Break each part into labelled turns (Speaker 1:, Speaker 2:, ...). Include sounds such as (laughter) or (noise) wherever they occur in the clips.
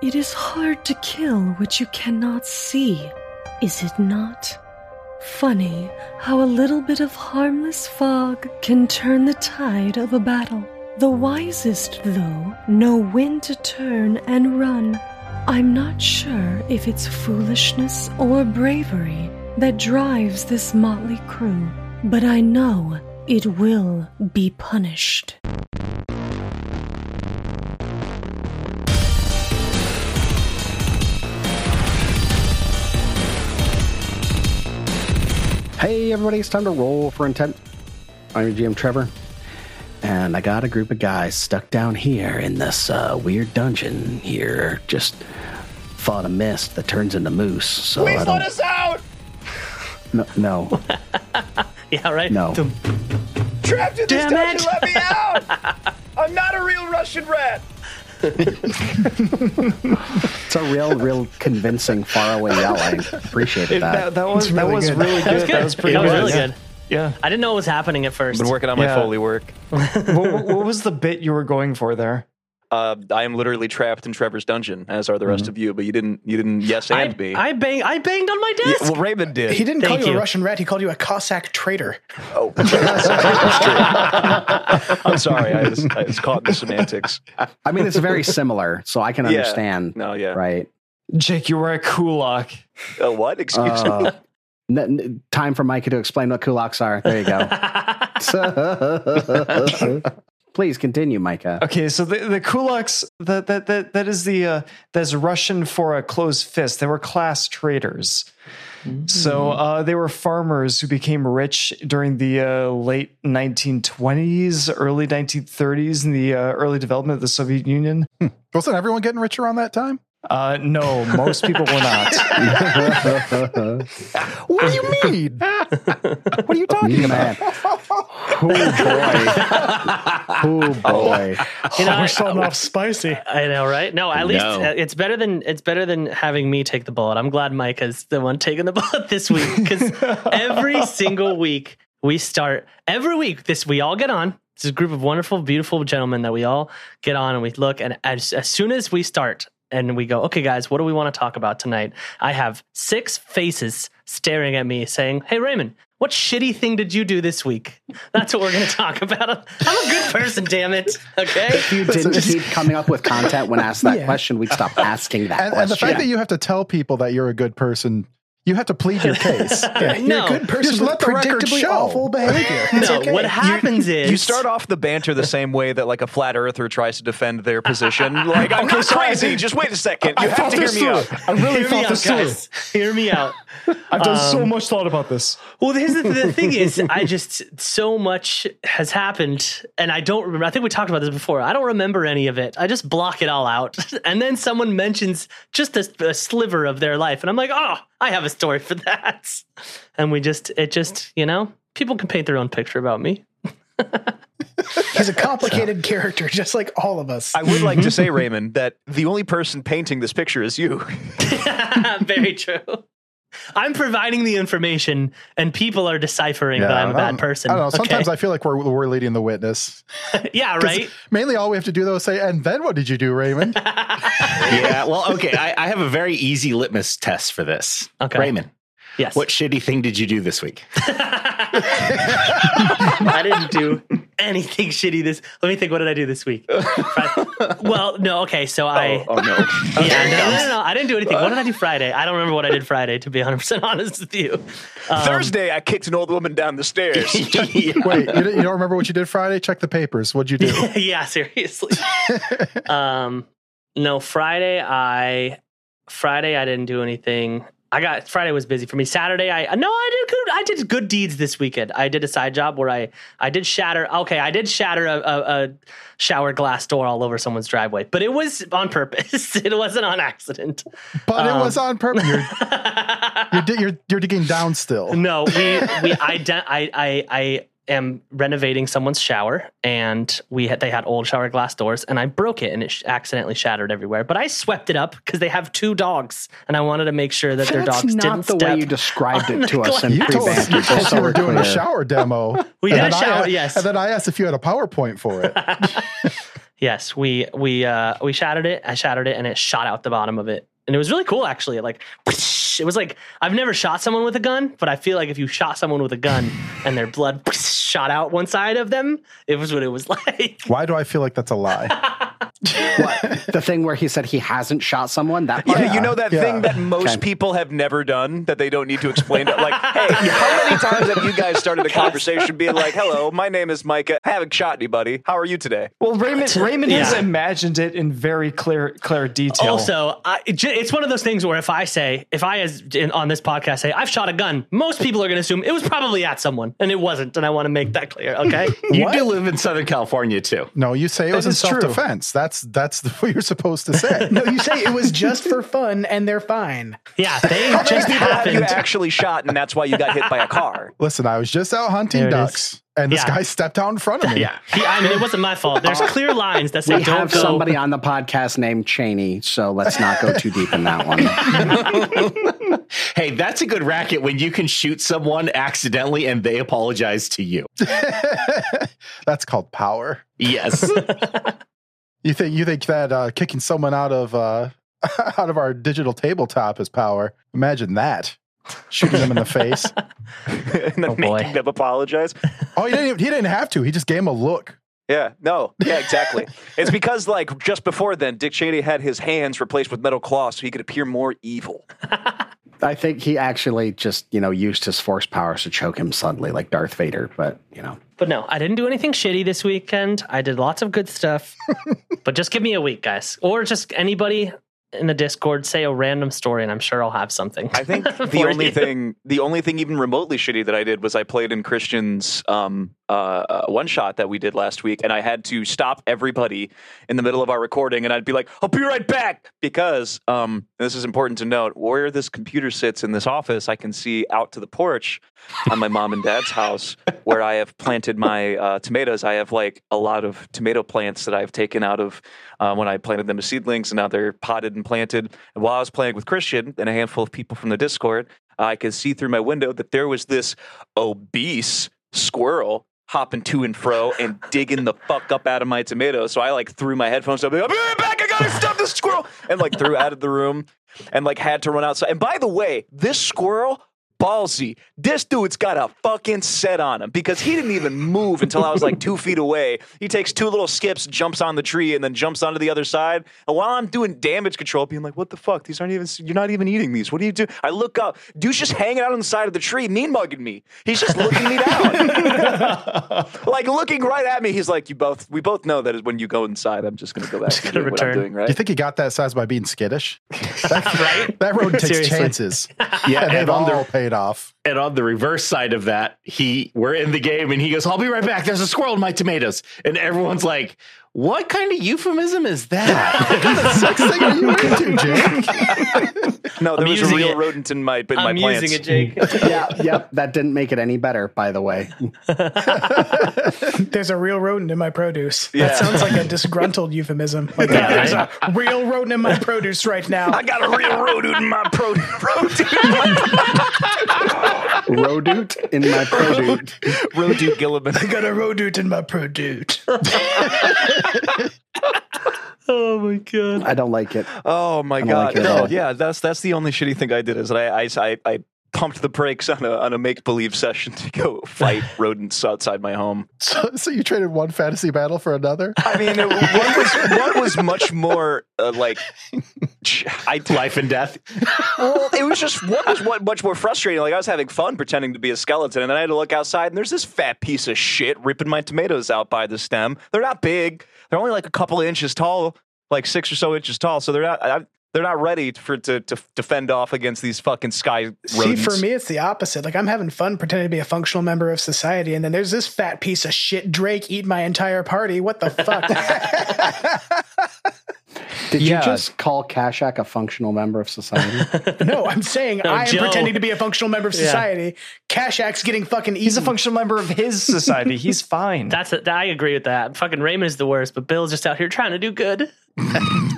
Speaker 1: It is hard to kill what you cannot see, is it not? Funny how a little bit of harmless fog can turn the tide of a battle. The wisest, though, know when to turn and run. I'm not sure if it's foolishness or bravery that drives this motley crew, but I know it will be punished.
Speaker 2: Hey, everybody, it's time to roll for intent. I'm your GM Trevor, and I got a group of guys stuck down here in this uh, weird dungeon here. Just fought a mist that turns into moose. So Oh, I
Speaker 3: Please
Speaker 2: don't,
Speaker 3: let us out!
Speaker 2: No,
Speaker 4: (laughs)
Speaker 2: no,
Speaker 5: Yeah, right?
Speaker 2: No.
Speaker 5: Dum-
Speaker 3: Trapped in this
Speaker 5: Damn
Speaker 3: dungeon, let
Speaker 5: it!
Speaker 3: me
Speaker 5: (laughs)
Speaker 3: out! I'm not a real Russian rat!
Speaker 2: it's a real, real convincing faraway yell. I appreciated
Speaker 4: It-
Speaker 2: that.
Speaker 4: that, that was
Speaker 6: really
Speaker 4: that was
Speaker 6: good.
Speaker 4: really good. That was pretty
Speaker 5: That was
Speaker 4: good.
Speaker 5: really
Speaker 4: yeah.
Speaker 5: good.
Speaker 4: Yeah.
Speaker 5: I didn't know what was happening at first.
Speaker 4: Been working on my
Speaker 6: Yeah.
Speaker 4: Foley work.
Speaker 6: what, what- what was the bit you were going for there?
Speaker 4: Uh, I am literally trapped in Trevor's dungeon, as are the rest of you. But you didn't. You didn't. Yes,
Speaker 5: Mm-hmm. I,
Speaker 4: and me.
Speaker 5: I bang I banged on my
Speaker 4: Yeah,
Speaker 5: desk.
Speaker 4: well, Raymond did.
Speaker 6: He
Speaker 5: didn't
Speaker 6: didn't
Speaker 5: call
Speaker 6: call
Speaker 5: Thank you
Speaker 6: you,
Speaker 5: a you.
Speaker 6: a Russian rat. He called you a Cossack traitor.
Speaker 4: (laughs) Oh, that's true. I'm sorry. I was, I was caught in the semantics.
Speaker 2: (laughs) I mean, it's very similar, so I can
Speaker 4: Yeah.
Speaker 2: understand.
Speaker 4: No, yeah.
Speaker 2: Right.
Speaker 6: Jake, you were a kulak.
Speaker 4: Uh, what? Excuse me.
Speaker 2: Uh, n- n- time for Micah to explain what kulaks are. There you
Speaker 4: (laughs)
Speaker 2: go. (laughs) Please continue, Micah.
Speaker 6: Okay, so the, the kulaks that that that that is the uh, that's Russian for a closed fist. They were class traders.
Speaker 7: Mm.
Speaker 6: So uh, they were farmers who became rich during the uh, late 1920s, early 1930s, in the uh, early development of the Soviet Union.
Speaker 7: Hmm. Wasn't everyone getting rich around that time?
Speaker 6: Uh, no, most people were not.
Speaker 7: (laughs) What do you mean? what are you talking
Speaker 2: Man. Oh boy. Oh boy.
Speaker 5: You know, I-
Speaker 8: We're starting off spicy.
Speaker 5: I know, right? No, at least
Speaker 4: No.
Speaker 5: uh, it's better than it's better than having me take the bullet. I'm glad Mike is the one taking the (laughs) bullet this week because every single week we start every week this we all get on. This is a group of wonderful, beautiful gentlemen that we all get on and we look and as as soon as we start and we go, okay, guys, what do we want to talk about tonight? I have six faces staring at me saying, "Hey, Raymond." What shitty thing did you do this week? That's what we're going to (laughs) talk about. I'm a good person, damn it. Okay.
Speaker 2: If you didn't keep coming up with content when asked that question, we'd stop asking that
Speaker 7: And, and the
Speaker 2: question.
Speaker 7: fact that you have to tell people that you're a good person, you have to plead
Speaker 8: (laughs)
Speaker 5: (laughs)
Speaker 7: your case.
Speaker 5: no.
Speaker 8: You're a good person
Speaker 7: Just
Speaker 8: with
Speaker 7: let the record
Speaker 8: predictably
Speaker 7: show. (laughs)
Speaker 8: awful behavior. It's
Speaker 5: (laughs) No,
Speaker 8: okay.
Speaker 5: what happens is
Speaker 4: you start off the banter the same way that like a flat earther tries to defend
Speaker 5: (laughs)
Speaker 4: their position. Like I'm not crazy. Just wait a second. You have
Speaker 6: thought
Speaker 4: to hear
Speaker 6: this
Speaker 4: me out.
Speaker 6: I really
Speaker 5: Hear me
Speaker 6: thought
Speaker 5: out,
Speaker 6: this through.
Speaker 5: guys. (laughs) Hear me out.
Speaker 6: (laughs) I've done
Speaker 5: Um,
Speaker 6: so much thought about this.
Speaker 5: Well, here's the, the thing
Speaker 7: (laughs)
Speaker 5: is, I
Speaker 6: (laughs)
Speaker 5: just so much has happened, and I don't remember. I think we talked about this before. I don't remember any of it. I just block it all out, (laughs) and then someone mentions just a, a sliver of their life, and I'm like, oh, I have a story for that. (laughs) And we just, it just, you know, people can paint their own picture about me. (laughs)
Speaker 8: He's a complicated character, just like all of us.
Speaker 4: I would like
Speaker 5: (laughs)
Speaker 4: to say, Raymond, that the only person painting this picture is you.
Speaker 5: Very true. I'm providing the information, and people are deciphering that I'm a bad person.
Speaker 7: I don't know. Sometimes
Speaker 5: okay?
Speaker 7: I feel like we're, we're leading the witness.
Speaker 5: (laughs) yeah, right.
Speaker 7: Mainly, all we have to do though is say, "And then what did you do,
Speaker 5: (laughs)
Speaker 7: Raymond?" (laughs)
Speaker 9: yeah. Well, okay. I, I have a very easy litmus test for this.
Speaker 5: Okay.
Speaker 9: Raymond,
Speaker 5: Yes.
Speaker 9: what shitty thing did you do this week?
Speaker 5: (laughs) I didn't do anything (laughs) shitty this. Let me think. What did I do this
Speaker 7: (laughs)
Speaker 5: week? Fri- well, no. Okay, so I.
Speaker 4: oh no.
Speaker 5: (laughs) yeah, no, no, no, no, I didn't do anything. What did I do Friday? I don't remember what I did Friday. To be (laughs) 100 percent honest with you. Um,
Speaker 4: Thursday, I kicked an old woman down the (laughs) stairs.
Speaker 7: Wait, you, don't- you don't remember what you did Friday? Check the papers. What'd you do?
Speaker 5: (laughs) yeah,
Speaker 7: (laughs)
Speaker 5: seriously. um, no, Friday I Friday I didn't do anything. I got Friday was busy for me. Saturday I no I did good I did good deeds this weekend. I did a side job where I I did shatter okay I did shatter a, a, a shower glass door all over someone's driveway, but it was on purpose. (laughs) it wasn't on accident.
Speaker 7: But
Speaker 5: Um,
Speaker 7: it was on purpose.
Speaker 5: (laughs)
Speaker 7: You're, you're, di- you're, you're digging down still.
Speaker 5: No, (laughs) we we ident- I I I am renovating someone's shower, and we had, they had old shower glass doors, and I broke it, and it sh- accidentally shattered everywhere. But I swept it up because they have two dogs, and I wanted to make sure that their
Speaker 2: That's
Speaker 5: dogs
Speaker 2: not
Speaker 5: didn't
Speaker 2: the
Speaker 5: step.
Speaker 2: way you described
Speaker 5: on
Speaker 2: it to
Speaker 5: the
Speaker 2: us in
Speaker 7: You told us you,
Speaker 2: pre-banter.
Speaker 7: told us
Speaker 2: Just
Speaker 7: you
Speaker 2: so
Speaker 7: were
Speaker 2: we're
Speaker 7: doing a
Speaker 2: clear.
Speaker 7: shower demo.
Speaker 5: We
Speaker 7: And
Speaker 5: did a
Speaker 7: then I
Speaker 5: shower,
Speaker 7: a-
Speaker 5: yes.
Speaker 7: And then I asked if you had a PowerPoint for it.
Speaker 5: Yes, we we uh we shattered it. I shattered it, and it shot out the bottom of it, and it was really cool actually. It like it was like I've never shot someone with a gun, but I feel like if you shot someone with a
Speaker 2: (laughs)
Speaker 5: gun and their blood shot out one side of them, it was what it was (laughs) like.
Speaker 7: Why do I feel like that's a lie?
Speaker 2: (laughs) What? the thing where he said he hasn't shot someone? That part?
Speaker 4: Yeah, you know that
Speaker 7: yeah.
Speaker 4: thing that most
Speaker 2: Okay.
Speaker 4: people have never done that they don't need to explain to like, (laughs) hey, how many times have you guys
Speaker 5: (laughs)
Speaker 4: started a conversation being like, "Hello, my name is Micah. I haven't shot anybody. How are you today?"
Speaker 6: Well, Raymond Raymond has
Speaker 5: Yeah.
Speaker 6: imagined it in very clear clear detail.
Speaker 5: Also, I, it j- it's one of those things where if I say, if I as in, on this podcast say I've shot a gun, most people are going to assume it was probably at someone, and it wasn't. And I want to make that clear.
Speaker 2: (laughs)
Speaker 5: Okay.
Speaker 9: You do live in Southern California too.
Speaker 7: No, you say it was in
Speaker 6: is true.
Speaker 7: self defense. That's that's (laughs) what you're supposed to say.
Speaker 8: (laughs) No, you say it was just for fun and they're fine.
Speaker 5: yeah, they
Speaker 4: How many
Speaker 5: just
Speaker 4: people have you
Speaker 5: happened.
Speaker 4: actually shot, and that's why you got hit by a car?
Speaker 7: (laughs) Listen, I was just out hunting
Speaker 5: There it
Speaker 7: ducks, and this
Speaker 5: Yeah.
Speaker 7: guy stepped out in front of me.
Speaker 9: Yeah.
Speaker 5: He- I mean, it wasn't my fault.
Speaker 2: (laughs)
Speaker 5: There's clear lines that say
Speaker 2: we
Speaker 5: don't
Speaker 2: have
Speaker 5: go.
Speaker 2: somebody on the podcast named Cheney, so let's not go too deep in that one.
Speaker 9: Hey, that's a good racket when you can shoot someone accidentally and they apologize to you.
Speaker 7: (laughs) That's called power.
Speaker 9: Yes.
Speaker 7: You think you think that uh, kicking someone out of uh, (laughs) out of our digital tabletop is power? Imagine that. Shooting him in the face.
Speaker 4: and then
Speaker 5: Oh, boy.
Speaker 4: making them apologize.
Speaker 7: Oh, he didn't. even- He didn't have to. He just gave him a look.
Speaker 4: Yeah, no, yeah, exactly. it's because like just before then, Dick Cheney had his hands replaced with metal claws so he could appear more evil.
Speaker 2: I think he actually just, you know, used his force powers to choke him suddenly, like Darth Vader. But you know,
Speaker 5: But no, I didn't do anything shitty this weekend. I did lots of good
Speaker 6: (laughs)
Speaker 5: stuff. but just give me a week, guys. Or just anybody in the Discord say a random story and I'm sure I'll have something.
Speaker 4: I
Speaker 5: (laughs)
Speaker 4: think the
Speaker 5: For
Speaker 4: only
Speaker 5: you.
Speaker 4: thing, the only thing even remotely shitty that I did was I played in Christian's um, uh, uh, one shot that we did last week, and I had to stop everybody in the middle of our recording, and I'd be like, "I'll be right back," because um, and this is important to note. Where this computer sits in this office, I can see out to the porch on my mom and dad's house, where I have planted my uh, tomatoes. I have like a lot of tomato plants that I've taken out of uh, when I planted them as seedlings, and now they're potted and planted. And while I was playing with Christian and a handful of people from the Discord, I could see through my window that there was this obese squirrel hopping to and fro and digging the fuck up out of my tomatoes. So I like threw my headphones up, like, "I'll be right back, I gotta stop this squirrel, and like threw out of the room and like had to run outside. And by the way, this squirrel ballsy. This dude's got a fucking set on him because he didn't even move until I was like two feet away. He takes two little skips, jumps on the tree, and then jumps onto the other side. And while I'm doing damage control, being like, "What the fuck? These aren't even. You're not even eating these. What do you do?" I look up. Dude's just hanging out on the side of the tree, mean mugging me. He's just looking (laughs) me down, like looking right at me. He's like, "You both. We both know that when you go inside, I'm just gonna go back to
Speaker 5: gonna
Speaker 4: doing what I'm
Speaker 5: return.
Speaker 4: doing,
Speaker 7: Do you (laughs)
Speaker 4: right?"
Speaker 7: think he got that size by being skittish? That, right. (laughs)
Speaker 10: (laughs)
Speaker 7: That road takes
Speaker 5: Seriously.
Speaker 7: chances.
Speaker 9: (laughs) yeah.
Speaker 7: And
Speaker 9: And
Speaker 7: they've all
Speaker 9: on, the,
Speaker 7: paid off.
Speaker 9: and on the reverse side of that, he we're in the game and he goes, I'll be right back. There's a squirrel in my tomatoes. And everyone's like, What kind of euphemism is
Speaker 7: (laughs)
Speaker 9: that?
Speaker 7: Next thing are you into, Jake?
Speaker 4: No, there
Speaker 5: I'm
Speaker 4: was a
Speaker 5: using
Speaker 4: real
Speaker 5: it.
Speaker 4: rodent in my in my
Speaker 5: I'm
Speaker 4: plants.
Speaker 5: using it,
Speaker 2: (laughs)
Speaker 5: Jake.
Speaker 2: (laughs) yeah, yep, that didn't make it any better, by the way.
Speaker 8: There's a real rodent in my produce.
Speaker 4: Yeah.
Speaker 8: That sounds like a disgruntled
Speaker 5: (laughs)
Speaker 8: euphemism. Like, there's a real rodent in my produce right now.
Speaker 4: I got a real rodent in my pro- rodent in my
Speaker 2: Rodute in my produce.
Speaker 4: Rodu Gilliman.
Speaker 8: I got a rodent in my produce.
Speaker 5: oh my god.
Speaker 2: I don't like it.
Speaker 4: Oh my
Speaker 2: don't like
Speaker 4: god!
Speaker 2: it at
Speaker 4: no,
Speaker 2: all.
Speaker 4: yeah, that's that's the only shitty thing I did is that I I, I, I pumped the brakes on a on a make believe session to go (laughs) fight rodents outside my home.
Speaker 7: So, so you traded one fantasy battle for another?
Speaker 4: I mean, it, one was one was much more uh, like I
Speaker 9: Life and death.
Speaker 4: well, it was just what was what much more frustrating. Like I was having fun pretending to be a skeleton, and then I had to look outside, and there's this fat piece of shit ripping my tomatoes out by the stem. They're not big; they're only like a couple of inches tall, like six or so inches tall. So they're not I, they're not ready for to to defend off against these fucking sky rodents.
Speaker 8: See, for me, it's the opposite. Like, I'm having fun pretending to be a functional member of society, and then there's this fat piece of shit Drake eat my entire party. What
Speaker 5: (laughs)
Speaker 8: the fuck?
Speaker 2: Did
Speaker 4: Yeah.
Speaker 2: you just call Kashak a functional member
Speaker 5: (laughs)
Speaker 2: of society?
Speaker 8: no, I'm saying I am
Speaker 5: Joe.
Speaker 8: pretending to be a functional member of society. Kashak's getting fucking
Speaker 6: He's a
Speaker 8: eaten.
Speaker 6: functional member of
Speaker 8: (laughs)
Speaker 6: his society. He's fine.
Speaker 5: That's a, I agree with that. Fucking Raymond is the worst, but Bill's just out here trying to do good.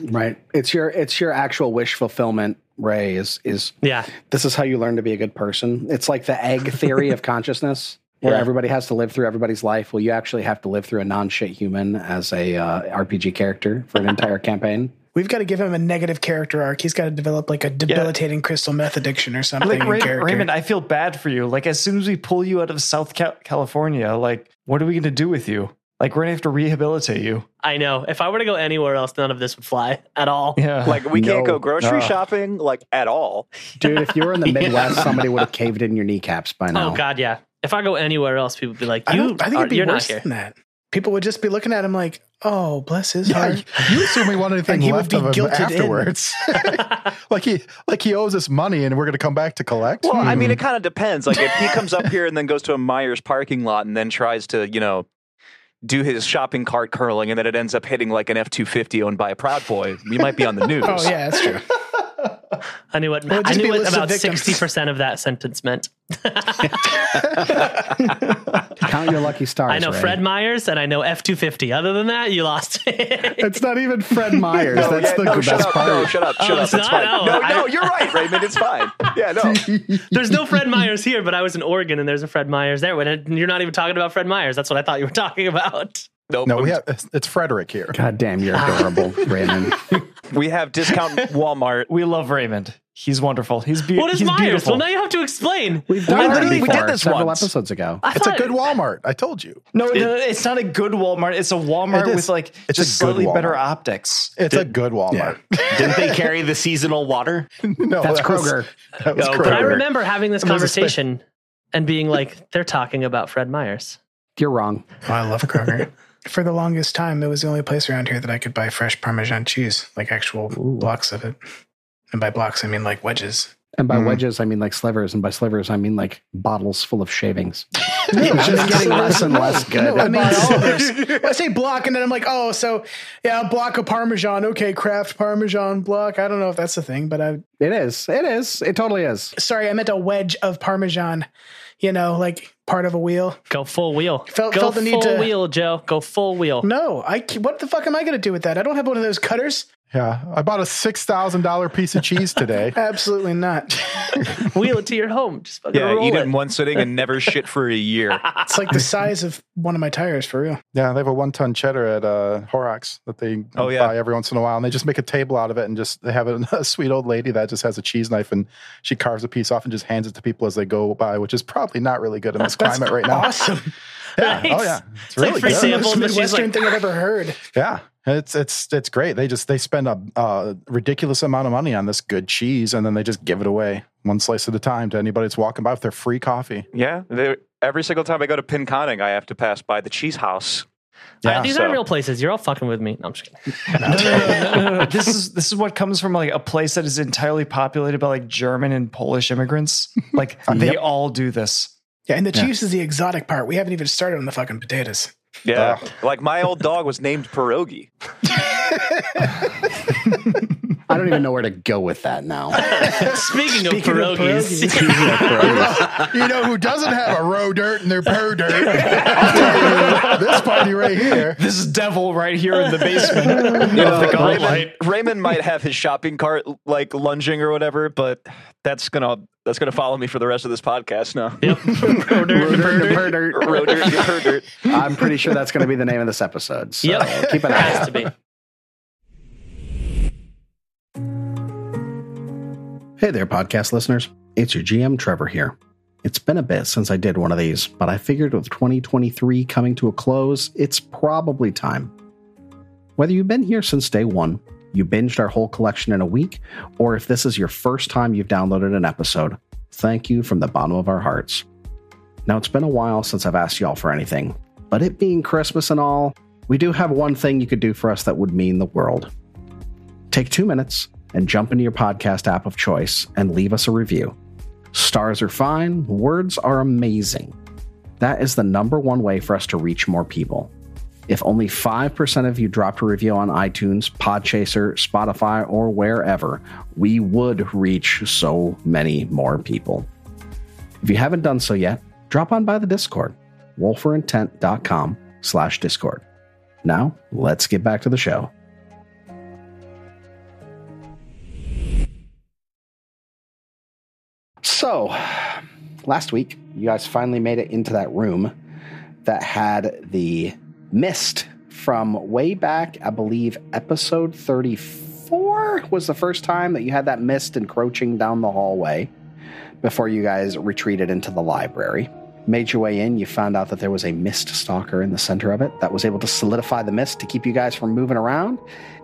Speaker 2: right. It's your it's your actual wish fulfillment, Ray, is is
Speaker 5: Yeah. (laughs)
Speaker 2: this is how you learn to be a good person. It's like the egg theory of consciousness. where
Speaker 9: Yeah.
Speaker 2: everybody has to live through everybody's life. Well, you actually have to live through a non-shit human as a uh, RPG character for
Speaker 5: (laughs)
Speaker 2: an entire campaign.
Speaker 8: We've got to give him a negative character arc. He's got to develop like a debilitating crystal meth addiction or something.
Speaker 6: Like
Speaker 8: in
Speaker 6: Ray-
Speaker 8: character.
Speaker 6: Raymond, I feel bad for you. Like as soon as we pull you out of South Ca- California, like what are we going to do with you? Like we're going to have to rehabilitate you.
Speaker 5: I know. If I were to go anywhere else, none of this would fly at all.
Speaker 8: (laughs)
Speaker 6: Yeah.
Speaker 4: Like we can't
Speaker 2: No.
Speaker 4: go grocery
Speaker 6: Ugh.
Speaker 4: shopping like at all.
Speaker 2: Dude, if you were
Speaker 5: (laughs)
Speaker 2: in the Midwest, somebody would have caved in your kneecaps by now.
Speaker 5: Oh God, yeah. If I go anywhere else, people would be like,
Speaker 8: I,
Speaker 5: "You,
Speaker 8: don't, I think
Speaker 5: are,
Speaker 8: it'd be
Speaker 5: you're not
Speaker 8: worse
Speaker 5: here."
Speaker 8: than that. People would just be looking at him like, "Oh, bless his
Speaker 7: Yeah,
Speaker 2: (laughs)
Speaker 8: heart."
Speaker 7: you (laughs) you assume we want anything
Speaker 8: And he would
Speaker 7: left
Speaker 8: be
Speaker 7: of him
Speaker 8: guilted in.
Speaker 7: afterwards. (laughs) like he like he owes us money and we're going to come back to collect.
Speaker 4: Well, I
Speaker 7: Hmm.
Speaker 4: mean, it kind of depends. Like if he (laughs) comes up here and then goes to a Myers parking lot and then tries to, you know, do his shopping cart curling and then it ends up hitting like an F two fifty owned by a Proud Boy, we might be on
Speaker 8: (laughs)
Speaker 4: the (laughs) news.
Speaker 8: Oh yeah, that's true.
Speaker 5: (laughs) I knew what.
Speaker 8: Well,
Speaker 5: I
Speaker 8: just
Speaker 5: knew
Speaker 8: be a
Speaker 5: what
Speaker 8: list of
Speaker 5: about
Speaker 8: victims.
Speaker 5: sixty percent of that sentence meant.
Speaker 2: Count your lucky stars.
Speaker 5: I know
Speaker 2: Ray.
Speaker 5: Fred Myers and I know F two fifty. Other than that, you lost.
Speaker 7: (laughs)
Speaker 2: It's not even Fred Myers.
Speaker 4: No,
Speaker 2: That's
Speaker 4: yeah,
Speaker 2: the
Speaker 4: no, shut
Speaker 2: best
Speaker 4: up,
Speaker 2: part.
Speaker 4: No, shut up, shut up.
Speaker 5: it's
Speaker 4: It's,
Speaker 5: not?
Speaker 4: fine.
Speaker 5: Oh,
Speaker 4: no,
Speaker 5: I-
Speaker 4: no, you're right, Raymond. It's fine. Yeah, no.
Speaker 5: (laughs) there's no Fred Myers here, but I was in Oregon and there's a Fred Myers there. And you're not even talking about Fred Myers. That's what I thought you were talking about.
Speaker 4: Nope.
Speaker 7: no, we have it's- it's Frederick here.
Speaker 2: God damn, you're adorable, Raymond.
Speaker 4: we have
Speaker 6: (laughs)
Speaker 4: discount Walmart.
Speaker 6: we love Raymond. He's wonderful. He's, be-
Speaker 5: What is
Speaker 6: he's
Speaker 5: Myers?
Speaker 6: beautiful.
Speaker 5: Well, now you have to explain.
Speaker 2: We've done
Speaker 4: We
Speaker 2: that
Speaker 4: literally
Speaker 2: before,
Speaker 4: did this
Speaker 2: several
Speaker 4: once.
Speaker 2: episodes ago.
Speaker 5: I
Speaker 7: It's a
Speaker 5: thought-
Speaker 7: good Walmart. I told you.
Speaker 6: No, no, no, it's not a good Walmart. It's a Walmart
Speaker 7: It is.
Speaker 6: with like
Speaker 7: It's a
Speaker 6: just slightly
Speaker 7: good
Speaker 6: better
Speaker 7: Walmart.
Speaker 6: optics.
Speaker 7: It's a good Walmart.
Speaker 9: Didn't they carry the seasonal water?
Speaker 7: no,
Speaker 2: That's
Speaker 7: that was-
Speaker 2: Kroger.
Speaker 7: that was
Speaker 9: No,
Speaker 7: Kroger.
Speaker 5: But I remember having this
Speaker 7: There's a spe-
Speaker 5: conversation and being like, "They're talking about Fred Myers."
Speaker 2: You're wrong.
Speaker 8: I love Kroger. (laughs) For the longest time, it was the only place around here that I could buy fresh Parmesan cheese, like actual blocks of it. And by blocks, I mean like wedges.
Speaker 2: And by
Speaker 5: Mm.
Speaker 7: Mhm.
Speaker 2: wedges, I mean like slivers, and by slivers, I mean like bottles full of shavings.
Speaker 7: No,
Speaker 2: It's just
Speaker 7: it's-
Speaker 2: getting less and less
Speaker 8: No,
Speaker 2: good.
Speaker 8: (laughs) I mean
Speaker 2: (laughs)
Speaker 8: all of this. When I say block, and then I'm like, oh, so yeah, a block of Parmesan. Okay, craft Parmesan block. I don't know if that's the thing, but I
Speaker 2: It is. It is. It totally is.
Speaker 8: sorry, I meant a wedge of Parmesan. You know, like part of a wheel.
Speaker 5: (laughs) Go full wheel.
Speaker 8: Felt-
Speaker 5: Go
Speaker 8: felt the
Speaker 5: full
Speaker 8: need to-
Speaker 5: wheel, Joe. Go full wheel.
Speaker 8: No, I. c- What the fuck am I going to do with that? I don't have one of those cutters.
Speaker 7: Yeah, I bought a six thousand dollar piece of cheese today.
Speaker 8: Absolutely
Speaker 7: (laughs)
Speaker 8: not.
Speaker 5: Wheel it to your home. Just fucking
Speaker 4: Yeah,
Speaker 5: roll
Speaker 4: eat
Speaker 5: it.
Speaker 4: it in one sitting and never shit for a year.
Speaker 5: (laughs)
Speaker 8: It's like
Speaker 7: (laughs)
Speaker 8: the size of one of my tires for real.
Speaker 7: Yeah, they have a one-ton cheddar at uh, Horrocks that they
Speaker 4: Oh, yeah.
Speaker 7: buy every once in a while, and they just make a table out of it, and just they have a, (laughs) a sweet old lady that just has a cheese knife, and she carves a piece off and just hands it to people as they go by, which is probably not really good in this climate right now.
Speaker 8: Awesome.
Speaker 7: Yeah,
Speaker 5: Nice.
Speaker 7: oh yeah, it's
Speaker 5: It's like
Speaker 7: really
Speaker 5: free
Speaker 7: good.
Speaker 5: Yeah,
Speaker 8: Most
Speaker 5: but she's
Speaker 8: Midwestern
Speaker 5: like-
Speaker 8: thing I've ever heard.
Speaker 7: (laughs) Yeah, it's it's it's great. They just they spend a uh, ridiculous amount of money on this good cheese, and then they just give it away one slice at a time to anybody that's walking by with their free coffee.
Speaker 4: Yeah. they- Every single time I go to Pinconning, I have to pass by the cheese house.
Speaker 5: All right, these
Speaker 4: so-
Speaker 5: aren't real places. You're all fucking with me. No, I'm just kidding.
Speaker 6: No, no, no, no, no, no. (laughs) This is this is what comes from like a place that is entirely populated by like German and Polish immigrants.
Speaker 2: (laughs)
Speaker 6: Like they all do this.
Speaker 8: Yeah, and the cheese is the exotic part. We haven't even started on the fucking potatoes.
Speaker 4: Yeah. Like my old dog was named Pierogi.
Speaker 2: I don't even know where to go with that now.
Speaker 5: Speaking,
Speaker 8: Speaking
Speaker 5: of
Speaker 8: of
Speaker 5: pierogies, (laughs)
Speaker 7: you know who doesn't have a row dirt in their purr dirt?
Speaker 8: (laughs)
Speaker 7: I'll tell you, this party right here.
Speaker 6: (laughs) This is devil right here in the basement.
Speaker 4: You know,
Speaker 6: the
Speaker 4: Raymond,
Speaker 6: godlight.
Speaker 4: Raymond might have his shopping cart like lunging or whatever, but that's gonna that's gonna follow me for the rest of this podcast now. (laughs) Row dirt, you heard dirt.
Speaker 2: I'm pretty sure that's going to be the name of this episode. So
Speaker 5: Yep. (laughs)
Speaker 2: keep an eye
Speaker 5: has
Speaker 2: out.
Speaker 5: to be.
Speaker 2: Hey there, podcast listeners. It's your GM Trevor here. It's been a bit since I did one of these, but I figured with 2023 coming to a close, it's probably time. Whether you've been here since day one, you binged our whole collection in a week, or if this is your first time you've downloaded an episode, thank you from the bottom of our hearts. Now, it's been a while since I've asked y'all for anything, but it being Christmas and all, we do have one thing you could do for us that would mean the world take two minutes and jump into your podcast app of choice and leave us a review. Stars are fine, words are amazing. That is the number one way for us to reach more people. If only 5% of you dropped a review on iTunes, Podchaser, Spotify, or wherever, we would reach so many more people. If you haven't done so yet, drop on by the Discord, wolferintent.com slash Discord. Now, let's get back to the show. So, last week, you guys finally made it into that room that had the mist from way back, I believe, episode 34 was the first time that you had that mist encroaching down the hallway before you guys retreated into the library. Made your way in, you found out that there was a mist stalker in the center of it that was able to solidify the mist to keep you guys from moving around.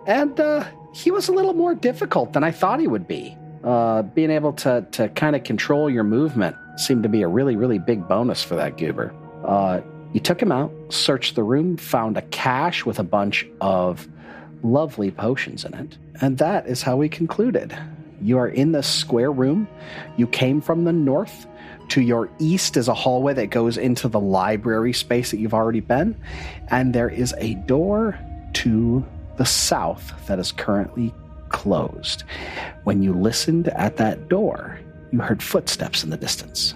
Speaker 2: And uh, he was a little more difficult than I thought he would be. Uh, being able to, to kind of control your movement seemed to be a really, really big bonus for that goober. Uh, you took him out, searched the room, found a cache with a bunch of lovely potions in it. And that is how we concluded. You are in this square room. You came from the north. To your east is a hallway that goes into the library space that you've already been. And there is a door to the south that is currently closed. When you listened at that door, you heard footsteps in the distance.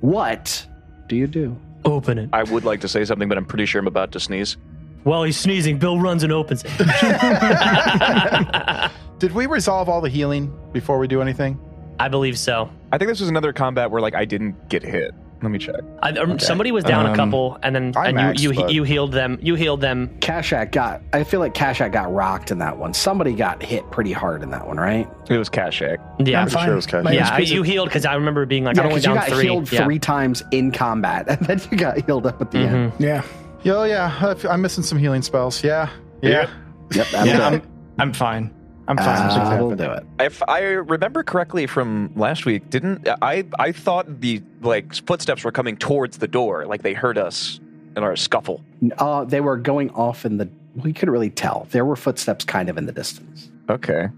Speaker 2: What do you do?
Speaker 5: Open it.
Speaker 4: I would like to say something, but I'm pretty sure I'm about to sneeze.
Speaker 5: While he's sneezing, Bill runs and opens it.
Speaker 7: Did we resolve all the healing before we do anything?
Speaker 5: I believe so.
Speaker 4: I think this was another combat where like I didn't get hit. Let me check.
Speaker 5: I, um, Somebody was down
Speaker 7: Um,
Speaker 5: a couple, and then
Speaker 7: I
Speaker 5: and
Speaker 7: maxed,
Speaker 5: you you,
Speaker 7: but-
Speaker 5: you healed them. You healed them.
Speaker 2: Kashak got. I feel like Kashak got rocked in that one. Somebody got hit pretty hard in that one, right?
Speaker 4: It was Kashak.
Speaker 5: Yeah,
Speaker 8: I'm fine.
Speaker 7: sure it was cash.
Speaker 8: My
Speaker 5: yeah. I,
Speaker 8: HP
Speaker 5: you healed because I remember being like, I'm only
Speaker 2: 'cause you
Speaker 5: down
Speaker 2: got
Speaker 5: three.
Speaker 2: healed
Speaker 5: yeah.
Speaker 2: three times in combat, (laughs) and then you got healed up at the end.
Speaker 8: Yeah.
Speaker 7: Yo, yeah, I f- I'm missing some healing spells. Yeah, yeah.
Speaker 2: Yep, that'll
Speaker 6: Yeah,
Speaker 2: do
Speaker 6: I'm,
Speaker 2: it.
Speaker 6: I'm fine. I'm fine.
Speaker 2: That'll Ah, do it.
Speaker 4: If I remember correctly from last week, didn't I? I thought the like footsteps were coming towards the door, like they heard us in our scuffle.
Speaker 2: Uh, they were going off in the. We couldn't really tell. There were footsteps kind of in the distance.
Speaker 4: Okay.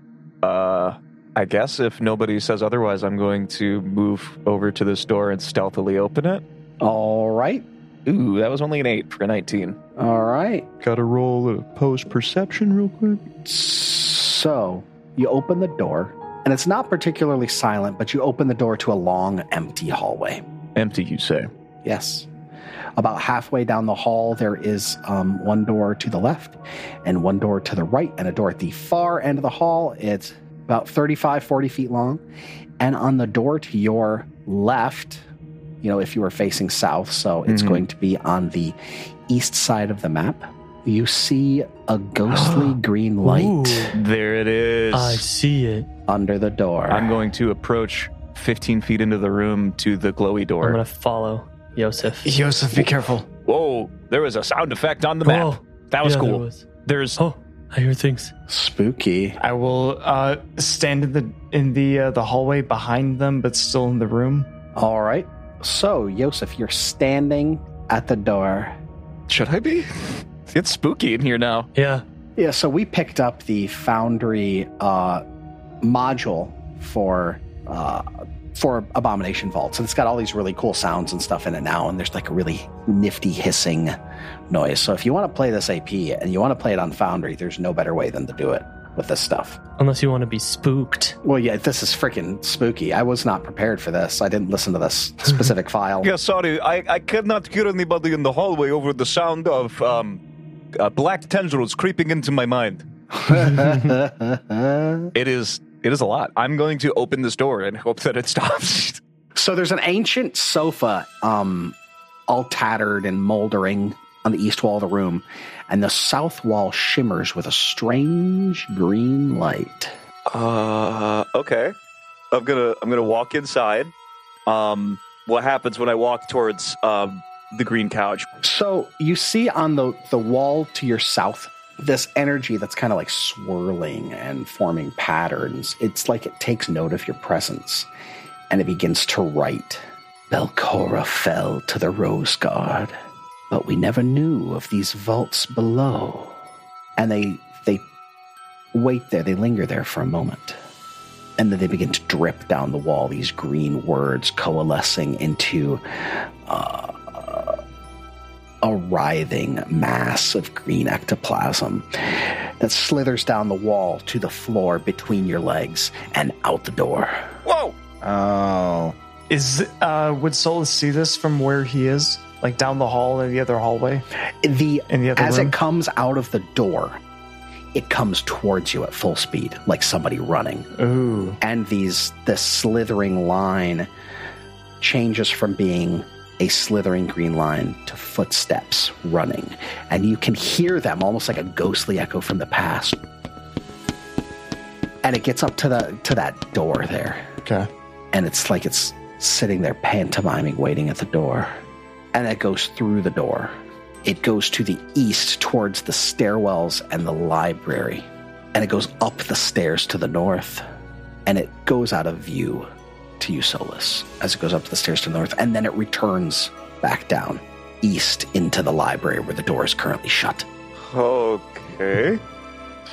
Speaker 4: Uh, I guess if nobody says otherwise, I'm going to move over to this door and stealthily open it.
Speaker 2: All right.
Speaker 4: Ooh, that was only an eight for a nineteen.
Speaker 2: All right.
Speaker 4: Got to roll a post perception real quick.
Speaker 2: So you open the door, and it's not particularly silent, but you open the door to a long, empty hallway.
Speaker 4: Empty, you say?
Speaker 2: Yes. About halfway down the hall, there is um, one door to the left and one door to the right, and a door at the far end of the hall. It's about 35, 40 feet long. And on the door to your left, you know, if you were facing south, so it's
Speaker 4: Mhm.
Speaker 2: going to be on the east side of the map, you see a
Speaker 4: (gasps)
Speaker 2: ghostly green light
Speaker 4: There it is.
Speaker 5: I see it.
Speaker 2: under the door.
Speaker 4: I'm going to approach 15 feet into the room to the glowy door.
Speaker 5: I'm gonna follow Yosef.
Speaker 6: Yosef, be careful.
Speaker 4: Whoa, there was a sound effect on the map.
Speaker 5: Oh,
Speaker 4: that was
Speaker 5: yeah, there
Speaker 4: cool.
Speaker 5: was.
Speaker 4: There's
Speaker 5: Oh, I hear things.
Speaker 2: Spooky.
Speaker 6: I will uh, stand in the in the uh, the hallway behind them, but still in the room.
Speaker 2: All right. So, Yosef, you're standing at the door.
Speaker 4: should I be? It's spooky in here now.
Speaker 5: Yeah.
Speaker 2: Yeah, so we picked up the Foundry uh, module for uh, for Abomination Vaults, and it's got all these really cool sounds and stuff in it now. And there's like a really nifty hissing noise. So if you want to play this AP and you want to play it on Foundry, there's no better way than to do it with this stuff.
Speaker 5: Unless you want to be spooked.
Speaker 2: Well, yeah, this is freaking spooky. I was not prepared for this. I didn't listen to this
Speaker 5: (laughs)
Speaker 2: specific file.
Speaker 4: Yeah, sorry, I, I cannot hear anybody in the hallway over the sound of um, uh, black tendrils creeping into my (laughs) mind. It is it is a lot. I'm going to open this door and hope that it stops. (laughs)
Speaker 2: So there's an ancient sofa, um, all tattered and moldering on the east wall of the room, and the south wall shimmers with a strange green light.
Speaker 4: Uh, okay. I'm gonna I'm gonna walk inside. Um, what happens when I walk towards um the green couch?
Speaker 2: So you see on the, the wall to your south this energy that's kind of like swirling and forming patterns. It's like it takes note of your presence and it begins to write. Belcora fell to the Rose Guard, but we never knew of these vaults below. And they they wait there, they linger there for a moment. And then they begin to drip down the wall, these green words coalescing into uh, a writhing mass of green ectoplasm that slithers down the wall to the floor between your legs and out the door.
Speaker 4: Whoa!
Speaker 7: Oh,
Speaker 6: Is uh, would Solus see this from where he is, like down the hall in the other hallway?
Speaker 2: The,
Speaker 11: (laughs)
Speaker 6: In the other
Speaker 2: as
Speaker 6: room?
Speaker 2: it comes out of the door, it comes towards you at full speed, like somebody running.
Speaker 6: Ooh.
Speaker 2: And these this slithering line changes from being a slithering green line to footsteps running. And you can hear them almost like a ghostly echo from the past. And it gets up to the to that door there
Speaker 7: Okay.
Speaker 2: and it's like it's sitting there pantomiming, waiting at the door. And it goes through the door. It goes to the east towards the stairwells and the library. And it goes up the stairs to the north. And it goes out of view to you, Solus, as it goes up the stairs to the north. And then it returns back down east into the library where the door is currently shut.
Speaker 4: Okay.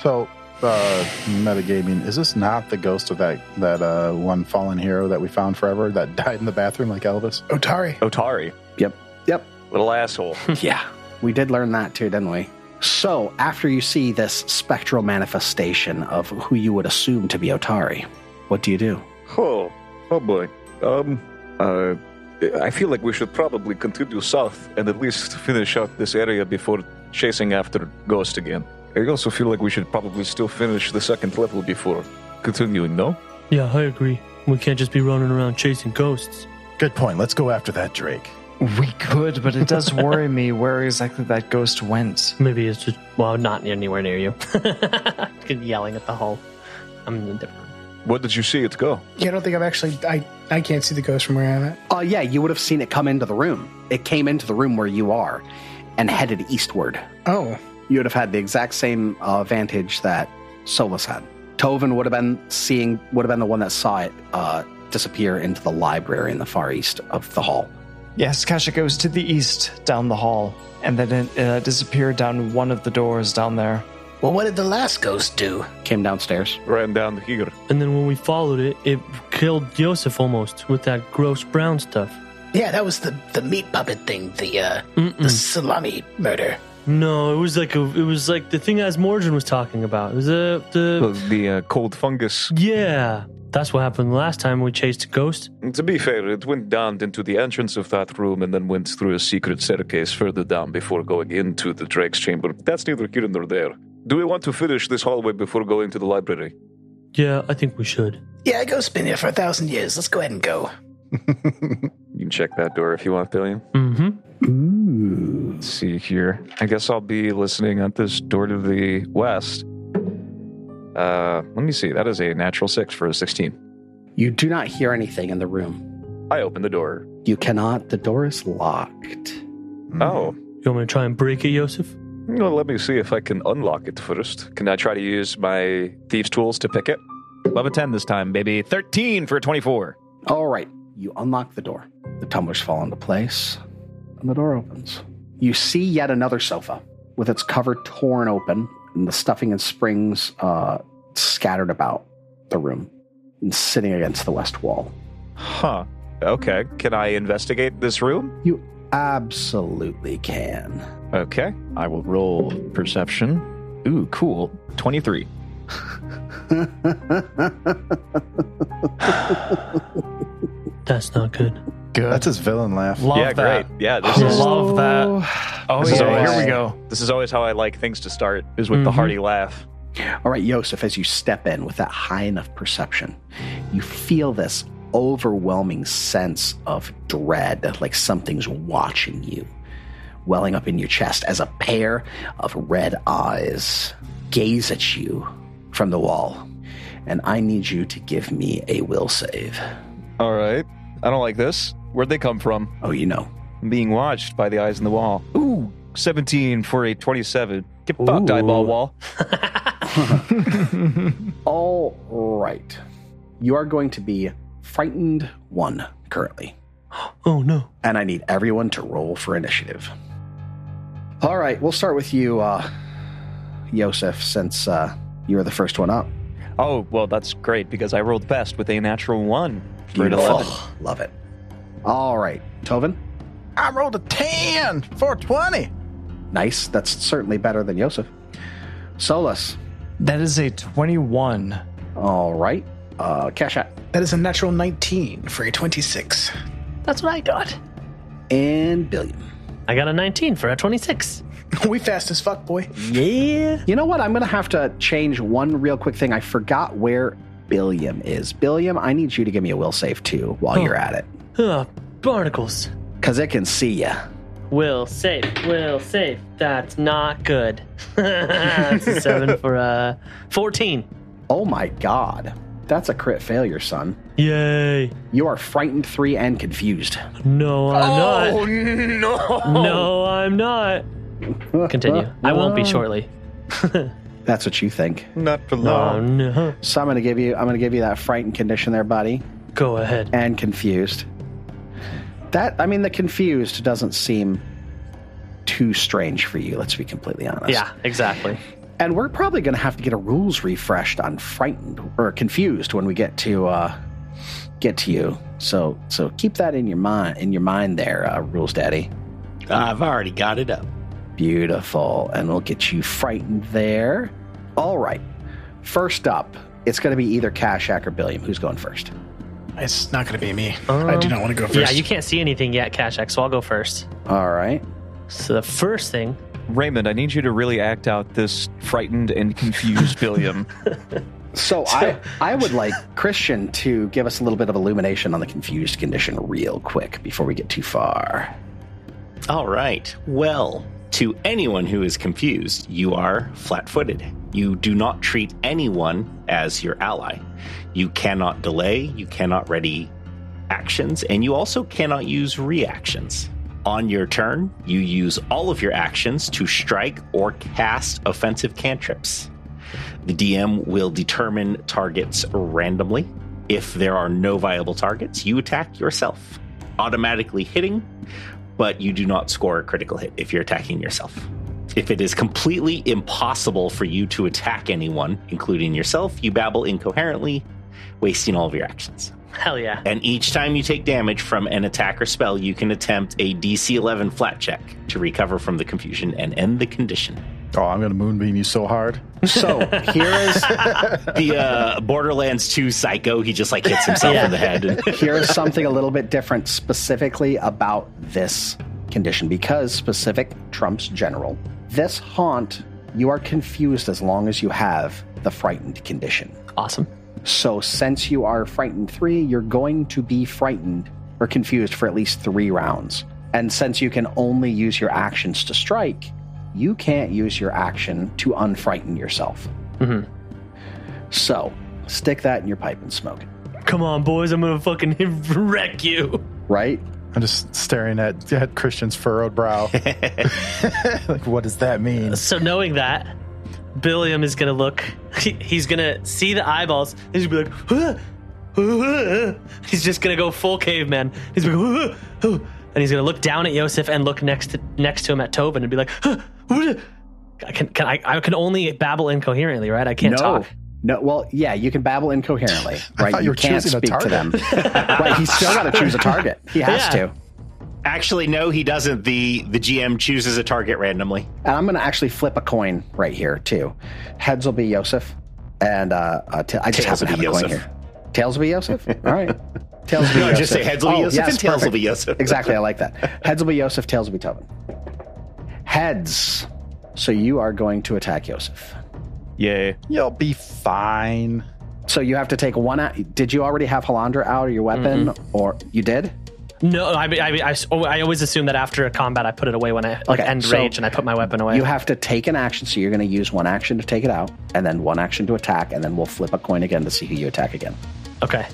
Speaker 7: So, uh, metagaming, is this not the ghost of that, that uh, one fallen hero that we found forever that (laughs) died in the bathroom like Elvis?
Speaker 8: Otari.
Speaker 4: Otari,
Speaker 2: Yep. Yep.
Speaker 4: little asshole.
Speaker 2: yeah, we did learn that too, didn't we? So, after you see this spectral manifestation of who you would assume to be Otari, what do you do?
Speaker 4: Oh, oh boy. Um, uh, I feel like we should probably continue south and at least finish out this area before chasing after Ghost again. I also feel like we should probably still finish the second level before continuing, no?
Speaker 5: Yeah, I agree. We can't just be running around chasing ghosts.
Speaker 7: Good point. Let's go after that Drake.
Speaker 6: We could, but
Speaker 11: (laughs)
Speaker 6: it does worry me where exactly that ghost went.
Speaker 5: Maybe it's just well, not anywhere near you. (laughs) Yelling at the hole. I'm in a different.
Speaker 4: Where did you see it go?
Speaker 8: Yeah, I don't think I've actually. I I can't see the ghost from where I'm at.
Speaker 2: Oh, yeah, you would have seen it come into the room. It came into the room where you are and headed eastward.
Speaker 8: Oh,
Speaker 2: You would have had the exact same uh, vantage that Solus had. Tovin would have been seeing, would have been the one that saw it uh, disappear into the library in the far east of the hall.
Speaker 6: Yes, Kasha goes to the east down the hall, and then it uh, disappeared down one of the doors down there.
Speaker 11: Well, what did the last ghost do?
Speaker 2: Came downstairs.
Speaker 4: Ran down here.
Speaker 5: And then when we followed it, it killed Joseph almost with that gross brown stuff.
Speaker 11: Yeah, that was the, the meat puppet thing, the uh, the
Speaker 5: Mm-mm.
Speaker 11: salami murder.
Speaker 5: No, it was like a, it was like the thing as Morgan was talking about. It was the the
Speaker 4: The uh, cold fungus.
Speaker 5: yeah. That's what happened last time we chased a ghost.
Speaker 4: To be fair, it went down into the entrance of that room and then went through a secret staircase further down before going into the Drake's chamber. That's neither here nor there. Do we want to finish this hallway before going to the library?
Speaker 5: Yeah, I think we should.
Speaker 11: Yeah, a ghost's been here for a thousand years. Let's go ahead and go.
Speaker 4: You can check that door if you want, Billion.
Speaker 5: Mm-hmm.
Speaker 4: Let's see here. I guess I'll be listening at this door to the west. Uh, let me see. That is a natural six for a 16.
Speaker 2: You do not hear anything in the room.
Speaker 4: I open the door.
Speaker 2: You cannot, the door is locked.
Speaker 4: Oh,
Speaker 5: You want me to try and break it, Joseph?
Speaker 4: well, let me see if I can unlock it first. Can I try to use my thieves' tools to pick it?
Speaker 12: Level 10 this time, baby. 13 for 24.
Speaker 2: All right, you unlock the door. The tumblers fall into place, and the door opens. You see yet another sofa with its cover torn open and the stuffing and springs uh, scattered about the room and sitting against the west wall.
Speaker 4: Huh. Okay. Can I investigate this room?
Speaker 2: You absolutely can.
Speaker 4: Okay.
Speaker 12: I will roll perception. Ooh, cool. 23.
Speaker 5: That's not good.
Speaker 6: Good.
Speaker 7: That's his villain laugh.
Speaker 6: love
Speaker 4: yeah,
Speaker 6: that.
Speaker 4: great. Yeah, this
Speaker 6: I
Speaker 4: is
Speaker 6: love that. Oh,
Speaker 4: This is
Speaker 6: yeah,
Speaker 4: always-
Speaker 6: here we go. Mm-hmm.
Speaker 4: this is always how I like things to start is with the
Speaker 5: Mhm.
Speaker 4: hearty laugh.
Speaker 2: All right, Yosef, as you step in with that high enough perception, you feel this overwhelming sense of dread, like something's watching you, welling up in your chest as a pair of red eyes gaze at you from the wall. And I need you to give me a will save.
Speaker 4: All right. I don't like this. Where'd they come from?
Speaker 2: Oh, you know.
Speaker 4: I'm being watched by the eyes in the wall. Ooh, 17 for a 27. Get fucked,
Speaker 5: Ooh.
Speaker 4: eyeball wall.
Speaker 2: All right. You are going to be frightened one
Speaker 7: (gasps)
Speaker 2: currently.
Speaker 5: Oh no.
Speaker 2: and I need everyone to roll for initiative. All right, we'll start with you, uh, Yosef, since uh, you were the first one up.
Speaker 4: Oh, well, that's great because I rolled best with a natural one for an 11.
Speaker 2: Oh, love it. All right, Tovin,
Speaker 7: I rolled a 10 for 20.
Speaker 2: nice. That's certainly better than Yosef. Solus,
Speaker 6: That is a 21.
Speaker 2: all right. Uh, Kashat
Speaker 8: that is a natural nineteen for a twenty-six.
Speaker 11: That's what I got.
Speaker 2: and Billion.
Speaker 5: I got a 19 for a 26.
Speaker 8: (laughs) we fast as fuck, boy.
Speaker 2: Yeah. You know what? I'm going to have to change one real quick thing. I forgot where Billiam is. Billiam, I need you to give me a will save too while
Speaker 5: Oh.
Speaker 2: you're at it.
Speaker 5: Ugh, barnacles.
Speaker 2: Because it can see you.
Speaker 5: Will save. Will save. That's not good. (laughs) That's a seven for uh,
Speaker 8: (laughs)
Speaker 5: a 14.
Speaker 2: Oh my god. That's a crit failure, son.
Speaker 5: Yay.
Speaker 2: You are frightened three and confused.
Speaker 5: No, I'm
Speaker 4: Oh,
Speaker 5: not.
Speaker 4: no.
Speaker 5: No, I'm not. Continue. I won't
Speaker 4: Uh.
Speaker 5: be shortly.
Speaker 2: That's what you think.
Speaker 4: Not for
Speaker 5: long. no.
Speaker 2: So I'm gonna give you I'm gonna give you that frightened condition there, buddy.
Speaker 5: Go ahead.
Speaker 2: And confused. That I mean the confused doesn't seem too strange for you, let's be completely honest.
Speaker 5: Yeah, exactly.
Speaker 2: And we're probably going to have to get a rules refreshed on frightened or confused when we get to uh, get to you. So so keep that in your mind in your mind there, uh, rules daddy.
Speaker 10: I've already got it up.
Speaker 2: Beautiful, and we'll get you frightened there. All right. First up, it's going to be either Kashak or Billiam. Who's going first?
Speaker 8: It's not going to be me. I do not want to go
Speaker 5: Um,
Speaker 8: first. Oh.
Speaker 5: Yeah, you can't see anything yet, Kashak, so I'll go first.
Speaker 2: All right.
Speaker 5: So the first thing.
Speaker 4: Raymond, I need you to really act out this frightened
Speaker 5: (laughs)
Speaker 4: and confused Billiam.
Speaker 10: (laughs)
Speaker 2: So I I would like Christian to give us a little bit of illumination on the confused condition real quick before we get too far.
Speaker 10: All right. Well, to anyone who is confused, you are flat footed. You do not treat anyone as your ally. You cannot delay, you cannot ready actions, and you also cannot use reactions. On your turn, you use all of your actions to strike or cast offensive cantrips. The DM will determine targets randomly. If there are no viable targets, you attack yourself, automatically hitting, but you do not score a critical hit if you're attacking yourself. If it is completely impossible for you to attack anyone, including yourself, you babble incoherently, wasting all of your actions.
Speaker 5: Hell yeah.
Speaker 10: And each time you take damage from an attack or spell, you can attempt a DC 11 flat check to recover from the confusion and end the condition.
Speaker 7: Oh, I'm going to moonbeam you so hard.
Speaker 2: So here is
Speaker 10: (laughs) the uh, Borderlands 2 psycho. He just like hits himself in the (laughs) head.
Speaker 2: (laughs) Here's something a little bit different specifically about this condition because specific trumps general. This haunt, you are confused as long as you have the frightened condition.
Speaker 5: Awesome.
Speaker 2: So, since you are frightened three, you're going to be frightened or confused for at least three rounds. And since you can only use your actions to strike, you can't use your action to unfrighten yourself.
Speaker 5: Mm-hmm.
Speaker 2: So, stick that in your pipe and smoke it,
Speaker 5: Come on, boys. I'm going to fucking (laughs) wreck you.
Speaker 2: right?
Speaker 7: I'm just staring at, at Christian's furrowed brow. (laughs) like, what does that mean?
Speaker 5: So knowing that, Billiam is gonna look. He, he's gonna see the eyeballs. And he's gonna be like, "Huh, huh, huh." he's just gonna go full caveman. He's gonna be like, "Huh, huh," and he's gonna look down at Yosef and look next to, next to him at Tobin and be like, "Huh, what?" I can, can I, I can only babble incoherently, right? I can't
Speaker 2: no.
Speaker 5: talk.
Speaker 2: No, well, yeah, you can babble incoherently,
Speaker 10: (laughs) I
Speaker 2: right?
Speaker 10: thought you were
Speaker 2: can't
Speaker 10: choosing a
Speaker 2: speak to them.
Speaker 10: target. (laughs)
Speaker 2: right, he's still got to choose a target. He has
Speaker 10: Yeah.
Speaker 2: to.
Speaker 10: Actually, no, he doesn't. The the GM chooses a target randomly.
Speaker 2: And I'm going to actually flip a coin right here too. Heads will be Yosef, and uh, uh, ta- I just
Speaker 10: Tails
Speaker 2: happen
Speaker 10: will
Speaker 2: to have
Speaker 10: be
Speaker 2: a coin
Speaker 10: Yosef.
Speaker 2: here. Tails will be Yosef.
Speaker 10: (laughs)
Speaker 2: All right. Tails will be
Speaker 10: No,
Speaker 2: Yosef. Oh,
Speaker 10: just say heads will be Yosef and tails will
Speaker 2: perfect.
Speaker 10: be Yosef.
Speaker 2: exactly.
Speaker 10: (laughs)
Speaker 2: I like that. Heads will be Yosef. Tails will be Tobin. Heads. So you are going to attack Yosef.
Speaker 4: Yay.
Speaker 7: You'll be fine.
Speaker 2: So you have to take one out. Did you already have Halandra out of your weapon,
Speaker 10: Mm-hmm.
Speaker 2: or you did?
Speaker 5: No, I, I, I, oh, I always assume that after a combat, I put it away when I like
Speaker 2: Okay,
Speaker 5: end
Speaker 2: so
Speaker 5: rage and I put my weapon away.
Speaker 2: You have to take an action, so you're going to use one action to take it out, and then one action to attack, and then we'll flip a coin again to see who you attack again.
Speaker 5: okay.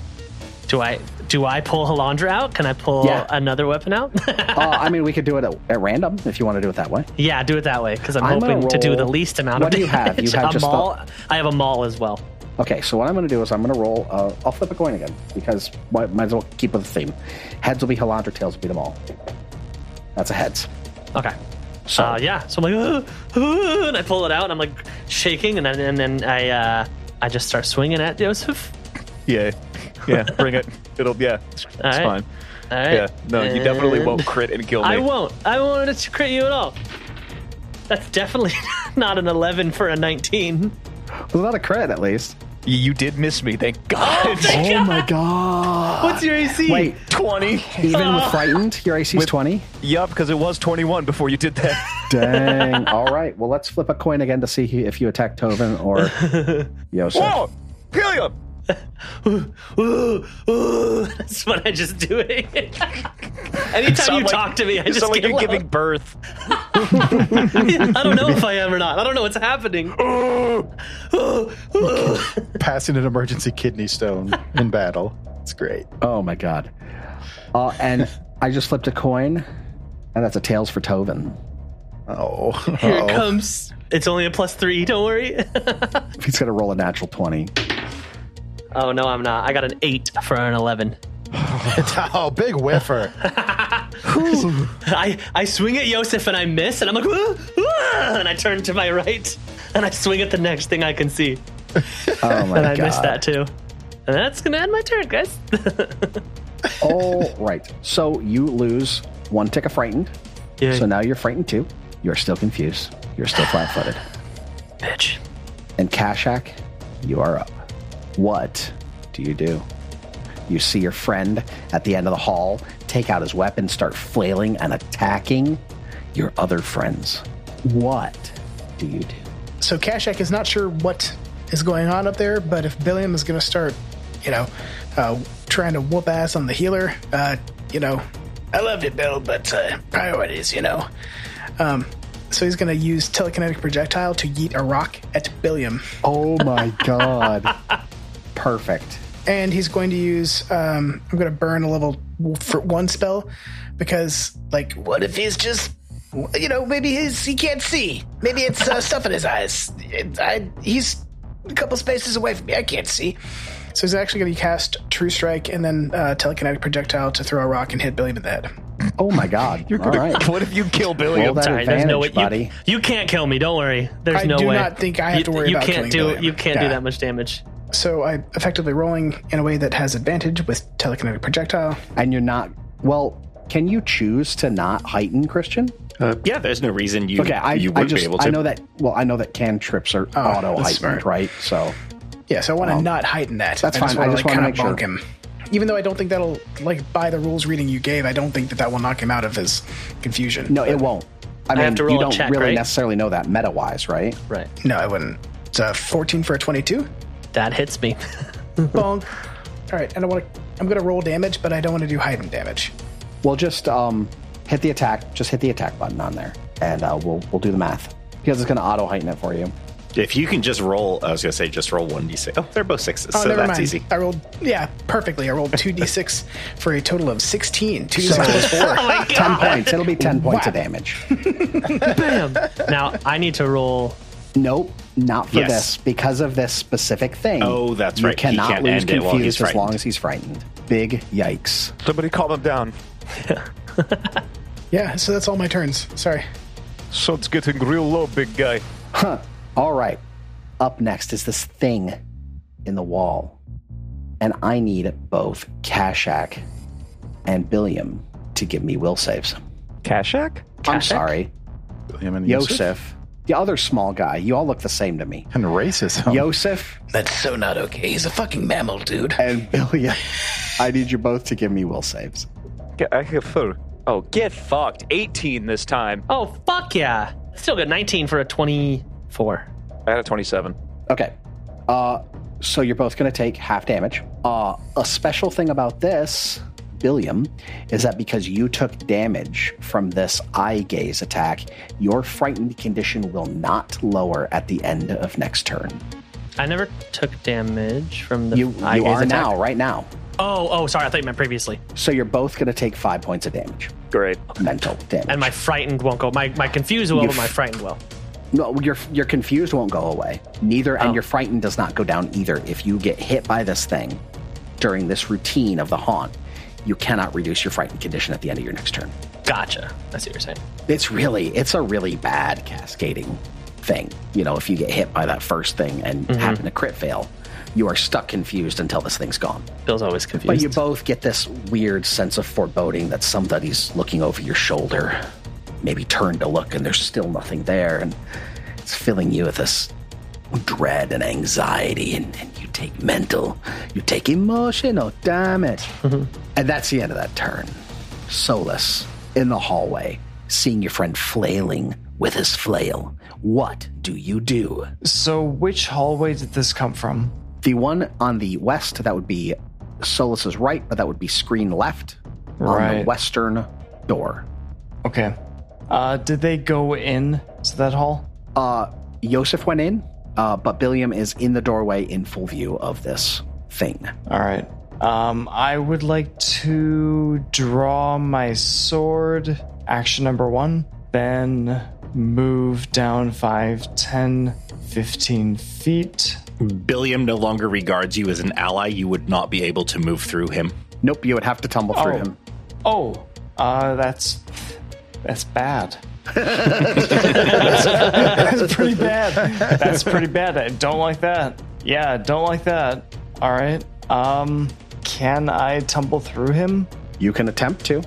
Speaker 5: Do I do I pull Halandra out? Can I pull
Speaker 2: Yeah.
Speaker 5: another weapon out? (laughs)
Speaker 2: uh, I mean, we could do it at, at random if you want to do it that way.
Speaker 5: Yeah, do it that way because I'm,
Speaker 2: I'm gonna
Speaker 5: hoping to do
Speaker 2: roll-
Speaker 5: the least amount
Speaker 2: What
Speaker 5: of
Speaker 2: do you have? You
Speaker 5: damage.
Speaker 2: have
Speaker 5: a
Speaker 2: just the-
Speaker 5: maul. I have a maul as well.
Speaker 2: Okay, so what I'm going to do is I'm going to roll. Uh, I'll flip a coin again because why, might as well keep with the theme. Heads will be Halandra, tails will be them all. That's a heads.
Speaker 5: Okay. So uh, yeah, so I'm like, "Ugh, ugh," and I pull it out, and I'm like shaking, and then and then I uh, I just start swinging at Joseph.
Speaker 4: Yay. Yeah,
Speaker 5: (laughs)
Speaker 4: bring it. It'll, yeah, it's
Speaker 5: All right.
Speaker 4: fine.
Speaker 5: All right.
Speaker 4: Yeah, no, you definitely
Speaker 5: And-
Speaker 4: won't crit and kill me.
Speaker 5: I won't. I won't to crit you at all. (laughs) That's definitely not an 11 for a 19.
Speaker 2: Well, not a crit, at least.
Speaker 4: You did miss me, thank God. Oh,
Speaker 2: my god.
Speaker 5: What's your AC?
Speaker 2: Wait,
Speaker 4: 20.
Speaker 5: (laughs)
Speaker 2: even with frightened, your AC is
Speaker 4: With-
Speaker 2: 20?
Speaker 4: Yup, because it was 21 before you did
Speaker 5: (laughs)
Speaker 4: that.
Speaker 2: (laughs) Dang. All right. Well, let's flip a coin again to see who- if you attack Tovin or Yosef.
Speaker 4: Whoa! Helium!
Speaker 5: That's what I just do. It. Anytime
Speaker 4: sound
Speaker 5: you
Speaker 4: like-
Speaker 5: talk to me, I
Speaker 4: you
Speaker 5: just
Speaker 4: sound like
Speaker 5: get
Speaker 4: you're
Speaker 5: loud. (laughs)
Speaker 4: giving birth.
Speaker 5: I don't know if I am or not. I don't know what's happening. (laughs)
Speaker 7: Passing an emergency kidney stone in battle. It's great.
Speaker 2: Oh my god. Uh, and I just flipped a coin, and that's a tails for Tovin.
Speaker 7: Oh.
Speaker 5: Here it comes. It's only a plus three. Don't worry. (laughs)
Speaker 2: He's going to roll a natural 20.
Speaker 5: oh no, I'm not. I got an eight for an
Speaker 8: (laughs)
Speaker 5: eleven.
Speaker 7: Oh, big
Speaker 5: (laughs)
Speaker 7: whiffer.
Speaker 5: I I swing at Yosef and I miss, and I'm like, "Whoa, whoa," and I turn to my right, and I swing at the next thing I can see,
Speaker 2: Oh my
Speaker 5: and I
Speaker 2: god.
Speaker 5: miss that too. And that's gonna end my turn, guys.
Speaker 2: All right. So you lose one tick of frightened.
Speaker 5: Yay.
Speaker 2: So now you're frightened too. You're still confused.
Speaker 5: (sighs)
Speaker 2: You're still flat footed.
Speaker 5: Bitch.
Speaker 2: And Kashak, you are up. What do you do? You see your friend at the end of the hall take out his weapon, start flailing and attacking your other friends. What do you do?
Speaker 8: So Kashak is not sure what is going on up there, but if Billiam is going to start, you know, uh, trying to whoop ass on the healer, uh, you know, I loved it, Bill, but uh, priorities, you know. Um, so he's going to use telekinetic projectile to yeet a rock at Billiam,
Speaker 2: Oh
Speaker 8: (laughs)
Speaker 2: my god. (laughs) Perfect.
Speaker 8: and he's going to use. Um, I'm going to burn a level w- for one spell because, like,
Speaker 11: What if he's just, you know, maybe he's he can't see. Maybe it's uh, stuff in his eyes. It, I, he's a couple spaces away from me. I can't see.
Speaker 8: So he's actually going to cast True Strike and then uh, telekinetic projectile to throw a rock and hit Billiam in the head.
Speaker 2: Oh
Speaker 5: (laughs)
Speaker 2: my god. You're
Speaker 8: gonna-
Speaker 2: All
Speaker 4: (laughs)
Speaker 2: right.
Speaker 4: What if you kill Billy?
Speaker 2: Roll that
Speaker 5: Sorry, there's no way
Speaker 2: advantage,
Speaker 5: you,
Speaker 2: buddy.
Speaker 5: you can't kill me. Don't worry. There's
Speaker 8: I
Speaker 5: no
Speaker 8: do
Speaker 5: way.
Speaker 8: not think I have
Speaker 5: you,
Speaker 8: to worry
Speaker 5: you
Speaker 8: about
Speaker 5: can't
Speaker 8: killing
Speaker 5: do
Speaker 8: William.
Speaker 5: you can't
Speaker 8: Yeah.
Speaker 5: do that much damage.
Speaker 8: So I'm effectively rolling in a way that has advantage with telekinetic projectile.
Speaker 2: And you're not well, can you choose to not heighten Christian?
Speaker 10: Uh, yeah, there's no reason you,
Speaker 2: okay, I,
Speaker 10: you
Speaker 2: I
Speaker 10: would
Speaker 2: just
Speaker 10: be able to.
Speaker 2: I know that well, I know that cantrips are auto heightened,
Speaker 8: Oh, smart.
Speaker 2: right? So
Speaker 8: Yeah, so I want to
Speaker 2: Well,
Speaker 8: not heighten that.
Speaker 2: that's fine. I just
Speaker 8: like,
Speaker 2: wanna
Speaker 8: kinda
Speaker 2: make sure.
Speaker 8: bonk him. Even though I don't think that'll like by the rules reading you gave, I don't think that that will knock him out of his confusion.
Speaker 2: no, it won't.
Speaker 5: I
Speaker 2: I, mean,
Speaker 5: have to roll
Speaker 2: you
Speaker 5: a
Speaker 2: don't
Speaker 5: check,
Speaker 2: really
Speaker 5: right?
Speaker 2: necessarily know that meta wise, right?
Speaker 5: Right.
Speaker 8: no, I wouldn't. It's a 14 for a 22.
Speaker 5: That hits me.
Speaker 8: (laughs) Bonk. All right, and I want to. I'm gonna roll damage, but I don't want to do heightened damage.
Speaker 2: Well, just um, hit the attack. Just hit the attack button on there, and uh, we'll we'll do the math because it's going to auto heighten it for you.
Speaker 10: if you can just roll, I was going to say just roll 1d6. Oh, they're both sixes,
Speaker 8: Oh,
Speaker 10: so
Speaker 8: never
Speaker 10: that's
Speaker 8: mind.
Speaker 10: easy.
Speaker 8: I rolled, yeah, perfectly. I rolled 2d6 (laughs) for a total of 16. 2d6 plus 4.
Speaker 4: (laughs) Oh
Speaker 2: Ten points. It'll be ten points of damage.
Speaker 5: Bam. Now I need to roll.
Speaker 2: Nope, not for
Speaker 10: Yes.
Speaker 2: this because of this specific thing.
Speaker 10: Oh, that's
Speaker 2: you
Speaker 10: right. He
Speaker 2: Cannot
Speaker 10: can't
Speaker 2: lose
Speaker 10: end it while
Speaker 2: confused
Speaker 10: he's
Speaker 2: as long
Speaker 10: frightened.
Speaker 2: as he's frightened. Big yikes.
Speaker 4: Somebody calm him down.
Speaker 8: (laughs) Yeah, so that's all my turns. Sorry.
Speaker 4: So it's getting real low, big guy.
Speaker 2: Huh. All right. Up next is this thing in the wall. And I need both Kashak and Billiam to give me will saves.
Speaker 4: Kashak?
Speaker 2: I'm
Speaker 5: Kashak?
Speaker 2: sorry.
Speaker 7: William and
Speaker 2: Yosef, the other small guy. You all look the same to me.
Speaker 7: And racism.
Speaker 2: Yosef
Speaker 11: That's so not okay. He's a fucking mammal, dude.
Speaker 2: and Billiam. I need you both to give me will saves.
Speaker 4: Get, I have food. Oh, get fucked. 18 (laughs) this time.
Speaker 5: Oh fuck yeah! Still got 19 for a 24.
Speaker 4: I had a 27.
Speaker 2: Okay. Uh, so you're both going to take half damage. Uh, a special thing about this, Billiam, is that because you took damage from this eye gaze attack, your frightened condition will not lower at the end of next turn.
Speaker 5: I never took damage from the.
Speaker 2: You,
Speaker 5: eye
Speaker 2: you
Speaker 5: gaze
Speaker 2: are
Speaker 5: attack.
Speaker 2: now, right now.
Speaker 5: Oh, oh, sorry. I thought you meant previously.
Speaker 2: So you're both going to take five points of damage,
Speaker 4: Great.
Speaker 2: mental damage.
Speaker 5: And my frightened won't go. My my confused will,
Speaker 2: You
Speaker 5: but my
Speaker 2: f-
Speaker 5: frightened will.
Speaker 2: no, your your confused won't go away. Neither, and your frightened does not go down either. If you get hit by this thing during this routine of the haunt, you cannot reduce your frightened condition at the end of your next turn.
Speaker 5: Gotcha. I see what you're saying.
Speaker 2: It's really, it's a really bad cascading thing. You know, if you get hit by that first thing and happen to crit fail, you are stuck confused until this thing's gone.
Speaker 5: Bill's always confused.
Speaker 2: But you both get this weird sense of foreboding that somebody's looking over your shoulder. Maybe turn to look and there's still nothing there. And it's filling you with this dread and anxiety. And, and you take mental, you take emotional damage.
Speaker 6: Mm-hmm.
Speaker 2: and that's the end of that turn. Solus in the hallway, seeing your friend flailing with his flail. What do you do?
Speaker 6: So, which hallway did this come from?
Speaker 2: The one on the west, that would be Solus's right, but that would be screen left on the
Speaker 6: Right.
Speaker 2: western door.
Speaker 6: Okay. Uh, did they go in to that hall?
Speaker 2: Uh, Yosef went in, uh, but Billiam is in the doorway in full view of this thing.
Speaker 6: All right. Um, I would like to draw my sword, action number one, then move down 5, 10, 15 feet.
Speaker 10: Billiam no longer regards you as an ally. You would not be able to move through him.
Speaker 2: Nope, you would have to tumble
Speaker 6: through him. Oh, uh, that's that's bad. that's, that's pretty bad. That's pretty bad. I don't like that. Yeah, I don't like that. All right. Um, can I tumble through him?
Speaker 2: You can attempt to.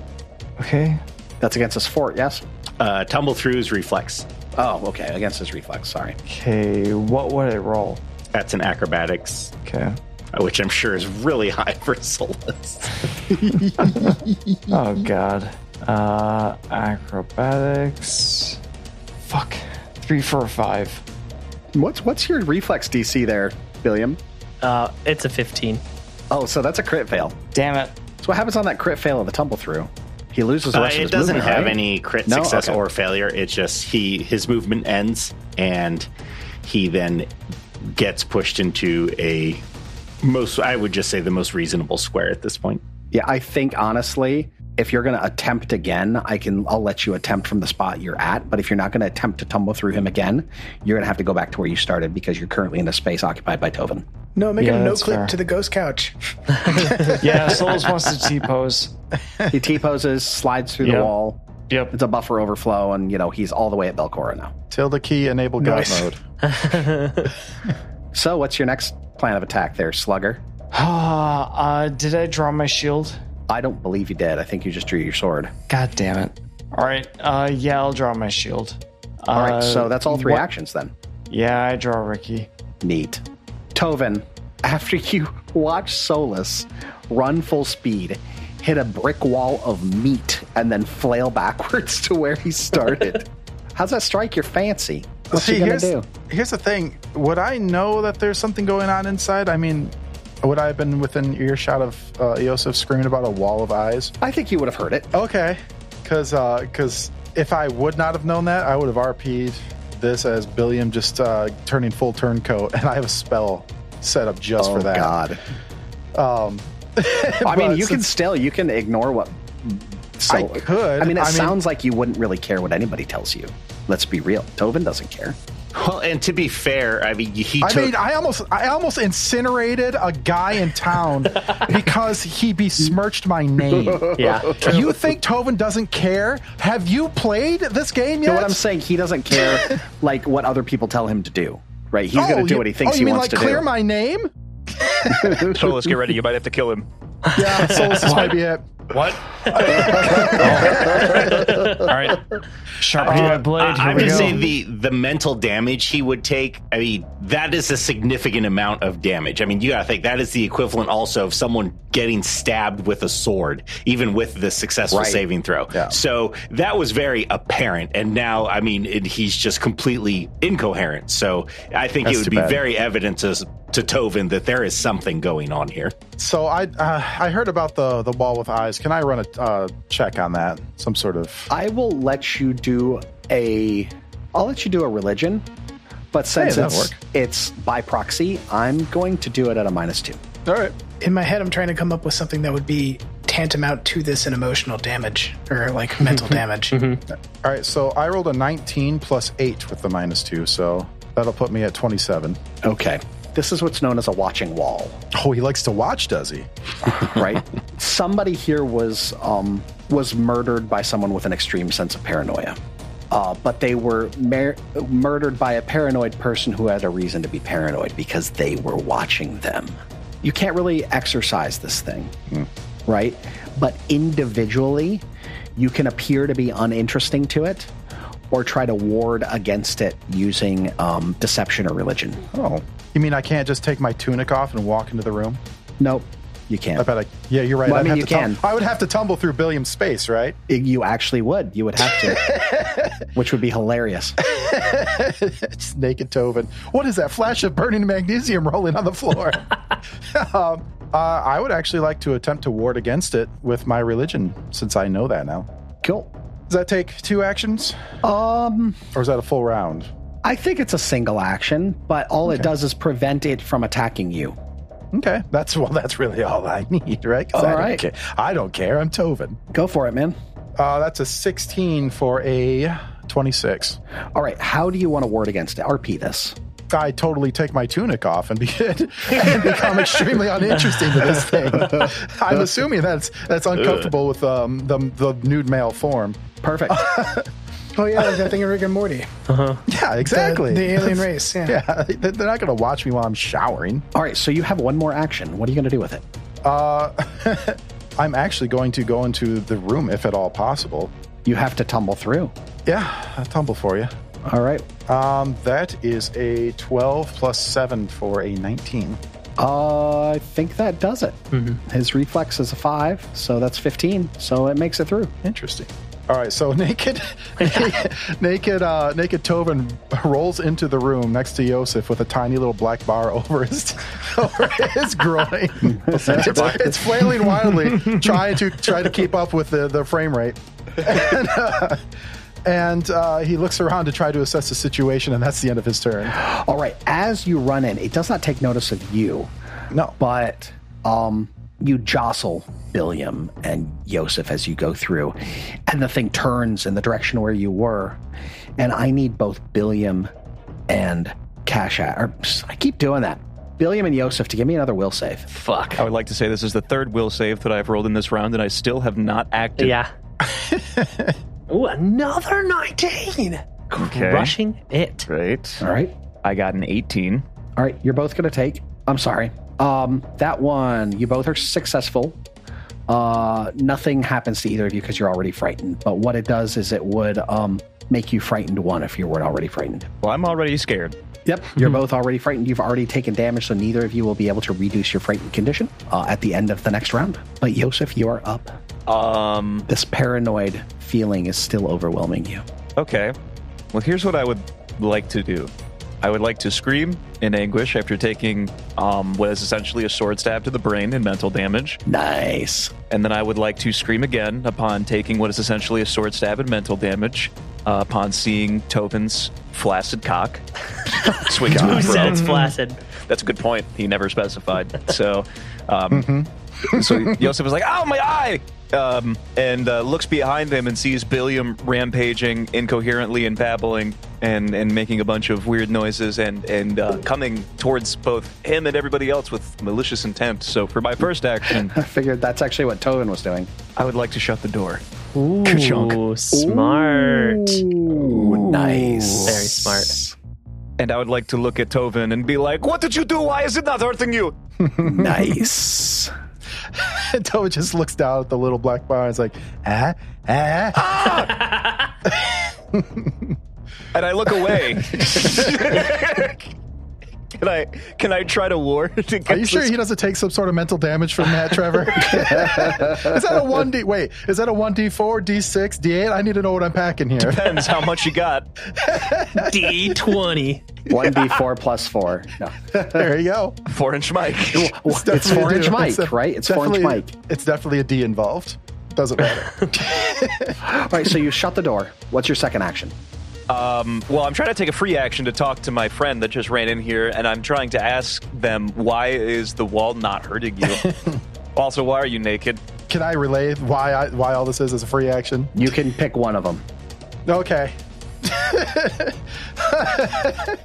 Speaker 6: Okay.
Speaker 2: That's against his fort, yes?
Speaker 10: Uh, tumble throughs reflex.
Speaker 2: Oh, okay. Against his reflex, sorry.
Speaker 6: Okay, what would I roll?
Speaker 10: That's an acrobatics.
Speaker 6: Okay.
Speaker 10: Which I'm sure is really high (laughs) for Solus.
Speaker 2: Mm-hmm.
Speaker 6: Oh god. Uh, acrobatics. Fuck. Three, four, five.
Speaker 2: What's what's your reflex DC there, Billiam?
Speaker 5: Uh, it's a 15.
Speaker 2: Oh, so that's a crit fail.
Speaker 6: Damn it.
Speaker 2: So what happens on that crit fail of the tumble through? He loses the
Speaker 10: Uh,
Speaker 2: rest of
Speaker 10: it
Speaker 2: his
Speaker 10: doesn't
Speaker 2: movement,
Speaker 10: have
Speaker 2: right?
Speaker 10: any crit
Speaker 2: No?
Speaker 10: success
Speaker 2: Okay.
Speaker 10: or failure. It's just he his movement ends and he then gets pushed into a most I would just say the most reasonable square at this point.
Speaker 2: Yeah, I think honestly, if you're going to attempt again, I can I'll let you attempt from the spot you're at, but if you're not going to attempt to tumble through him again, you're going to have to go back to where you started because you're currently in a space occupied by Tovin.
Speaker 8: No, make
Speaker 2: Yeah,
Speaker 8: a no
Speaker 2: that's
Speaker 8: clip
Speaker 2: fair.
Speaker 8: to the ghost couch.
Speaker 6: (laughs)
Speaker 8: (laughs)
Speaker 6: Yeah, Solus wants to T pose.
Speaker 2: He T poses, slides through the
Speaker 7: Yep.
Speaker 2: wall.
Speaker 6: Yep.
Speaker 2: It's a buffer overflow, and you know, he's all the way at Belcora now.
Speaker 7: Tilde key enable god
Speaker 2: Nice.
Speaker 7: mode. (laughs)
Speaker 2: So what's your next plan of attack there, Slugger?
Speaker 6: (sighs) uh, did I draw my shield?
Speaker 2: I don't believe you did. I think you just drew your sword.
Speaker 6: God damn it. All right. Uh, yeah, I'll draw my shield.
Speaker 2: All right,
Speaker 6: Uh,
Speaker 2: so that's all three
Speaker 6: what-
Speaker 2: actions then.
Speaker 6: Yeah, I draw Ricky.
Speaker 2: Neat. Tovin, after you watch Solus run full speed, hit a brick wall of meat, and then flail backwards (laughs) to where he
Speaker 7: (laughs)
Speaker 2: started, how's that strike your fancy? What's
Speaker 7: See,
Speaker 2: he gonna
Speaker 7: here's,
Speaker 2: do?
Speaker 7: here's the thing. Would I know that there's something going on inside? I mean, would I have been within earshot of uh, Yosef screaming about a wall of eyes?
Speaker 2: I think you would have heard it.
Speaker 7: Okay. Because if I would not have known that, I would have RP'd this as Billiam just uh, turning full turncoat, and I have a spell set up just for
Speaker 2: Oh,
Speaker 7: that.
Speaker 2: God.
Speaker 7: Um, (laughs)
Speaker 2: I mean,
Speaker 7: but
Speaker 2: you can
Speaker 7: since-
Speaker 2: still you can ignore what.
Speaker 7: I could.
Speaker 2: I mean, it
Speaker 7: I mean-
Speaker 2: sounds like you wouldn't really care what anybody tells you. Let's be real. Tovin doesn't care.
Speaker 10: Well, and to be fair, I mean he
Speaker 7: I
Speaker 10: took
Speaker 7: mean, I almost, I almost incinerated a guy
Speaker 2: (laughs)
Speaker 7: in town because he besmirched my name.
Speaker 2: Yeah.
Speaker 7: You think Tovin doesn't care? Have you played this game yet?
Speaker 2: You know what I'm saying? He doesn't
Speaker 7: (laughs)
Speaker 2: care like what other people tell him to do. Right? He's going to do what he thinks
Speaker 7: oh, you
Speaker 2: he
Speaker 7: mean,
Speaker 2: wants
Speaker 7: like,
Speaker 2: to
Speaker 7: clear
Speaker 2: do.
Speaker 7: my name?
Speaker 4: (laughs) Solus, get ready. You might have to kill him.
Speaker 7: Yeah,
Speaker 2: (laughs)
Speaker 7: Solus, this might be it.
Speaker 10: What?
Speaker 6: All right. Sharpen
Speaker 10: Uh,
Speaker 6: my blade. Here
Speaker 10: I- I'm
Speaker 6: we
Speaker 10: gonna
Speaker 6: go.
Speaker 10: say the the mental damage he would take. I mean, that is a significant amount of damage. I mean, you gotta think that is the equivalent also of someone getting stabbed with a sword, even with the successful
Speaker 12: Right.
Speaker 10: saving throw. So that was very apparent, and now I mean, it, he's just completely incoherent. So I think
Speaker 7: That's
Speaker 10: it would
Speaker 7: too
Speaker 10: be
Speaker 7: bad.
Speaker 10: very evident to to Tovin that there is something going on here.
Speaker 7: So I, uh, I heard about the the wall with eyes. Can I run a uh, check on that? Some sort of.
Speaker 2: I will let you do a. I'll let you do a religion, but since
Speaker 7: that'll
Speaker 2: it's,
Speaker 7: work.
Speaker 2: it's by proxy, I'm going to do it at a minus two.
Speaker 7: All right.
Speaker 8: In my head, I'm trying to come up with something that would be tantamount to this in emotional damage or like mental damage. (laughs)
Speaker 7: All right, so I rolled a 19 plus eight with the minus two, so that'll put me at 27.
Speaker 2: Okay. This is what's known as a watching wall.
Speaker 7: Oh, he likes to watch, does he?
Speaker 2: (laughs) right? Somebody here was um, was murdered by someone with an extreme sense of paranoia, uh, but they were mer- murdered by a paranoid person who had a reason to be paranoid because they were watching them. You can't really exercise this thing,
Speaker 7: Hmm.
Speaker 2: right? But individually, you can appear to be uninteresting to it, or try to ward against it using um, deception or religion.
Speaker 7: Oh, you mean I can't just take my tunic off and walk into the room?
Speaker 2: Nope, you can't.
Speaker 7: I bet I. Yeah, you're right.
Speaker 2: Well, I
Speaker 7: I'd
Speaker 2: mean,
Speaker 7: have
Speaker 2: you
Speaker 7: to tum-
Speaker 2: can.
Speaker 7: I would have to tumble through Billiam's space, right?
Speaker 2: You actually would. You would have to,
Speaker 7: (laughs)
Speaker 2: which would be hilarious.
Speaker 7: It's naked Tovin. What is that flash of burning magnesium rolling on
Speaker 2: (laughs)
Speaker 7: the floor? (laughs) um, uh, I would actually like to attempt to ward against it with my religion, since I know that now.
Speaker 2: Cool.
Speaker 7: Does that take two actions?
Speaker 2: Um,
Speaker 7: or is that a full round?
Speaker 2: I think it's a single action, but all it does is prevent it from attacking you.
Speaker 7: Okay, that's well, that's really all I need, right? 'Cause
Speaker 2: All
Speaker 7: I
Speaker 2: right.
Speaker 7: Don't care. I don't care. I'm Tovin.
Speaker 2: Go for it, man.
Speaker 7: Uh, that's a 16 for a 26.
Speaker 2: All right. How do you want to ward against it? RP this.
Speaker 7: I totally take my tunic off and, be, (laughs) and
Speaker 2: (laughs)
Speaker 7: become extremely uninteresting to this thing. I'm assuming that's that's uncomfortable with um, the, the nude male form. (laughs)
Speaker 2: Perfect.
Speaker 8: Oh yeah, like that thing in Rick and Morty.
Speaker 7: Uh-huh. yeah, exactly.
Speaker 8: The- the
Speaker 7: (laughs)
Speaker 8: alien race, yeah.
Speaker 7: yeah, they- they're not going to watch me while I'm showering.
Speaker 2: All right. So you have one more action. What are you going to do with it?
Speaker 7: Uh, (laughs) I'm actually going to go into the room if at all possible.
Speaker 2: You have to tumble through.
Speaker 7: Yeah, I'll tumble for you.
Speaker 2: All right.
Speaker 7: Um, that is a 12 plus 7 for a 19.
Speaker 2: Uh, I think that does it.
Speaker 7: Mm-hmm.
Speaker 2: His reflex is a five, so that's 15. So it makes it through.
Speaker 7: Interesting. All right, so (laughs)
Speaker 2: (laughs)
Speaker 7: naked, naked, uh, naked Tobin rolls into the room next to Yosef with a tiny little black bar (laughs) over his, over his groin. it's, it's flailing wildly, trying to try to keep up with the, the frame rate. And, uh, and uh, he looks around to try to assess the situation, and that's the end of his turn.
Speaker 2: All right. As you run in, it does not take
Speaker 7: (laughs)
Speaker 2: notice of you.
Speaker 7: No.
Speaker 2: But um, you jostle Billiam and Yosef as you go through, and the thing turns in the direction where you were. And I need both Billiam and Kasha. Or psst, I keep doing that. Billiam and Yosef to give me another will save.
Speaker 5: Fuck.
Speaker 4: I would like to say this is the third will save that I've rolled in this round, and I still have not acted.
Speaker 5: Yeah. Ooh, another 19.
Speaker 4: Okay.
Speaker 5: Crushing it.
Speaker 4: Right.
Speaker 2: All right.
Speaker 4: I got an 18.
Speaker 2: All right, you're both going to take. I'm sorry. Um, that one, you both are successful. Uh, nothing happens to either of you because you're already frightened. But what it does is it would um, make you frightened one if you weren't already frightened.
Speaker 4: Well, I'm already scared.
Speaker 2: Yep, you're both already frightened. You've already taken damage, so neither of you will be able to reduce your frightened condition uh, at the end of the next round. But Yosef, you are up.
Speaker 4: Um.
Speaker 2: This paranoid feeling is still overwhelming you.
Speaker 4: Okay. Well, here's what I would like to do. I would like to scream in anguish after taking um, what is essentially a sword stab to the brain and mental damage.
Speaker 2: Nice.
Speaker 4: And then I would like to scream again upon taking what is essentially a sword stab and mental damage uh, upon seeing Tobin's flaccid cock swing to
Speaker 5: Who
Speaker 4: and
Speaker 5: said it's
Speaker 4: fro.
Speaker 5: flaccid?
Speaker 4: That's a good point. He never specified. So, um, so Yosef was like, "Oh my eye!" Um, and uh, looks behind him and sees Billiam rampaging incoherently and babbling and and making a bunch of weird noises and and uh, coming towards both him and everybody else with malicious intent. So for my first action,
Speaker 2: (laughs) I figured that's actually what Tovin was doing.
Speaker 4: I would like to shut the door.
Speaker 5: Ooh, smart.
Speaker 2: nice.
Speaker 5: Very smart.
Speaker 4: And I would like to look at Tovin and be like, "What did you do? Why is it not hurting you?"
Speaker 7: (laughs)
Speaker 2: nice.
Speaker 7: And Tobin just looks down at the little black bar and is like, ah, ah.
Speaker 4: And I look away.
Speaker 5: (laughs)
Speaker 4: (laughs) can I can I try to (laughs) ward?
Speaker 7: Are you sure he doesn't take some sort of mental damage from that,
Speaker 2: (laughs)
Speaker 7: Trevor? (laughs) is that a one d? Wait, is that a one d four, d six, d eight? I need to know what I'm
Speaker 2: (laughs)
Speaker 7: packing here.
Speaker 4: depends how much you got?
Speaker 5: D20.
Speaker 2: 1d4 plus 4. No.
Speaker 7: there you go.
Speaker 4: Four inch mic.
Speaker 2: (laughs) it's
Speaker 7: definitely
Speaker 2: four
Speaker 7: a
Speaker 2: inch
Speaker 7: do.
Speaker 2: mic,
Speaker 7: a-
Speaker 2: right? It's four inch
Speaker 7: definitely-
Speaker 2: mic.
Speaker 7: It's definitely a d involved. Doesn't
Speaker 2: (laughs)
Speaker 7: matter.
Speaker 2: All right, so you shut the door. What's your second action?
Speaker 4: Um, well, I'm trying to take a free action to talk to my friend that just ran in here, and I'm trying to ask them why is the wall not hurting you? also, why are you naked?
Speaker 7: Can I relay why I, why all this is as a free action?
Speaker 2: You can pick one of them.
Speaker 7: Okay. (laughs)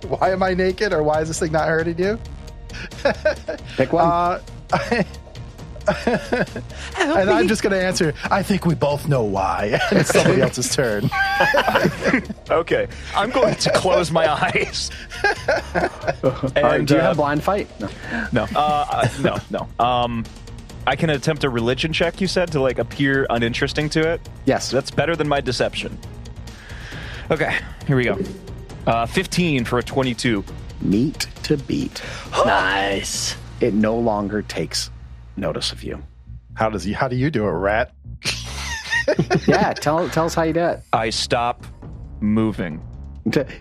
Speaker 7: why am I naked, or why is this thing not hurting you? (laughs)
Speaker 2: Pick one.
Speaker 7: Uh, (laughs) and I'm just going to answer. I think we both know why. (laughs)
Speaker 2: (laughs)
Speaker 7: And it's somebody else's turn.
Speaker 4: Okay, I'm going to close my eyes. and
Speaker 2: All right, do you
Speaker 4: uh,
Speaker 2: have blind fight? No.
Speaker 4: no, uh, no, no. Um, I can attempt a religion check. You said to like appear uninteresting to it.
Speaker 2: Yes.
Speaker 4: That's better than my deception.
Speaker 13: Okay, here we go. Uh, 15 for a 22.
Speaker 2: Meat to beat. (gasps) nice. It no longer takes notice of you.
Speaker 7: How does he, how do you do it, rat?
Speaker 2: (laughs) yeah,
Speaker 7: (laughs)
Speaker 2: tell Oh, tell us how you do it.
Speaker 13: I stop moving.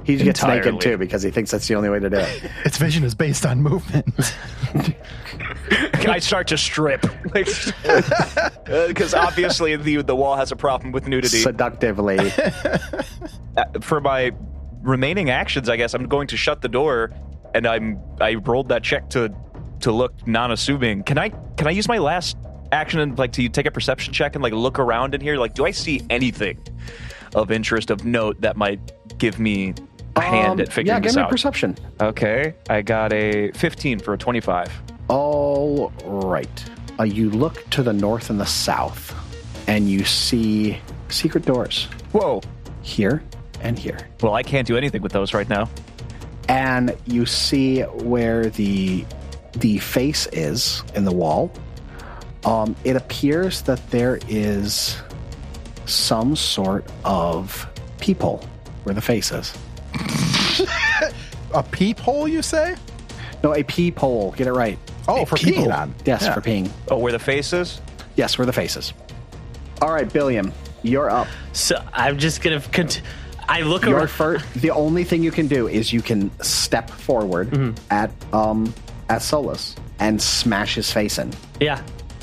Speaker 2: He gets
Speaker 13: Entirely.
Speaker 2: naked too because he thinks that's the only way to do it.
Speaker 7: Its vision is based on movement.
Speaker 4: (laughs) I start to
Speaker 2: (laughs)
Speaker 4: strip Uh,
Speaker 13: because obviously the the wall has a problem with nudity.
Speaker 4: (laughs)
Speaker 2: Seductively,
Speaker 4: Uh, for my remaining actions. I guess I'm going to shut the door, and I'm I rolled that check to to look non-assuming. Can I can I use my last action and like to take a perception check and like look around in here? Like, do I see anything of interest of note that might give me a hand at figuring
Speaker 2: Um, yeah, give
Speaker 4: this
Speaker 2: me
Speaker 4: out?
Speaker 2: perception.
Speaker 4: Okay, I got a 15 for a 25.
Speaker 2: All right. Uh, you look to the north and the south, and you see secret doors.
Speaker 4: Whoa.
Speaker 2: Here and here.
Speaker 4: Well, I can't do anything with those right now.
Speaker 2: And you see where the the face is in the wall. Um, it appears that there is some sort of peephole where the face is.
Speaker 7: (laughs) a peephole, you say?
Speaker 2: No, a peephole. Get it right.
Speaker 7: Oh, for
Speaker 2: Peephole.
Speaker 7: peeing on.
Speaker 2: Yes,
Speaker 7: Yeah.
Speaker 2: for peeing.
Speaker 4: Oh, where the face is?
Speaker 2: Yes, where the face is. All right, Billiam, you're up.
Speaker 5: So I'm just gonna. Cont- I look
Speaker 2: Your
Speaker 5: around.
Speaker 2: fir- the only thing you can do is you can step forward
Speaker 5: Mm-hmm.
Speaker 2: at um at Solus and smash his face in.
Speaker 5: yeah.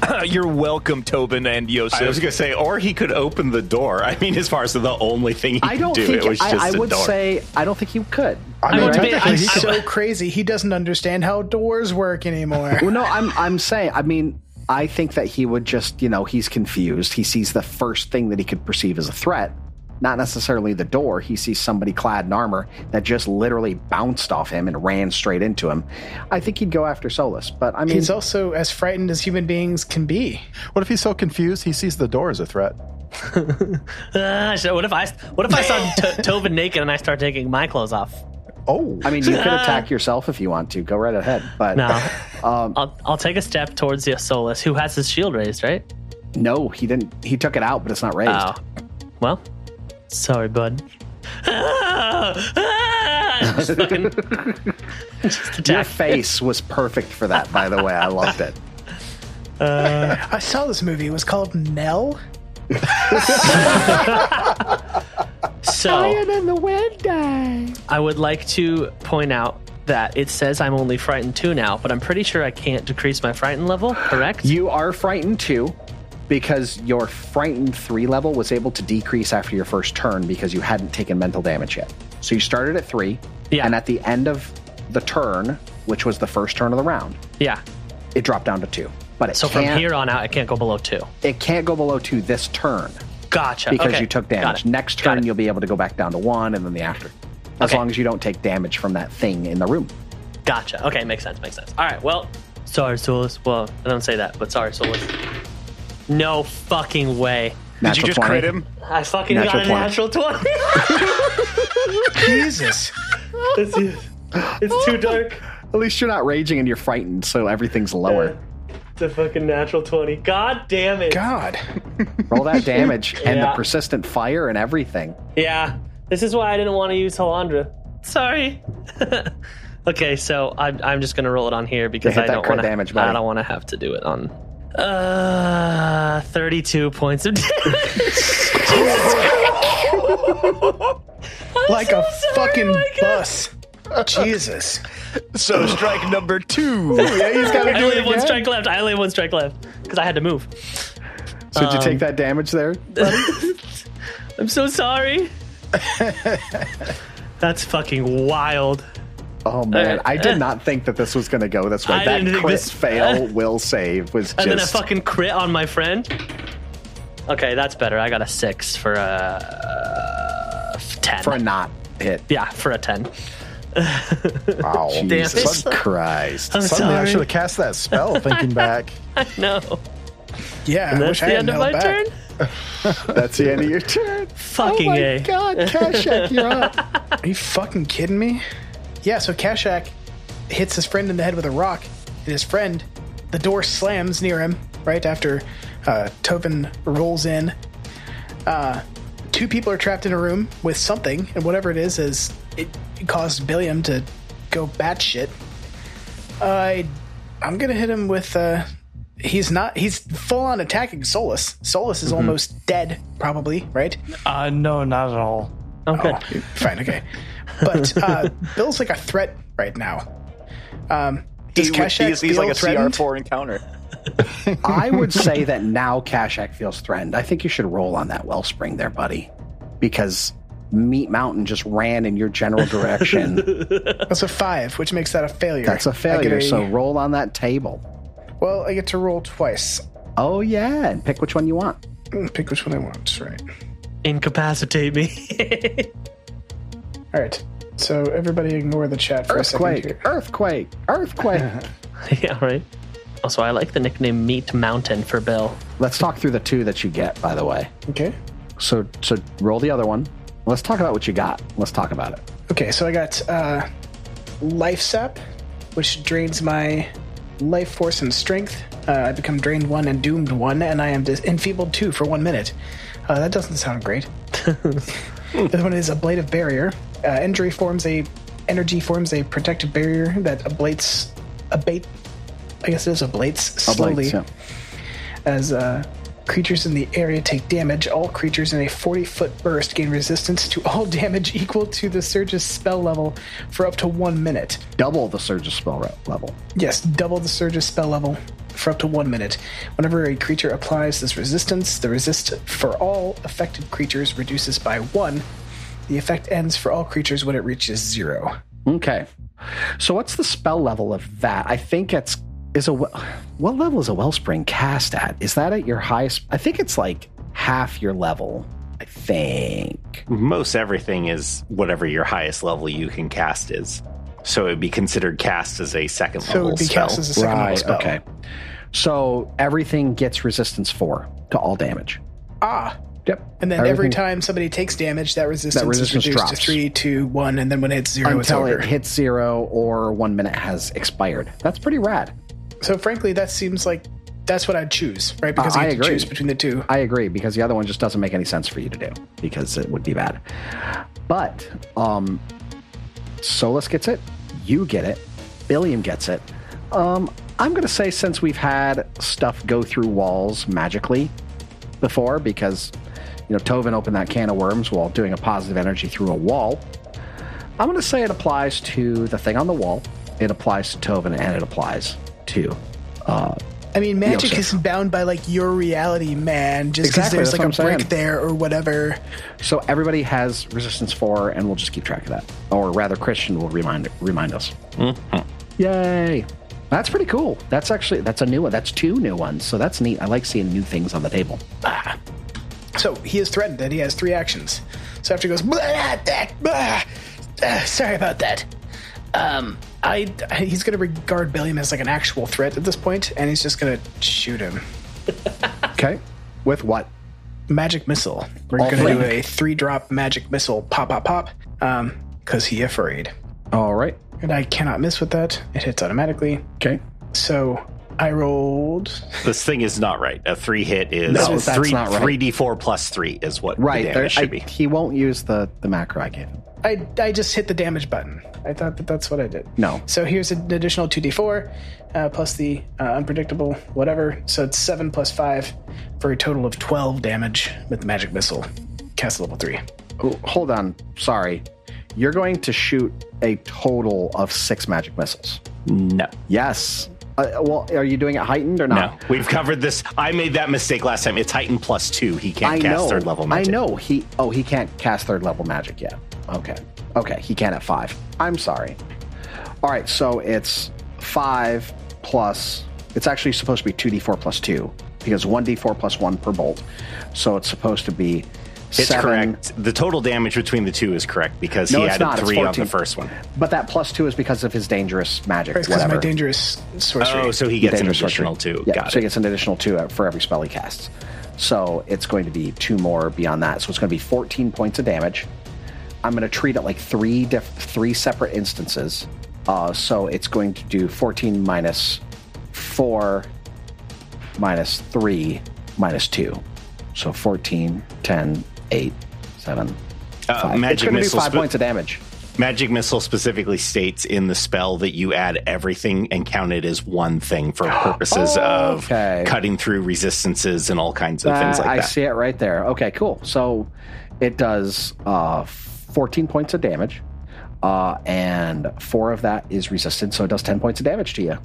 Speaker 4: (coughs) You're welcome, Tobin and Yosef.
Speaker 10: I was gonna say, or he could open the door. I mean, as far as the only thing he
Speaker 2: I
Speaker 10: could
Speaker 2: don't
Speaker 10: do,
Speaker 2: think
Speaker 10: it was
Speaker 2: I,
Speaker 10: just
Speaker 2: I
Speaker 10: a
Speaker 2: would
Speaker 10: door.
Speaker 2: say I don't think you could.
Speaker 10: I mean,
Speaker 2: Right?
Speaker 10: technically
Speaker 8: He's so crazy. He doesn't understand how doors work anymore.
Speaker 2: well, no, I'm I'm saying. I mean, I think that he would just, you know, he's confused. He sees the first thing that he could perceive as a threat, not necessarily the door. He sees somebody clad in armor that just literally bounced off him and ran straight into him. I think he'd go after Solus, but I mean,
Speaker 8: He's also as frightened as human beings can be.
Speaker 7: Mm. What if he's so confused he sees the door as a threat?
Speaker 5: Ah, so what if (laughs) I? What if I
Speaker 2: (laughs)
Speaker 5: saw to- Tobin naked and I start taking my clothes off?
Speaker 7: Oh,
Speaker 2: I mean, you could
Speaker 5: (laughs)
Speaker 2: attack yourself if you want to. Go right ahead, but
Speaker 5: No.
Speaker 2: (laughs) Um,
Speaker 5: I'll I'll take a step towards the Solus, who has his shield raised, right?
Speaker 2: no, he didn't. He took it out, but it's not raised.
Speaker 5: Oh.
Speaker 2: (laughs)
Speaker 5: Well, sorry, bud. Just fucking- just
Speaker 2: Your
Speaker 5: attack.
Speaker 2: face was perfect for that, by the way. I loved it.
Speaker 5: Uh,
Speaker 8: (laughs) I saw this movie. It was called Nell.
Speaker 5: So
Speaker 8: in the window.
Speaker 5: I would like to point out that it says I'm only frightened two now, but I'm pretty sure I can't decrease my frightened level. Correct?
Speaker 2: You are frightened too, because your frightened three level was able to decrease after your first turn because you hadn't taken mental damage yet. So you started at three,
Speaker 5: Yeah.
Speaker 2: and at the end of the turn, which was the first turn of the round,
Speaker 5: Yeah.
Speaker 2: it dropped down to two. But it
Speaker 5: So from
Speaker 2: can't,
Speaker 5: here on out, I can't go below two.
Speaker 2: it can't go below two this turn
Speaker 5: Gotcha.
Speaker 2: because
Speaker 5: Okay.
Speaker 2: you took
Speaker 5: Got
Speaker 2: damage.
Speaker 5: it.
Speaker 2: Next turn, you'll be able to go back down to one, and then the after, as
Speaker 5: Okay.
Speaker 2: long as you don't take damage from that thing in the room.
Speaker 5: Gotcha. Okay, makes sense. Makes sense. All right. Well, sorry, Solus. Well, I don't say that, but sorry, Solus. No fucking way.
Speaker 2: Did you Natural just 20? crit him?
Speaker 5: I fucking
Speaker 2: Natural
Speaker 5: got a
Speaker 2: 20.
Speaker 5: natural twenty.
Speaker 10: (laughs)
Speaker 2: (gasps)
Speaker 8: Jesus.
Speaker 5: it's, it's too dark.
Speaker 2: At least you're not raging and you're frightened, so everything's lower.
Speaker 5: It's a fucking natural twenty. God damn it.
Speaker 8: God.
Speaker 5: (laughs)
Speaker 2: Roll that damage and the
Speaker 5: Yeah.
Speaker 2: persistent fire and everything.
Speaker 5: Yeah. This is why I didn't want to use Halandra. Sorry. (laughs) okay, so I'm, I'm just gonna roll it on here because
Speaker 2: hit
Speaker 5: I
Speaker 2: that
Speaker 5: don't
Speaker 2: crit
Speaker 5: want to.
Speaker 2: damage, buddy.
Speaker 5: I don't want to have to do it on. Uh, thirty-two points of damage. (laughs)
Speaker 8: like a
Speaker 5: oh
Speaker 8: fucking bus. Jesus.
Speaker 4: So strike number two.
Speaker 7: yeah, he's got to
Speaker 5: (laughs) I
Speaker 7: do
Speaker 5: only
Speaker 7: it
Speaker 5: have one
Speaker 7: again.
Speaker 5: strike left. I only have one strike left because I had to move.
Speaker 2: So
Speaker 7: Um,
Speaker 2: did you take that damage there?
Speaker 5: (laughs) I'm so
Speaker 2: (laughs)
Speaker 5: sorry. That's fucking wild.
Speaker 2: Oh man,
Speaker 5: Uh,
Speaker 2: I did
Speaker 5: uh.
Speaker 2: not think that this was going to go this way.
Speaker 5: I
Speaker 2: that
Speaker 5: didn't think
Speaker 2: crit
Speaker 5: this- (laughs)
Speaker 2: fail will save was
Speaker 5: And then a
Speaker 2: just
Speaker 5: fucking crit on my friend. Okay, that's better. I got a six for a ten.
Speaker 2: for a not hit.
Speaker 5: yeah, for a ten. (laughs)
Speaker 7: Wow.
Speaker 2: Jesus
Speaker 7: Sud-
Speaker 2: Christ!
Speaker 5: I'm
Speaker 7: Suddenly, I
Speaker 5: sorry.
Speaker 7: should have cast
Speaker 5: (laughs)
Speaker 7: that spell. Thinking back,
Speaker 5: no.
Speaker 8: Yeah,
Speaker 5: And
Speaker 8: I
Speaker 5: that's
Speaker 8: wish
Speaker 5: the
Speaker 8: I had
Speaker 5: end of
Speaker 8: Nell
Speaker 5: my
Speaker 8: back.
Speaker 5: turn.
Speaker 2: That's the end of your turn.
Speaker 5: Fucking
Speaker 2: oh my
Speaker 5: a. (laughs)
Speaker 2: God, Kashak, you're up.
Speaker 8: (laughs) Are you fucking kidding me? Yeah, so Kashak hits his friend in the head with a rock, and his friend, the door slams near him right after uh, Tobin rolls in. Uh, two people are trapped in a room with something, and whatever it is, is it caused Billiam to go batshit. I, I'm gonna hit him with. Uh, he's not. He's full on attacking Solus. Solus is
Speaker 5: Mm-hmm.
Speaker 6: Mhm.
Speaker 8: almost dead, probably. Right?
Speaker 6: Uh, no, not at all.
Speaker 5: Okay.
Speaker 13: Oh,
Speaker 8: fine. Okay. But
Speaker 2: (laughs)
Speaker 8: uh, Bill's like a threat right now. Um, does
Speaker 4: He would-
Speaker 8: Kashak
Speaker 4: he's, he's
Speaker 8: feel
Speaker 4: like a
Speaker 8: threatened?
Speaker 4: CR4 encounter.
Speaker 2: I would say that now Kashak feels threatened. I think you should roll on that wellspring there, buddy, because Meat Mountain just ran in your general
Speaker 8: (laughs)
Speaker 2: direction.
Speaker 8: That's a five, which makes that a failure.
Speaker 2: That's a
Speaker 8: I get
Speaker 2: failure.
Speaker 8: a-
Speaker 2: So roll on that table.
Speaker 8: well, I get to roll twice. Mm,
Speaker 2: Oh yeah, and pick which one you want.
Speaker 8: Pick which one I want. Right.
Speaker 5: Incapacitate me. (laughs)
Speaker 8: All right. So everybody ignore the chat for a
Speaker 2: Earthquake,
Speaker 8: second here.
Speaker 2: Earthquake! Earthquake!
Speaker 8: (laughs)
Speaker 5: (laughs) yeah, right. Also, I like the nickname Meat Mountain for Bill.
Speaker 2: Let's talk through the two that you get, by the way.
Speaker 8: Okay.
Speaker 2: So so roll the other one. Let's talk about what you got. Let's talk about it.
Speaker 8: Okay, so I got uh, Life Sap, which drains my life force and strength. Uh, I become drained one and doomed one, and I am dis- enfeebled two for one minute. Uh, that doesn't sound great. the other one is ablative barrier. Uh, injury forms a energy forms a protective barrier that ablates abate. I guess it is ablates slowly
Speaker 2: Oblites, yeah.
Speaker 8: as uh, creatures in the area take damage. All creatures in a 40 foot burst gain resistance to all (laughs) damage equal to the Surge's spell level for up to one minute.
Speaker 2: Double the Surge's spell re- level.
Speaker 8: Yes, double the Surge's spell level for up to one minute. Whenever a creature applies this resistance, the resist for all affected creatures reduces by one. The effect ends for all creatures when it reaches zero.
Speaker 2: Okay. So what's the spell level of that? I think it's is a well- what level is a wellspring cast at? Is that at your highest? I think it's like half your level. I think.
Speaker 10: Most everything is whatever your highest level you can cast is. So it would be considered cast as a second
Speaker 8: So it
Speaker 10: level
Speaker 8: would be
Speaker 10: spell.
Speaker 8: cast as a second level
Speaker 2: Right,
Speaker 8: spell.
Speaker 2: Okay. So everything gets resistance four to all damage.
Speaker 8: Ah.
Speaker 2: Yep.
Speaker 8: And then every
Speaker 2: Everything-
Speaker 8: time somebody takes damage, that resistance,
Speaker 2: resistance
Speaker 8: is reduced
Speaker 2: drops.
Speaker 8: to three, two, one, and then when it hits zero, it's
Speaker 2: until
Speaker 8: over.
Speaker 2: it hits zero or one minute has expired. That's pretty rad.
Speaker 8: So frankly, that seems like that's what I'd choose, right? Because
Speaker 2: Uh,
Speaker 8: I,
Speaker 2: I
Speaker 8: get to
Speaker 2: agree.
Speaker 8: choose between the two.
Speaker 2: I agree because the other one just doesn't make any sense for you to do because it would be bad. But um Solus gets it, you get it, Billiam gets it. Um I'm going to say since we've had stuff go through walls magically before because you know Tovin opened that can of worms while doing a positive energy through a wall. I'm going to say it applies to the thing on the wall. It applies to Tovin and it applies to uh
Speaker 8: I mean, magic
Speaker 2: Yosef.
Speaker 8: is bound by like your reality, man. Just because
Speaker 2: Exactly,
Speaker 8: there's
Speaker 2: that's
Speaker 8: like a
Speaker 2: what I'm
Speaker 8: brick
Speaker 2: saying.
Speaker 8: there or whatever.
Speaker 2: So everybody has resistance four, and we'll just keep track of that. Or rather, Christian will remind remind us. Yay! That's pretty cool. That's actually that's a new one. That's two new ones. So that's neat. I like seeing new things on the table.
Speaker 8: Ah. So he is threatened and he has three actions. So after he goes, blah, blah, blah, uh, sorry about that. Um, I he's gonna regard Billiam as like an actual threat at this point, and he's just gonna shoot him.
Speaker 2: (laughs) okay, with what?
Speaker 8: Magic missile. We're
Speaker 2: All
Speaker 8: gonna do
Speaker 2: flank.
Speaker 8: a three drop magic missile pop pop pop. Um, cause he afraid.
Speaker 2: All right.
Speaker 8: And I cannot miss with that. It hits automatically.
Speaker 2: Okay.
Speaker 8: So I rolled.
Speaker 10: This thing is not right. A three hit is
Speaker 2: No, that's
Speaker 10: three
Speaker 2: not right.
Speaker 10: three d four plus three is what
Speaker 2: Right.
Speaker 10: the
Speaker 2: there-
Speaker 10: damage should
Speaker 2: I-
Speaker 10: be.
Speaker 2: He won't use the the macro I gave him.
Speaker 8: I, I just hit the damage button. I thought that that's what I did.
Speaker 2: No.
Speaker 8: So here's an additional 2d4 uh, plus the uh, unpredictable whatever. So it's 7 plus 5 for a total of 12 damage with the magic missile. Cast level 3.
Speaker 2: Oh, hold on. Sorry. You're going to shoot a total of six magic missiles.
Speaker 10: No.
Speaker 2: Yes. Uh, well, are you doing it heightened or not?
Speaker 10: No, we've covered this. I made that mistake last time. It's Titan plus two. He can't
Speaker 2: I
Speaker 10: cast
Speaker 2: know.
Speaker 10: third level magic.
Speaker 2: I know he. Oh, he can't cast third level magic yet. Okay. Okay. He can at five. I'm sorry. All right. So it's five plus. It's actually supposed to be two d four plus two because one d four plus one per bolt. So it's supposed to be.
Speaker 10: It's
Speaker 2: seven,
Speaker 10: correct. The total damage between the two is correct because
Speaker 2: No,
Speaker 10: he
Speaker 2: it's
Speaker 10: added
Speaker 2: not. It's
Speaker 10: three on the
Speaker 2: 14.
Speaker 10: first one.
Speaker 2: But that plus two is because of his dangerous magic.
Speaker 8: Right, 'cause
Speaker 2: whatever.
Speaker 8: my dangerous sorcery.
Speaker 10: Oh, so he gets an
Speaker 2: Dangerous
Speaker 10: additional
Speaker 2: sorcery.
Speaker 10: two.
Speaker 2: Yeah,
Speaker 10: Got
Speaker 2: so
Speaker 10: it.
Speaker 2: he gets an additional two out for every spell he casts. So it's going to be two more beyond that. So it's going to be 14 points of damage. I'm going to treat it like three diff- three separate instances. Uh, so it's going to do 14 minus four minus three minus two. So 14, 10, 8, seven.
Speaker 10: Uh,
Speaker 2: Five.
Speaker 10: magic
Speaker 2: it's going to do
Speaker 10: missile
Speaker 2: five
Speaker 10: spe-
Speaker 2: points of damage.
Speaker 10: Magic missile specifically states in the spell that you add everything and count it as one thing
Speaker 2: (gasps)
Speaker 10: for purposes of cutting through resistances and all kinds of things
Speaker 2: Uh,
Speaker 10: like
Speaker 2: I
Speaker 10: that.
Speaker 2: see it right there. Okay, cool. So it does uh, 14 points of damage, uh, and four of that is resistant, so it does 10 points of damage to you.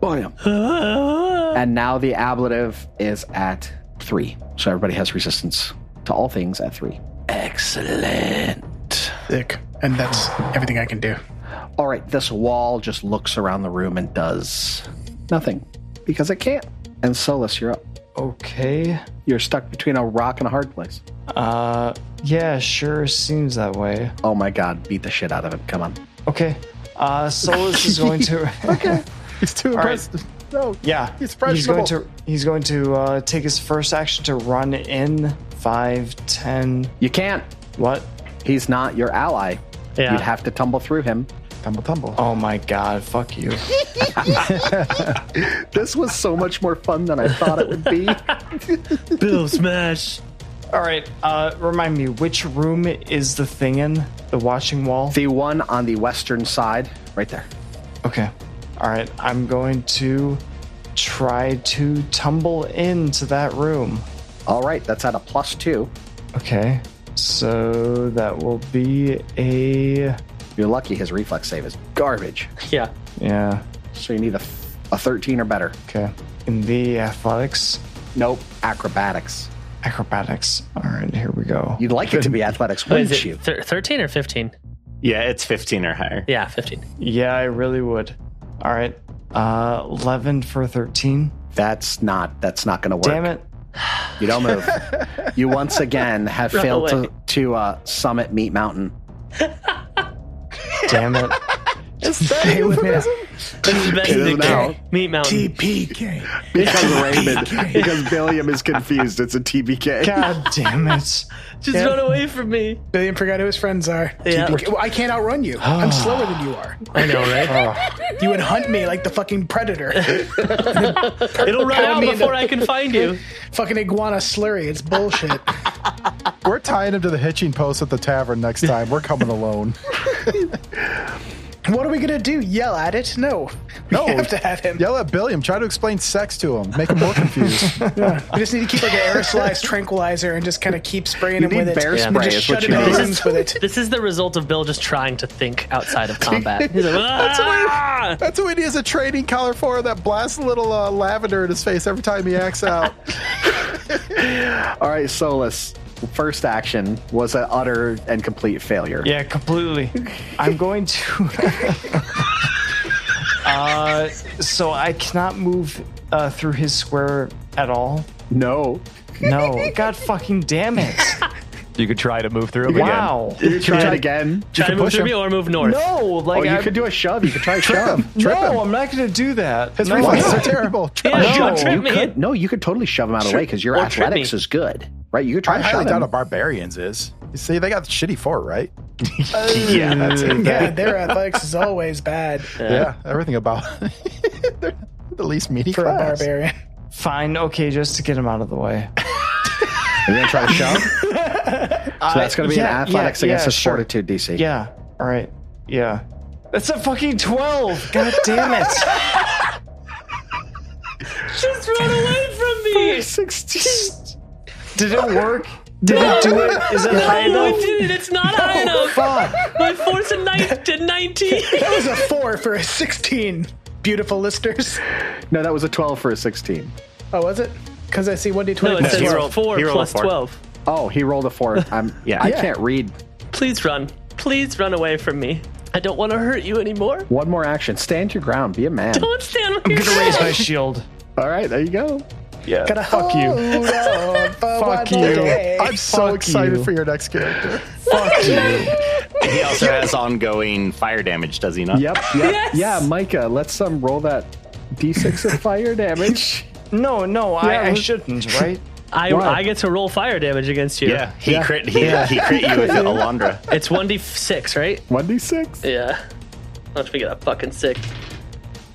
Speaker 2: Bam. and now the ablative is at three, so everybody has resistance to all things at three. Excellent.
Speaker 8: Sick. And that's everything I can do.
Speaker 2: All right, this wall just looks around the room and does nothing because it can't. And Solus, you're up.
Speaker 6: Okay.
Speaker 2: You're stuck between a rock and a hard place.
Speaker 6: Uh, yeah, sure seems that way.
Speaker 2: Oh my god, beat the shit out of him. Come on.
Speaker 6: Okay. Uh, Solus is going to.
Speaker 2: (laughs)
Speaker 6: okay.
Speaker 7: He's too
Speaker 6: impressive.
Speaker 7: No.
Speaker 6: Yeah.
Speaker 7: He's
Speaker 6: He's going
Speaker 7: impressionable.
Speaker 6: to. He's going to uh, take his first action to run in five, ten.
Speaker 2: You can't.
Speaker 6: What?
Speaker 2: He's not your ally.
Speaker 6: Yeah.
Speaker 2: You'd have to tumble through him.
Speaker 7: Tumble, tumble.
Speaker 6: Oh my god, fuck
Speaker 2: (laughs)
Speaker 6: you.
Speaker 2: this was so much more fun than I thought
Speaker 6: (laughs)
Speaker 2: it would be.
Speaker 6: (laughs) Bill smash. All right. Uh, remind me which room is the thing in the watching wall?
Speaker 2: The one on the western side, right there.
Speaker 6: Okay. All right. I'm going to try to tumble into that room.
Speaker 2: All right. That's at a plus two.
Speaker 6: Okay. So that will be a.
Speaker 2: You're lucky his reflex save is garbage.
Speaker 5: Yeah.
Speaker 6: Yeah.
Speaker 2: So you need a, a 13 or better.
Speaker 6: Okay. In the athletics?
Speaker 2: Nope. Acrobatics.
Speaker 6: Acrobatics. All right. Here we go.
Speaker 2: You'd like it
Speaker 6: (laughs)
Speaker 2: to be athletics,
Speaker 5: What Oh, is
Speaker 2: wouldn't
Speaker 5: it,
Speaker 2: you?
Speaker 5: thir- 13 or 15?
Speaker 10: Yeah, it's 15 or higher.
Speaker 5: Yeah, 15.
Speaker 6: Yeah, I really would. All right. Uh, 11 for 13.
Speaker 2: That's not. That's not going to work.
Speaker 6: Damn it.
Speaker 2: You don't move. you once again have
Speaker 5: Run
Speaker 2: failed
Speaker 5: away.
Speaker 2: to, to uh, summit Meat Mountain.
Speaker 6: (laughs) Damn it.
Speaker 5: That's the best
Speaker 2: It is now.
Speaker 5: nickname. Meat Mountain.
Speaker 8: TPK.
Speaker 2: Because
Speaker 8: (laughs)
Speaker 2: Raymond, because Billiam is confused. It's a TBK.
Speaker 6: God damn it.
Speaker 5: Just
Speaker 8: Yeah.
Speaker 5: run away from me.
Speaker 8: Billiam forgot who his friends are.
Speaker 5: Yeah. Ah.
Speaker 8: TPK. Well, I can't outrun you. I'm slower than you are. Ah.
Speaker 5: I know,
Speaker 8: (laughs)
Speaker 5: right?
Speaker 8: You would hunt me like the fucking predator.
Speaker 5: (laughs) It'll run out before I can find you.
Speaker 8: (laughs) fucking iguana slurry.
Speaker 5: (laughs)
Speaker 8: It's bullshit.
Speaker 7: We're tying him to the hitching post at the tavern next time. We're coming alone.
Speaker 8: (laughs) what are we gonna do? Yell at it? No.
Speaker 7: No.
Speaker 8: We have to have him.
Speaker 7: Yell at Billiam. Try to explain sex to him. Make him more
Speaker 8: (laughs)
Speaker 7: confused.
Speaker 8: We just need to keep like an aerosolized tranquilizer and just kind of keep spraying
Speaker 2: You
Speaker 8: him with
Speaker 2: need
Speaker 8: it.
Speaker 2: bear
Speaker 8: and
Speaker 2: spray
Speaker 8: just
Speaker 2: is what
Speaker 8: shut
Speaker 2: you
Speaker 8: him in
Speaker 2: need.
Speaker 8: rooms with it.
Speaker 5: This is the result of Bill just trying to think outside
Speaker 2: (laughs)
Speaker 5: of combat. He's like,
Speaker 7: That's what, he,
Speaker 5: "Ah!"
Speaker 7: that's what he is a training collar for that blasts a little uh, lavender in his face every time he acts out.
Speaker 2: All right, Solus. First action was an utter and complete failure.
Speaker 6: Yeah, completely. I'm going to. (laughs) uh, so I cannot move uh, through his square at all.
Speaker 2: No.
Speaker 6: No, God fucking damn
Speaker 7: (laughs)
Speaker 6: it!
Speaker 13: You could try to move through him
Speaker 6: Wow.
Speaker 2: You try it again.
Speaker 5: Try to
Speaker 7: can
Speaker 5: move
Speaker 7: push
Speaker 5: through
Speaker 7: him.
Speaker 5: me or move north.
Speaker 6: No, like
Speaker 2: Oh, you
Speaker 6: I
Speaker 2: could do a shove. You could
Speaker 6: (laughs)
Speaker 2: try a
Speaker 7: Trip
Speaker 2: shove.
Speaker 7: him. Trip
Speaker 6: no,
Speaker 7: him.
Speaker 6: I'm not going to do that.
Speaker 7: His
Speaker 6: no. (laughs)
Speaker 7: reflexes are terrible.
Speaker 5: (laughs)
Speaker 7: Trip
Speaker 5: Yeah,
Speaker 7: him.
Speaker 5: don't trip
Speaker 2: you
Speaker 5: me.
Speaker 2: could. No, you could totally shove him out of the way because your
Speaker 5: Or trip
Speaker 2: athletics
Speaker 5: me.
Speaker 2: is good, right? You could try
Speaker 7: I
Speaker 2: to shove
Speaker 7: highly
Speaker 2: him.
Speaker 7: doubt a barbarian's is. You see, they got shitty fort, right? (laughs)
Speaker 5: Uh,
Speaker 10: yeah, that's it.
Speaker 8: Yeah, their athletics is always bad
Speaker 7: Mm. Yeah, everything about (laughs) they're the least meaty
Speaker 8: for a
Speaker 7: class.
Speaker 10: (laughs)
Speaker 8: barbarian.
Speaker 6: Fine, okay, just to get him out of the way.
Speaker 2: You're gonna try to (laughs) shove. so that's gonna be
Speaker 6: yeah,
Speaker 2: an athletics
Speaker 6: yeah,
Speaker 2: against
Speaker 6: yeah,
Speaker 2: his
Speaker 6: sure.
Speaker 2: fortitude DC.
Speaker 6: Yeah, all right, yeah. That's a fucking twelve. God damn it!
Speaker 5: (laughs) Just run away from me.
Speaker 6: Did it work? Did it do it? Is it high
Speaker 5: No, it
Speaker 6: enough?
Speaker 5: didn't. It's not high enough.
Speaker 6: Fuck.
Speaker 5: My force of nine to 19.
Speaker 8: (laughs) That was a four for a sixteen. Beautiful listeners.
Speaker 2: No, that was a 12 for a 16.
Speaker 8: Oh, was it? Because I see one d
Speaker 5: No,
Speaker 8: twenty
Speaker 5: it
Speaker 8: plus
Speaker 5: says
Speaker 8: four.
Speaker 10: rolled-
Speaker 5: four
Speaker 10: he rolled a
Speaker 5: plus
Speaker 10: four.
Speaker 5: 12.
Speaker 2: Oh, he rolled a four.
Speaker 6: (laughs)
Speaker 2: I'm.
Speaker 10: Yeah.
Speaker 2: I
Speaker 10: Yeah.
Speaker 2: can't read.
Speaker 5: Please run. Please run away from me. I don't want to hurt you anymore.
Speaker 2: One more action. Stand your ground. Be a man.
Speaker 5: Don't stand with your
Speaker 6: I'm gonna (laughs) raise my
Speaker 5: ground.
Speaker 6: shield.
Speaker 2: (laughs) All right, there
Speaker 5: (laughs)
Speaker 2: you go.
Speaker 13: Yeah.
Speaker 8: Gotta fuck you.
Speaker 6: Fuck you.
Speaker 7: I'm so
Speaker 6: Fuck
Speaker 7: excited
Speaker 6: you.
Speaker 7: for your next character.
Speaker 6: Fuck you.
Speaker 10: (laughs) He also has ongoing fire damage, does he not?
Speaker 2: Yep. yep.
Speaker 5: Yes.
Speaker 2: Yeah, Micah, let's um roll that d6
Speaker 6: (laughs)
Speaker 2: of fire damage.
Speaker 6: No, no,
Speaker 2: Yeah,
Speaker 6: I, I
Speaker 2: let's-
Speaker 6: shouldn't, right?
Speaker 5: I,
Speaker 2: Why?
Speaker 5: I get to roll fire damage against you.
Speaker 10: Yeah, he crit. He, he crit
Speaker 2: (laughs)
Speaker 10: you with Alondra.
Speaker 5: It's 1d6, right?
Speaker 10: (laughs)
Speaker 2: 1d6.
Speaker 5: Yeah. Let's make it a fucking six.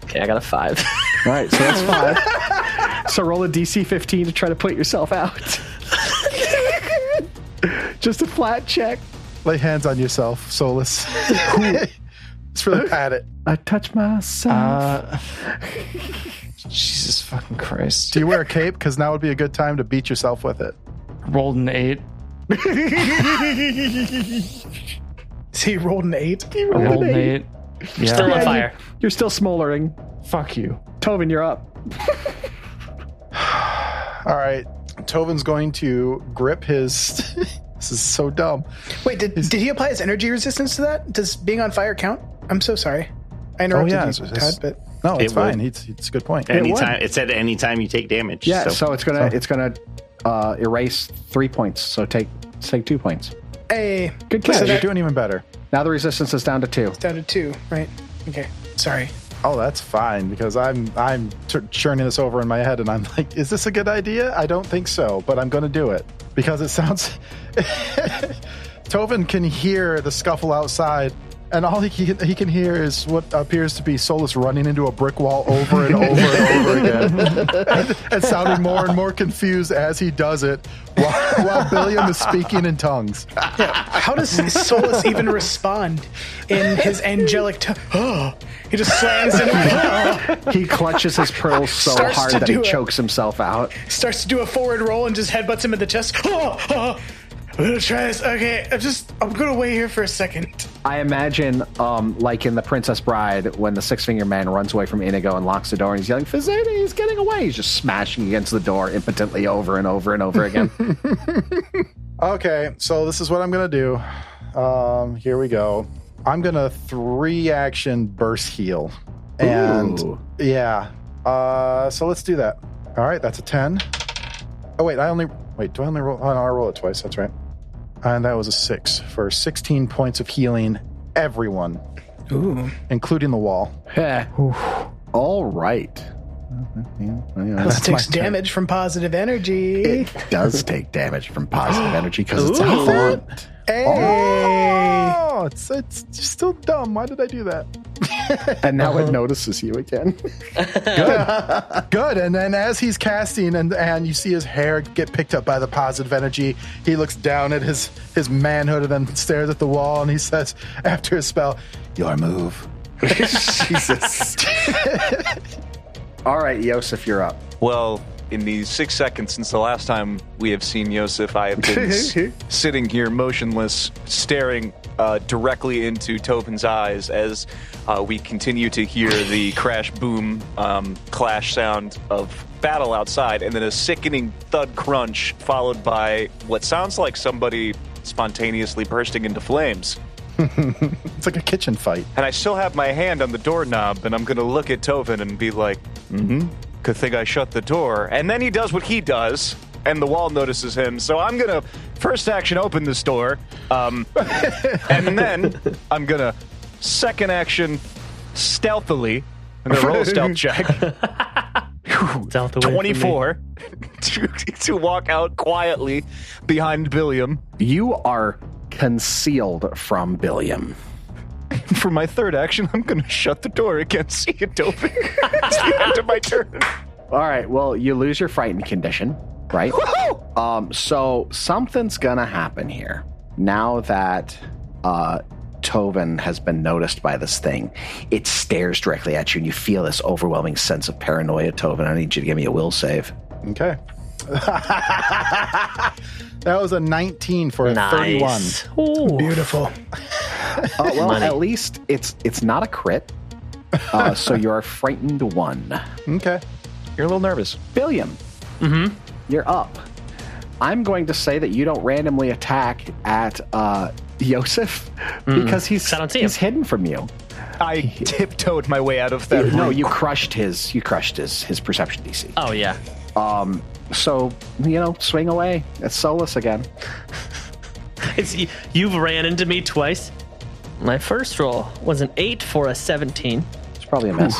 Speaker 5: Okay, I got a (laughs) five.
Speaker 2: All right, so that's five.
Speaker 6: (laughs)
Speaker 7: (laughs)
Speaker 2: so roll a DC 15 to try to put yourself out. Just a flat check.
Speaker 7: Lay hands on yourself, (laughs) Solus. Let's really pat it.
Speaker 2: I touch myself.
Speaker 6: Uh, Jesus fucking Christ.
Speaker 7: Do you wear a cape? Because now would be a good time to beat yourself with it.
Speaker 6: Rolled an eight.
Speaker 8: See, he rolled an eight?
Speaker 6: I rolled an eight.
Speaker 5: You're still on
Speaker 2: Yeah,
Speaker 5: fire.
Speaker 2: You, are still smoldering.
Speaker 6: Fuck you.
Speaker 2: Tovin, you're up.
Speaker 7: (sighs) All right. Tovin's going to grip his. (laughs) this is so dumb.
Speaker 8: (laughs) Wait, did, did he apply his energy resistance to that? Does being on fire count? I'm so sorry. I interrupted
Speaker 7: yeah,
Speaker 8: you,
Speaker 7: it's-
Speaker 8: Todd,
Speaker 7: it's-
Speaker 8: but
Speaker 7: No,
Speaker 10: It
Speaker 7: it's fine.
Speaker 10: would.
Speaker 7: It's, it's a good point.
Speaker 10: Anytime it's at any time you take damage.
Speaker 2: Yeah, so,
Speaker 10: so,
Speaker 2: it's gonna it's gonna uh, erase three points. So take take two points.
Speaker 8: hey,
Speaker 2: Good
Speaker 7: Yeah,
Speaker 2: catch.
Speaker 7: you're doing even better.
Speaker 2: now the resistance is down to two.
Speaker 8: down to two, right? Okay, sorry.
Speaker 7: Oh, that's fine because I'm I'm t- churning this over in my head, and I'm like, is this a good idea? I don't think so, but I'm going to do it because it sounds. (laughs) Tovin can hear the scuffle outside, and all he can, he can hear is what appears to be Solus running into a brick wall over and over and over again, and, and sounding more and more confused as he does it, while, while Billiam is speaking in tongues.
Speaker 8: How does Solus even respond in his angelic tone? Oh, (gasps) he just slams into
Speaker 2: He clutches his pearls so
Speaker 8: Starts
Speaker 2: hard
Speaker 8: to
Speaker 2: that he
Speaker 8: do it.
Speaker 2: chokes himself out.
Speaker 8: (laughs) starts to do a forward roll and just headbutts him in the chest. (gasps) Oh, oh, I'm gonna try this. Okay, I'm just I'm gonna wait here for a second.
Speaker 2: I imagine, um, like in The Princess Bride, when the Six Finger Man runs away from Inigo and locks the door, and he's yelling, "Fizzaini, he's getting away!" He's just smashing against the door impotently over and over and over
Speaker 8: (laughs)
Speaker 2: again.
Speaker 7: Okay, so this is what I'm gonna do. Um, here we go. I'm gonna three action burst heal, and
Speaker 2: Ooh.
Speaker 7: yeah. Uh, so let's do that. All right, that's a ten. Oh wait, I only wait. Do I only roll? Oh, no, I roll it twice. That's right. And that was a six for 16 points of healing. Everyone,
Speaker 8: Ooh.
Speaker 7: including the wall.
Speaker 2: All right.
Speaker 8: Plus
Speaker 2: That's
Speaker 8: it takes
Speaker 2: my turn.
Speaker 8: damage from positive energy.
Speaker 2: It (laughs) does take damage from
Speaker 8: (gasps)
Speaker 2: positive energy because it's a
Speaker 5: Ooh.
Speaker 2: font.
Speaker 8: hey.
Speaker 7: Oh, it's it's still dumb. Why did I do that?
Speaker 2: And now
Speaker 8: Uh-huh.
Speaker 2: it notices you again.
Speaker 7: Good. And then as he's casting and and you see his hair get picked up by the positive energy, he looks down at his his manhood and then stares at the wall and he says after his spell, (laughs) "Your move."
Speaker 2: Jesus. All right, Yosef, you're up.
Speaker 4: Well, in the six seconds since the last time we have seen Yosef, I have been
Speaker 2: (laughs)
Speaker 4: s- sitting here motionless, staring uh, directly into Topin's eyes as uh, we continue to hear the crash, boom, um, clash sound of battle outside, and then a sickening thud crunch, followed by what sounds like somebody spontaneously bursting into flames.
Speaker 7: (laughs) It's like a kitchen fight. (laughs)
Speaker 4: And I still have my hand on the doorknob, and I'm going to look at Tovin and be like, mm hmm, good thing I shut the door. And then he does what he does, and the wall notices him. So I'm going to first action open this door, um, and then I'm going to second action stealthily. I'm going to roll
Speaker 14: (laughs)
Speaker 4: a stealth check.
Speaker 5: (laughs) It's out the way for me.
Speaker 4: 24 (laughs) to, to walk out quietly behind Billiam
Speaker 2: You are concealed from Billiam.
Speaker 4: (laughs) For my third action, I'm going to shut the door again. See you, Tovin. (laughs) it's the end of my turn.
Speaker 2: All right, well, you lose your frightened condition, right? Um, so something's gonna happen here now that uh, Tovin has been noticed by this thing. It stares directly at you, and you feel this overwhelming sense of paranoia. Tovin, I need you to give me a will save.
Speaker 7: Okay. that was a 19 for a 31.
Speaker 5: Nice. Ooh.
Speaker 8: Beautiful.
Speaker 4: (laughs)
Speaker 2: Uh, well, at least it's it's not a crit.
Speaker 4: (laughs)
Speaker 2: Uh, so you're a frightened one.
Speaker 7: Okay.
Speaker 4: You're a little nervous.
Speaker 2: Billiam, mm-hmm. you're up. I'm going to say that you don't randomly attack at uh, (laughs) Yosef because he's
Speaker 5: I don't see
Speaker 2: he's
Speaker 5: him.
Speaker 2: hidden from you.
Speaker 4: I tiptoed my way out of that.
Speaker 2: no,
Speaker 4: room.
Speaker 2: you crushed his you crushed his his perception DC.
Speaker 5: Oh yeah. (laughs)
Speaker 2: So you know, swing away. It's Solus again.
Speaker 5: It's y- you've ran into me twice. My first roll was an eight for a seventeen,
Speaker 2: It's probably a mess.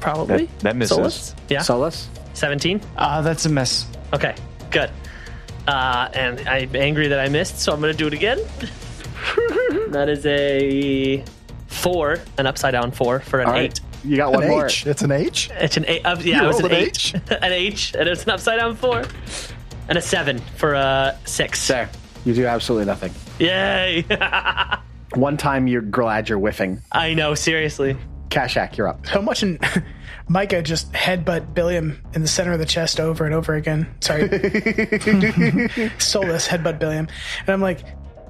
Speaker 5: probably.
Speaker 4: That- that misses.
Speaker 5: Solus? Yeah,
Speaker 2: Solus,
Speaker 5: seventeen. Uh,
Speaker 6: Ah, that's a mess.
Speaker 5: Okay, good. Uh, and I'm angry that I missed, so I'm gonna do it again. that is a four, an upside down four for an
Speaker 2: All right,
Speaker 5: eight.
Speaker 2: you got one
Speaker 7: An
Speaker 2: more.
Speaker 7: H. It's an H.
Speaker 5: It's an eight. Uh, yeah,
Speaker 7: You
Speaker 5: it was (laughs) an
Speaker 7: rolled an
Speaker 5: eight. an H, and it's an upside down four, and a seven for a six.
Speaker 2: There. You do absolutely nothing.
Speaker 5: Yay! (laughs)
Speaker 2: One time you're glad you're whiffing.
Speaker 5: I know, seriously.
Speaker 2: Kashak, you're up.
Speaker 8: So much in (laughs) Micah just headbutt Billiam in the center of the chest over and over again.
Speaker 2: (laughs)
Speaker 8: Sorry. (laughs) Solus headbutt Billiam. And I'm like,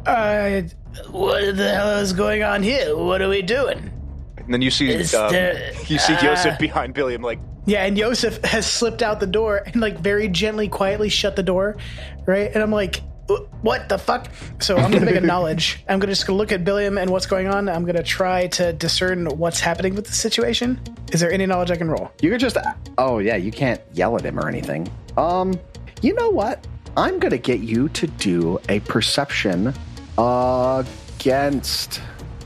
Speaker 8: uh,
Speaker 11: What the hell is going on here? What are we doing?
Speaker 4: And then you see
Speaker 11: Is
Speaker 4: um,
Speaker 11: there-
Speaker 4: you see
Speaker 11: uh,
Speaker 4: Joseph behind Billiam like
Speaker 8: yeah, and Yosef has slipped out the door and like very gently, quietly shut the door, right? And I'm like, "Wh- what the fuck? So I'm gonna make a knowledge. I'm gonna just look at Billiam and what's going on. I'm gonna try to discern what's happening with the situation. Is there any knowledge I can roll?
Speaker 2: You could just. Oh yeah, you can't yell at him or anything. Um, you know what? I'm gonna get you to do a perception against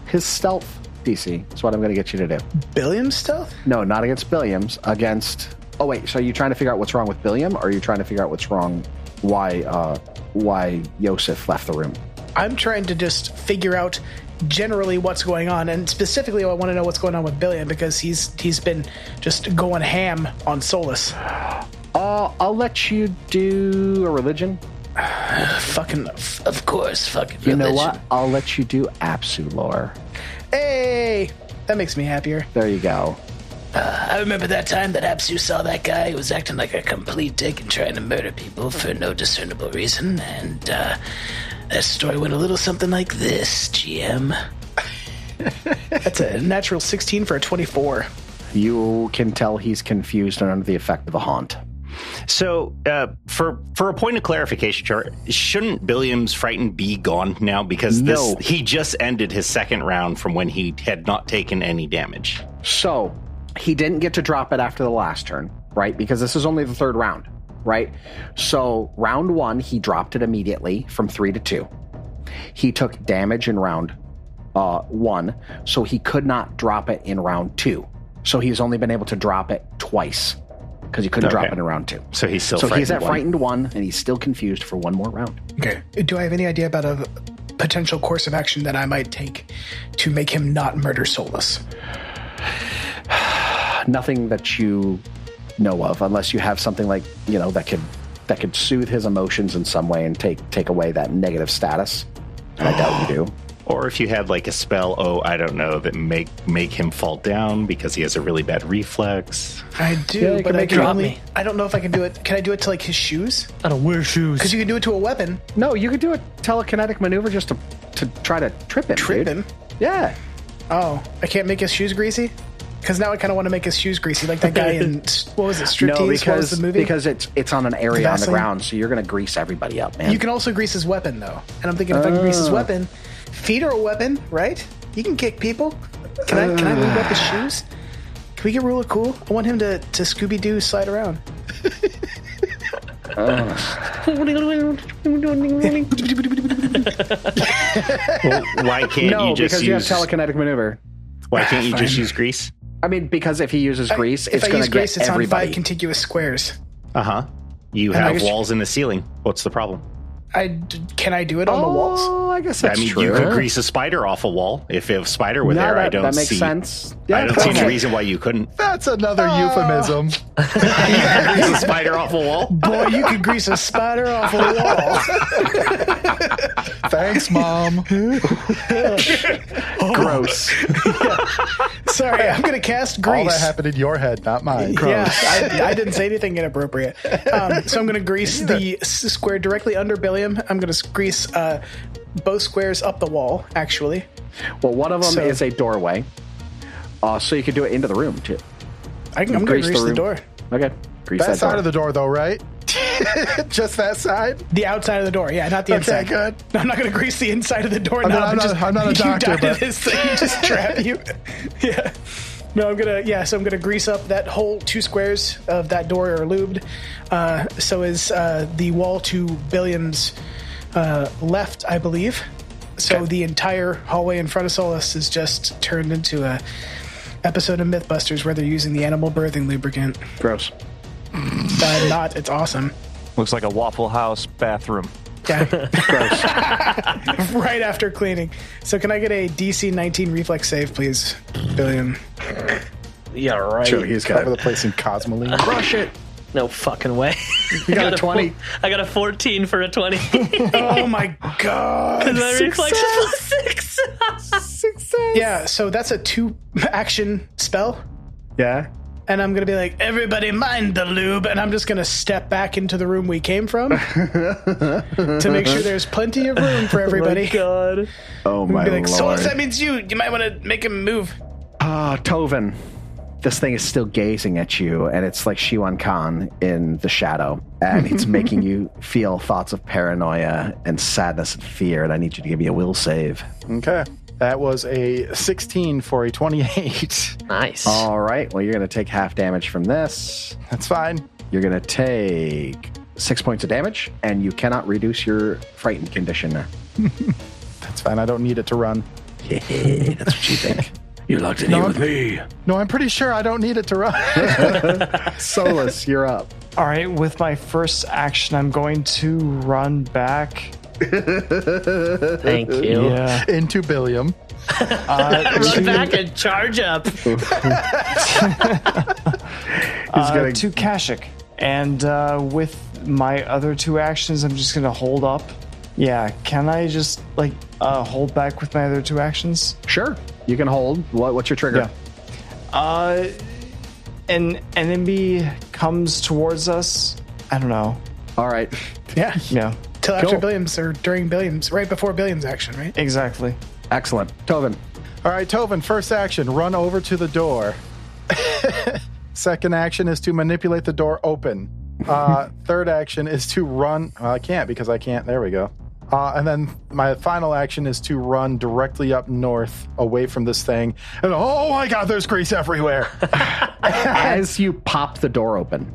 Speaker 2: his stealth DC. That's what I'm gonna get you to do.
Speaker 8: Billiam stealth?
Speaker 2: No, not against Billiams. Against. Oh wait. So are you trying to figure out what's wrong with Billiam, or are you trying to figure out what's wrong? Why? Uh, why Yosef left the room?
Speaker 8: I'm trying to just figure out generally what's going on, and specifically, I want to know what's going on with Billion because he's he's been just going ham on Solus.
Speaker 2: Uh, I'll let you do a religion.
Speaker 8: fucking,
Speaker 11: of course, fucking.
Speaker 2: You know
Speaker 11: religion.
Speaker 2: what? I'll let you do Apsu lore.
Speaker 8: Hey, that makes me happier.
Speaker 2: There you go.
Speaker 11: Uh, I remember that time that Absu saw that guy who was acting like a complete dick and trying to murder people for no discernible reason, and uh, that story went a little something like this, GM.
Speaker 8: (laughs) That's a natural 16 for a 24.
Speaker 2: You can tell he's confused and under the effect of a haunt.
Speaker 10: So, uh, for for a point of clarification, Char, shouldn't Billiam's frightened be gone now? Because
Speaker 2: No.
Speaker 10: this he just ended his second round from when he had not taken any damage.
Speaker 2: So he didn't get to drop it after the last turn, right? Because this is only the third round, right? So round one, he dropped it immediately from three to two. He took damage in round uh, one, so he could not drop it in round two. So he's only been able to drop it twice because he couldn't drop
Speaker 10: Okay.
Speaker 2: it in round two.
Speaker 10: So he's still
Speaker 2: so he's
Speaker 10: frightened
Speaker 2: at
Speaker 10: one.
Speaker 2: frightened one, and he's still confused for one more round.
Speaker 8: Okay. Do I have any idea about a potential course of action that I might take to make him not murder Solus?
Speaker 2: nothing that you know of unless you have something like you know that could that could soothe his emotions in some way and take take away that negative status and i doubt you do
Speaker 10: Or if you had like a spell, oh, I don't know, that make make him fall down because he has a really bad reflex.
Speaker 8: I do,
Speaker 10: Yeah, you
Speaker 8: but
Speaker 10: can
Speaker 8: I
Speaker 10: make
Speaker 8: can
Speaker 10: it drop
Speaker 8: only.
Speaker 10: me.
Speaker 8: I don't know if I can do it. Can I do it to like his shoes?
Speaker 5: I don't wear shoes.
Speaker 8: Because you can do it to a weapon.
Speaker 2: No, you could do a telekinetic maneuver just to to try to trip him.
Speaker 8: Trip
Speaker 2: dude.
Speaker 8: him.
Speaker 2: Yeah.
Speaker 8: Oh, I can't make his shoes greasy. Because now I kind of want to make his shoes greasy, like that
Speaker 2: (laughs)
Speaker 8: guy in what was it?
Speaker 2: no
Speaker 8: Striptease. what was
Speaker 2: because
Speaker 8: the movie?
Speaker 2: because it's it's on an area on the
Speaker 8: Vaseline?
Speaker 2: ground so you're gonna grease everybody up man (laughs)
Speaker 8: You can also grease his weapon, though. And I'm thinking if I can grease his
Speaker 2: Oh.
Speaker 8: weapon, feet are a weapon, right? You can kick people. Can I can I move up his
Speaker 2: Uh.
Speaker 8: shoes? Can we get rule of cool? I want him to, to Scooby Doo slide
Speaker 2: (laughs)
Speaker 8: around.
Speaker 10: Well, why can't
Speaker 2: no
Speaker 10: you just
Speaker 2: because
Speaker 10: use
Speaker 2: you have telekinetic maneuver
Speaker 10: Why can't you just
Speaker 2: Fine.
Speaker 10: use grease?
Speaker 2: i mean because if he uses grease
Speaker 8: if
Speaker 2: it's
Speaker 8: I
Speaker 2: gonna
Speaker 8: use
Speaker 2: get
Speaker 8: grease, it's
Speaker 2: everybody
Speaker 8: on five contiguous squares.
Speaker 10: Uh huh. You
Speaker 8: And I
Speaker 10: have
Speaker 8: guess-
Speaker 10: walls in the ceiling. What's the problem?
Speaker 8: I d- can I do it on the walls?
Speaker 2: Oh, I guess
Speaker 10: I mean, you could
Speaker 8: (laughs)
Speaker 10: grease a spider off a wall if a spider were
Speaker 8: No,
Speaker 10: there. I
Speaker 8: that-
Speaker 10: don't
Speaker 8: that makes
Speaker 10: see.
Speaker 8: sense.
Speaker 10: I
Speaker 8: Yeah,
Speaker 10: don't see any
Speaker 8: okay.
Speaker 10: reason why you
Speaker 8: (laughs)
Speaker 10: couldn't
Speaker 7: That's another euphemism.
Speaker 10: grease a spider off a wall.
Speaker 8: Boy, you could grease a spider off a wall.
Speaker 7: (laughs) Thanks, mom.
Speaker 10: (laughs)
Speaker 2: Gross.
Speaker 8: (laughs) Sorry, I'm gonna cast grease.
Speaker 7: All that happened in your head, not mine.
Speaker 8: Yeah, I, I didn't say anything inappropriate. Um, so I'm going to grease the s- square directly under Billiam. I'm going to grease uh, both squares up the wall, actually.
Speaker 2: Well, one of them
Speaker 8: So-
Speaker 2: is a doorway, uh, so you could do it into the room too.
Speaker 8: I can,
Speaker 2: You
Speaker 8: I'm going
Speaker 2: grease
Speaker 8: to
Speaker 2: the
Speaker 8: grease the,
Speaker 2: room.
Speaker 8: door.
Speaker 2: Okay, grease
Speaker 7: that
Speaker 2: that,
Speaker 7: side
Speaker 2: door.
Speaker 7: of the door, though, right? (laughs) Just that side.
Speaker 8: The outside of the door, yeah, not the
Speaker 7: Okay,
Speaker 8: inside.
Speaker 7: good.
Speaker 8: (laughs) No, I'm not going to grease the inside of the door.
Speaker 7: I mean,
Speaker 8: knob
Speaker 7: I'm
Speaker 8: and
Speaker 7: not-
Speaker 8: just,
Speaker 7: I'm not a
Speaker 8: (laughs) you
Speaker 7: doctor,
Speaker 8: die to
Speaker 7: but-
Speaker 8: this thing, just trap you. (laughs) Yeah. No, I'm gonna yeah. So I'm gonna grease up that whole two squares of that door are lubed. Uh, so is uh, the wall to Billiam's uh, left, I believe. So the entire hallway in front of Solus is just turned into a episode of MythBusters where they're using the animal birthing lubricant.
Speaker 2: Gross.
Speaker 4: Uh,
Speaker 8: But I'm not. It's awesome.
Speaker 13: Looks like a Waffle House bathroom.
Speaker 8: Yeah. (laughs) right after cleaning. So can I get a DC 19 reflex save, please, Billion? (laughs)
Speaker 5: Yeah, right.
Speaker 7: True, he's got cover the place in Cosmoline.
Speaker 2: Crush it.
Speaker 5: No fucking
Speaker 7: (laughs)
Speaker 5: way. (laughs)
Speaker 6: You got a
Speaker 5: four-
Speaker 6: 20.
Speaker 5: I got a 14 for a 20.
Speaker 8: oh my god.
Speaker 5: Because my (laughs) reflex is plus
Speaker 8: Uh, (laughs) six. Success. Yeah, so that's a two (laughs) action spell.
Speaker 6: Yeah.
Speaker 8: And I'm gonna be like, everybody mind the lube, and I'm just gonna step back into the room we came from (laughs) to make sure there's plenty of
Speaker 2: (laughs)
Speaker 8: room for everybody. (laughs)
Speaker 5: god.
Speaker 2: Oh my
Speaker 8: be like,
Speaker 2: lord.
Speaker 8: Solus, that means you. You might want to make him move.
Speaker 2: Ah, Tovin. This thing is still gazing at you, and it's like Shiwan Khan in the shadow, and
Speaker 8: (laughs)
Speaker 2: it's making you feel thoughts of paranoia and sadness and fear. And I need you to give me a will save.
Speaker 7: Okay. That was a 16 for a 28.
Speaker 5: Nice.
Speaker 2: All right. Well, you're going to take half damage from this.
Speaker 7: That's fine.
Speaker 2: You're going to take six points of damage, and you cannot reduce your frightened condition.
Speaker 7: That's fine. I don't need it to run.
Speaker 2: (laughs) That's what you think.
Speaker 14: You're locked in
Speaker 7: No,
Speaker 14: here
Speaker 7: I'm-
Speaker 14: with me.
Speaker 7: (laughs) No, I'm pretty sure I don't need it to run.
Speaker 2: Solus, you're up.
Speaker 6: All right, with my first action, I'm going to run back.
Speaker 5: (laughs) Thank you.
Speaker 6: Yeah.
Speaker 7: Into Billiam.
Speaker 6: Uh,
Speaker 5: Run
Speaker 6: to,
Speaker 5: back and charge up.
Speaker 6: uh, to Kashik. And uh, with my other two actions, I'm just going to hold up. Yeah, can I just like uh, hold back with my other two actions?
Speaker 2: Sure. You can hold. What, what's your trigger?
Speaker 6: Uh, an enemy comes towards us. I don't know.
Speaker 2: All right.
Speaker 8: Yeah.
Speaker 6: (laughs) Yeah.
Speaker 8: Till after
Speaker 6: Cool.
Speaker 8: Billiams or during Billiams, right before Billiams action, right?
Speaker 6: Exactly.
Speaker 2: Excellent. Tovin.
Speaker 7: All right, Tovin, first action run over to the door. (laughs) Second action is to manipulate the door open. Uh, third action is to run. Well, I can't because I can't. There we go. Uh, and then my final action is to run directly up north away from this thing. And oh my god, there's grease everywhere.
Speaker 2: (laughs) As you pop the door open,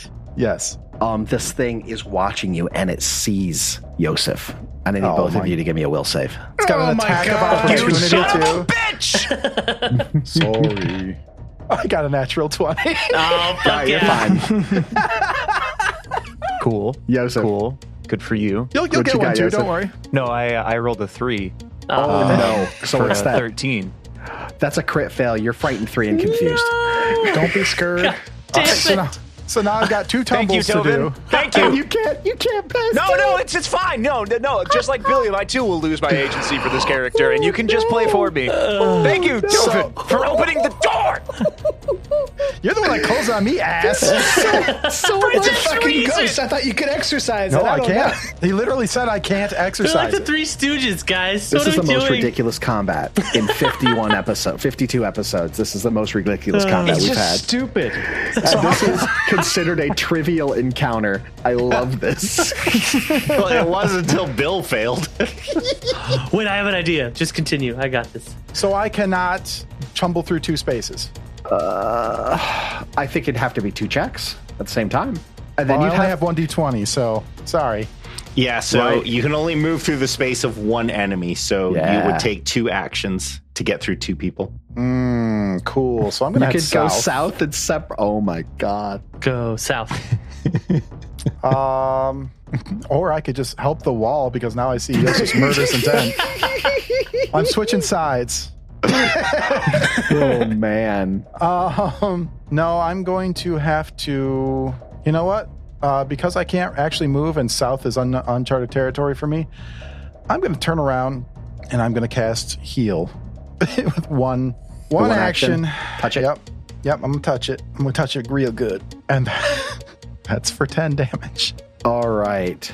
Speaker 7: (laughs) yes.
Speaker 2: Um, this thing is watching you and it sees Yosef. And I need
Speaker 7: Oh
Speaker 2: both
Speaker 7: my-
Speaker 2: of you to give me a will save.
Speaker 7: It's got
Speaker 8: Oh
Speaker 7: an attack of opportunity too.
Speaker 2: (laughs)
Speaker 14: Sorry.
Speaker 7: (laughs) I got a natural twenty.
Speaker 5: Oh, fuck
Speaker 7: (laughs)
Speaker 14: you're
Speaker 5: yeah.
Speaker 4: Cool.
Speaker 2: Yosef.
Speaker 4: Cool. Good for you.
Speaker 7: You'll- you'll What get you one got, too, don't Yosef? worry.
Speaker 4: No, I uh, I rolled a three. Uh,
Speaker 2: Oh, no. So
Speaker 4: for
Speaker 2: what's
Speaker 4: a
Speaker 2: that?
Speaker 4: Thirteen.
Speaker 2: That's a crit fail. You're frightened three and confused.
Speaker 8: Don't
Speaker 2: (laughs)
Speaker 8: be scared.
Speaker 7: All right, so, now, so now I've got two
Speaker 15: Thank you,
Speaker 7: tumbles to do.
Speaker 15: Tobin.
Speaker 4: (laughs)
Speaker 15: Thank you.
Speaker 2: You can't. You can't pass.
Speaker 15: No, no, it's it's fine. No, no, no. Just like Billiam, I too will lose my agency for this character, and you can just
Speaker 4: Oh,
Speaker 15: play for me. Thank you, Tobin, for opening the door.
Speaker 7: You're the one that calls on
Speaker 2: (laughs)
Speaker 7: me, ass.
Speaker 8: so,
Speaker 7: For
Speaker 8: it's a
Speaker 7: this
Speaker 8: fucking
Speaker 7: reason.
Speaker 8: ghost. I thought you could exercise.
Speaker 7: No,
Speaker 8: it.
Speaker 7: I
Speaker 8: don't
Speaker 7: can't.
Speaker 8: know.
Speaker 7: He literally said I can't
Speaker 5: They're like
Speaker 7: exercise.
Speaker 5: the
Speaker 7: it.
Speaker 5: Three Stooges, guys.
Speaker 2: This
Speaker 5: what
Speaker 2: is
Speaker 5: are
Speaker 2: the
Speaker 5: we
Speaker 2: most
Speaker 5: doing?
Speaker 2: ridiculous combat
Speaker 6: (laughs)
Speaker 2: in 51 episode, 52 episodes. This is the most ridiculous
Speaker 6: Uh,
Speaker 2: combat
Speaker 6: it's
Speaker 2: we've
Speaker 6: just
Speaker 2: had.
Speaker 6: stupid.
Speaker 2: And this is considered a trivial encounter. I
Speaker 6: (laughs)
Speaker 2: love this.
Speaker 10: well, it was until Bill failed.
Speaker 5: (laughs) Wait, I have an idea. Just continue. I got
Speaker 6: (laughs)
Speaker 5: this.
Speaker 7: So I cannot tumble through two spaces.
Speaker 2: Uh, I think it'd have to be two checks at the same time. And then
Speaker 7: Well, I
Speaker 2: you'd
Speaker 7: only
Speaker 2: have,
Speaker 7: have one d20, so sorry.
Speaker 10: Yeah, so
Speaker 7: Right.
Speaker 10: you can only move through the space of one enemy, so you
Speaker 2: Yeah.
Speaker 10: would take two actions to get through two people.
Speaker 7: Mm, cool. So I'm
Speaker 2: you
Speaker 7: gonna head
Speaker 2: could go
Speaker 7: south.
Speaker 2: south and separate. Oh my god.
Speaker 5: Go south.
Speaker 7: (laughs) Um, or I could just help the wall because now I see Yosef's murderous
Speaker 8: (laughs)
Speaker 7: intent. I'm switching sides.
Speaker 2: (laughs) Oh man.
Speaker 7: Um, no, I'm going to have to. You know what? Uh, because I can't actually move, and south is un- uncharted territory for me. I'm going to turn around and I'm going to cast heal (laughs) with one one,
Speaker 2: one
Speaker 7: action.
Speaker 2: action. Touch it.
Speaker 7: Yep, yep. I'm going to touch it. I'm going to touch it real good, and (laughs) that's for ten damage.
Speaker 2: All right.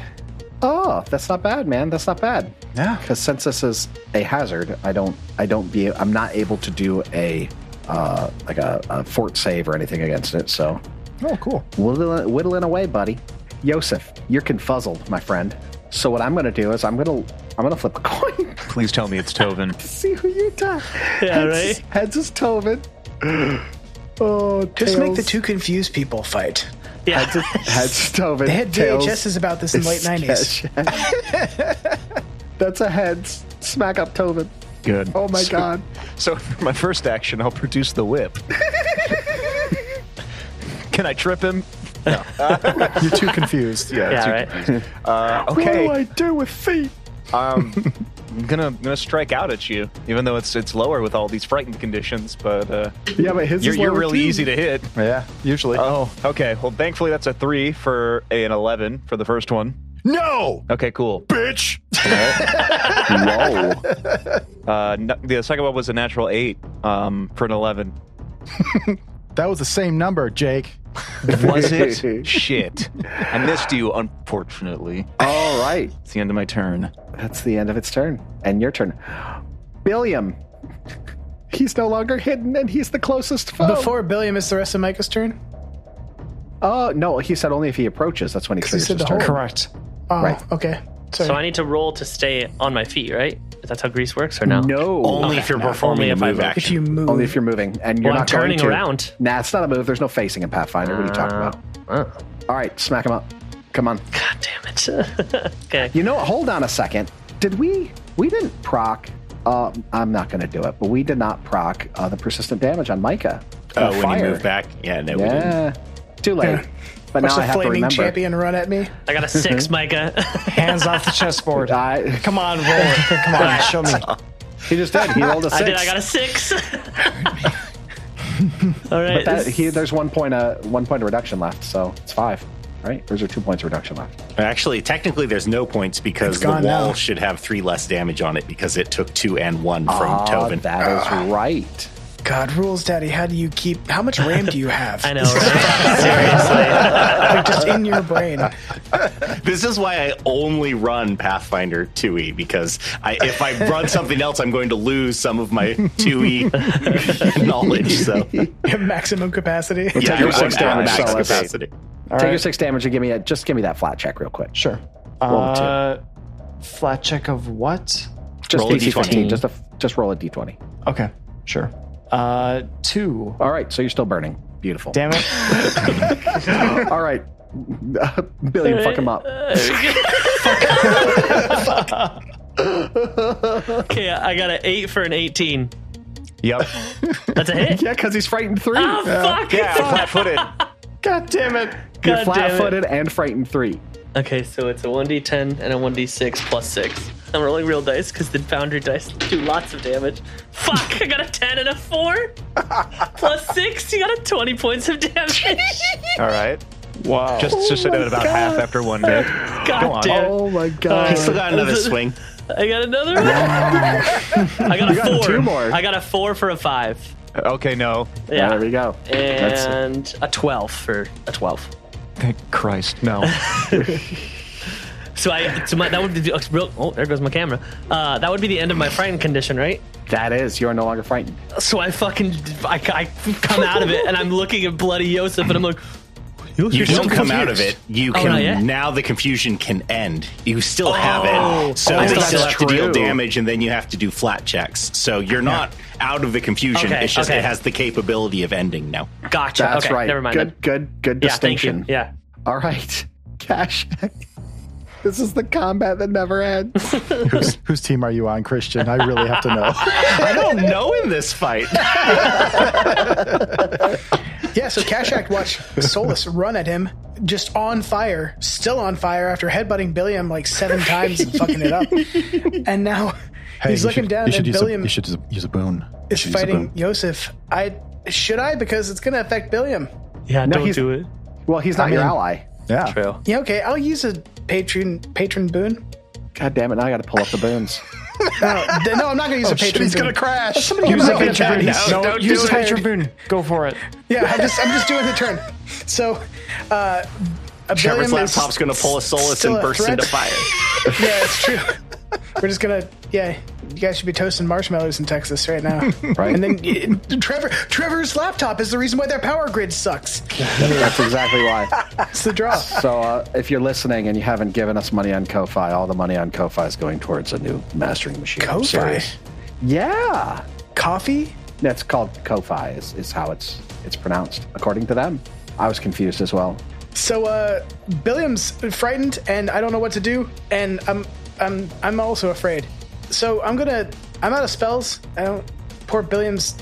Speaker 2: Oh, that's not bad, man. That's not bad.
Speaker 7: Yeah.
Speaker 2: Because since this is a hazard, I don't, I don't be, I'm not able to do a, uh, like a, a fort save or anything against it. So
Speaker 7: Oh, cool.
Speaker 2: whittling, whittling away, buddy. Yosef, you're confuzzled, my friend. So what I'm going to do is I'm going to, I'm going to flip a (laughs) coin.
Speaker 4: Please tell me it's Tovin.
Speaker 2: See who you die.
Speaker 5: Yeah,
Speaker 2: heads,
Speaker 5: right?
Speaker 2: Heads is Tobin. (gasps) Oh,
Speaker 8: Just make
Speaker 2: tails-
Speaker 8: the two confused people fight.
Speaker 5: Yeah.
Speaker 2: heads, is- heads is Tobin.
Speaker 8: They had
Speaker 2: tails
Speaker 8: VHSs about this in the late
Speaker 2: is
Speaker 8: 90s.
Speaker 2: (laughs) Keshak. That's a heads. Smack up Tobin.
Speaker 4: Good.
Speaker 2: Oh my
Speaker 4: So-
Speaker 2: god.
Speaker 4: So for my first action, I'll produce the
Speaker 2: (laughs)
Speaker 4: whip. Can I trip him?
Speaker 2: (laughs)
Speaker 7: You're too confused.
Speaker 4: Yeah.
Speaker 5: Yeah,
Speaker 4: too
Speaker 5: right.
Speaker 4: confused. Uh, okay.
Speaker 2: I do with feet?
Speaker 4: Um, I'm gonna gonna strike out at you, even though it's it's lower with all these frightened conditions. But uh,
Speaker 7: Yeah, but his is
Speaker 4: you're, you're
Speaker 7: lower,
Speaker 4: really
Speaker 7: too.
Speaker 4: easy to hit.
Speaker 7: Yeah, usually.
Speaker 4: Oh, okay. Well, thankfully that's a three for an eleven for the first one.
Speaker 7: No,
Speaker 4: Okay, cool.
Speaker 7: bitch.
Speaker 4: no. (laughs) Uh, no- the second one was a natural eight um, for an eleven.
Speaker 7: That was the same number, Jake.
Speaker 4: Was it? (laughs) Shit. I missed you, unfortunately.
Speaker 2: All right.
Speaker 4: It's the end of my turn.
Speaker 2: That's the end of its turn. And your turn. Billiam. He's no longer hidden and he's the closest foe.
Speaker 8: Before Billiam, it's the rest of Micah's turn.
Speaker 2: Uh, no, he said only if he approaches. That's when he clears
Speaker 8: said
Speaker 2: his
Speaker 8: the
Speaker 2: turn.
Speaker 8: whole-
Speaker 6: Correct.
Speaker 8: Oh,
Speaker 2: Right.
Speaker 8: okay. Sorry.
Speaker 5: So I need to roll to stay on my feet, right? That's how grease works, or no?
Speaker 2: No.
Speaker 10: Only if you're performing
Speaker 5: Only
Speaker 10: a
Speaker 5: if I
Speaker 10: move
Speaker 5: move.
Speaker 10: action.
Speaker 8: if you move,
Speaker 2: Only if you're moving. And you're
Speaker 5: Well, I'm
Speaker 2: not going
Speaker 5: turning
Speaker 2: to.
Speaker 5: around. Uh,
Speaker 2: Nah, it's not a move. There's no facing in Pathfinder. What are you talking about? All right, smack him up. Come on.
Speaker 5: God damn it. (laughs) okay.
Speaker 2: You know what? Hold on a second. Did we? We didn't proc. Uh, I'm not going to do it, but we did not proc uh, the persistent damage on Micah.
Speaker 10: Oh,
Speaker 2: The
Speaker 10: when
Speaker 2: fire.
Speaker 10: you move back? Yeah, no, we didn't.
Speaker 2: Yeah. Too late.
Speaker 8: Yeah.
Speaker 2: But
Speaker 8: watch
Speaker 2: now I
Speaker 8: the
Speaker 2: have to
Speaker 8: flaming
Speaker 2: remember.
Speaker 8: champion run at me.
Speaker 5: I got a
Speaker 2: (laughs)
Speaker 5: six, Micah.
Speaker 6: Hands off the chessboard.
Speaker 2: I,
Speaker 6: Come on, roll it. Come
Speaker 2: (laughs)
Speaker 6: on, show me.
Speaker 2: he just did. He rolled a six.
Speaker 5: I did. I got a six. (laughs) All right.
Speaker 2: But that,
Speaker 5: this-
Speaker 2: he, there's one point, uh, one point of reduction left, so it's five. Right? Or is there two points of reduction left?
Speaker 10: Actually, technically, there's no points because
Speaker 8: It's
Speaker 10: the wall
Speaker 8: gone now.
Speaker 10: should have three less damage on it because it took two and one from
Speaker 2: Ah,
Speaker 10: Tovin.
Speaker 2: That is right.
Speaker 8: God rules, Daddy. How do you keep? How much RAM do you have?
Speaker 5: I know. Right?
Speaker 8: (laughs) like just in your brain.
Speaker 10: (laughs)
Speaker 8: (laughs)
Speaker 10: This is why I only run Pathfinder 2e because I, if I run something else, I'm going to lose some of my
Speaker 2: (laughs)
Speaker 10: 2e (laughs) knowledge. So
Speaker 8: Maximum capacity.
Speaker 10: yeah,
Speaker 2: your
Speaker 10: I'm
Speaker 2: six
Speaker 10: at
Speaker 2: damage,
Speaker 10: max
Speaker 2: so that's-
Speaker 10: capacity.
Speaker 2: Take your
Speaker 6: right.
Speaker 2: six damage and give me a just give me that flat check real quick.
Speaker 6: Sure.
Speaker 2: Roll a two.
Speaker 6: Uh, flat check of what?
Speaker 2: Just
Speaker 10: Roll a
Speaker 2: DC
Speaker 10: D20.
Speaker 2: 15. Just a, just roll a d20.
Speaker 6: Okay, sure. Uh, two.
Speaker 2: All right, so you're still burning. Beautiful.
Speaker 6: Damn it.
Speaker 2: (laughs) All right, Billion, fuck him up.
Speaker 5: okay, I got an eight for an eighteen.
Speaker 4: Yep.
Speaker 5: That's a hit.
Speaker 2: (laughs) Yeah, because he's frightened three.
Speaker 5: Oh fuck!
Speaker 4: Yeah, flat-footed.
Speaker 6: (laughs) God damn it.
Speaker 2: you're
Speaker 5: God damn it.
Speaker 2: flat-footed and frightened three.
Speaker 5: Okay, so it's a 1d10 and a 1d6 plus 6. I'm rolling real dice because the boundary dice do lots of damage. Fuck, I got a 10 and a
Speaker 2: (laughs)
Speaker 5: 4. plus 6, you got a 20 points of
Speaker 2: (laughs)
Speaker 5: damage.
Speaker 4: All right.
Speaker 6: Wow.
Speaker 4: Just just hit it about half after one hit. Go
Speaker 5: God
Speaker 4: on.
Speaker 5: damn it.
Speaker 2: Oh my god.
Speaker 10: He still got another swing.
Speaker 5: I got another one. I
Speaker 2: (laughs)
Speaker 5: got a 4.
Speaker 2: two more.
Speaker 5: I got a 4 for a 5.
Speaker 4: Okay, no.
Speaker 5: Yeah.
Speaker 2: There we go. That's-
Speaker 5: And a 12 for a 12.
Speaker 4: Thank Christ, no.
Speaker 5: So I, so my, that would be, oh, there goes my camera. Uh, that would be the end of my frightened condition, right?
Speaker 2: that is. You are no longer frightened.
Speaker 5: So I fucking I, I come out of it and I'm looking at bloody Yosef and I'm like,
Speaker 10: You don't come out of it. You
Speaker 5: Oh,
Speaker 10: can
Speaker 5: not yet?
Speaker 10: now the confusion can end. You still have
Speaker 5: Oh,
Speaker 10: it, so
Speaker 5: oh,
Speaker 10: they
Speaker 5: that's
Speaker 10: still have to deal
Speaker 2: true.
Speaker 10: damage, and then you have to do flat checks. So you're not out of the confusion.
Speaker 5: Okay,
Speaker 10: it's just
Speaker 5: okay.
Speaker 10: it has the capability of ending now.
Speaker 5: gotcha.
Speaker 2: That's
Speaker 5: okay,
Speaker 2: right.
Speaker 5: Never mind.
Speaker 2: Good, good, good
Speaker 5: yeah,
Speaker 2: distinction.
Speaker 5: Thank you. Yeah.
Speaker 2: All right, (laughs) Cash. This is the combat that never
Speaker 5: (laughs)
Speaker 2: ends.
Speaker 7: whose, whose team are you on, Christian? I really have
Speaker 2: (laughs)
Speaker 7: to know.
Speaker 10: I don't know in this fight.
Speaker 8: Yeah, so Kashak watched Solus run at him, just on fire, still on fire after headbutting Billiam like seven times and fucking it up. And now
Speaker 7: Hey,
Speaker 8: he's
Speaker 7: you
Speaker 8: looking
Speaker 7: should-
Speaker 8: down
Speaker 7: You should,
Speaker 8: and
Speaker 7: use
Speaker 8: Billiam
Speaker 7: a, you should use a- use a boon. You
Speaker 8: is
Speaker 7: should use a
Speaker 8: fighting
Speaker 7: boon.
Speaker 8: Yosef. I should I because it's gonna affect Billiam.
Speaker 5: Yeah.
Speaker 2: No,
Speaker 5: don't
Speaker 2: he's-
Speaker 5: do it.
Speaker 2: Well, he's not your
Speaker 7: mean-
Speaker 2: ally.
Speaker 7: Yeah.
Speaker 8: (laughs)
Speaker 4: True.
Speaker 8: Yeah, okay, I'll use a patron patron boon.
Speaker 2: God damn it! Now I got to pull up the boons.
Speaker 8: (laughs)
Speaker 2: Oh,
Speaker 8: No, th- no, I'm not gonna
Speaker 6: Oh,
Speaker 8: use a patron.
Speaker 7: He's
Speaker 8: boon.
Speaker 7: gonna
Speaker 6: Use
Speaker 7: crash.
Speaker 8: No,
Speaker 6: a patron
Speaker 8: no,
Speaker 6: boon.
Speaker 8: no,
Speaker 6: No,
Speaker 8: don't
Speaker 6: use
Speaker 8: do
Speaker 6: a
Speaker 8: it.
Speaker 6: patron boon. Go for it.
Speaker 8: Yeah, I'm just I'm just doing the turn. So, uh, a
Speaker 10: Trevor's
Speaker 8: Billiam is
Speaker 10: laptop's going to pull a Solus
Speaker 8: still
Speaker 10: and
Speaker 8: a
Speaker 10: burst
Speaker 8: threat.
Speaker 10: into fire.
Speaker 8: (laughs) Yeah, it's true. (laughs) We're just gonna, yeah. You guys should be toasting marshmallows in Texas right now.
Speaker 2: Right.
Speaker 8: And then uh, Trevor, Trevor's laptop is the reason why their power grid sucks.
Speaker 2: That's exactly why.
Speaker 8: It's the draw.
Speaker 2: So, uh, if you're listening and you haven't given us money on Ko-fi, all the money on Ko-fi is going towards a new mastering machine. I'm
Speaker 8: Ko-fi?
Speaker 2: serious. Yeah,
Speaker 8: Coffee?
Speaker 2: that's called Ko-fi. Is, is how it's it's pronounced according to them. I was confused as well.
Speaker 8: So, uh, Billiam's frightened, and I don't know what to do, and I'm, I'm, I'm also afraid. So I'm gonna, I'm out of spells. I don't. Poor Billiam's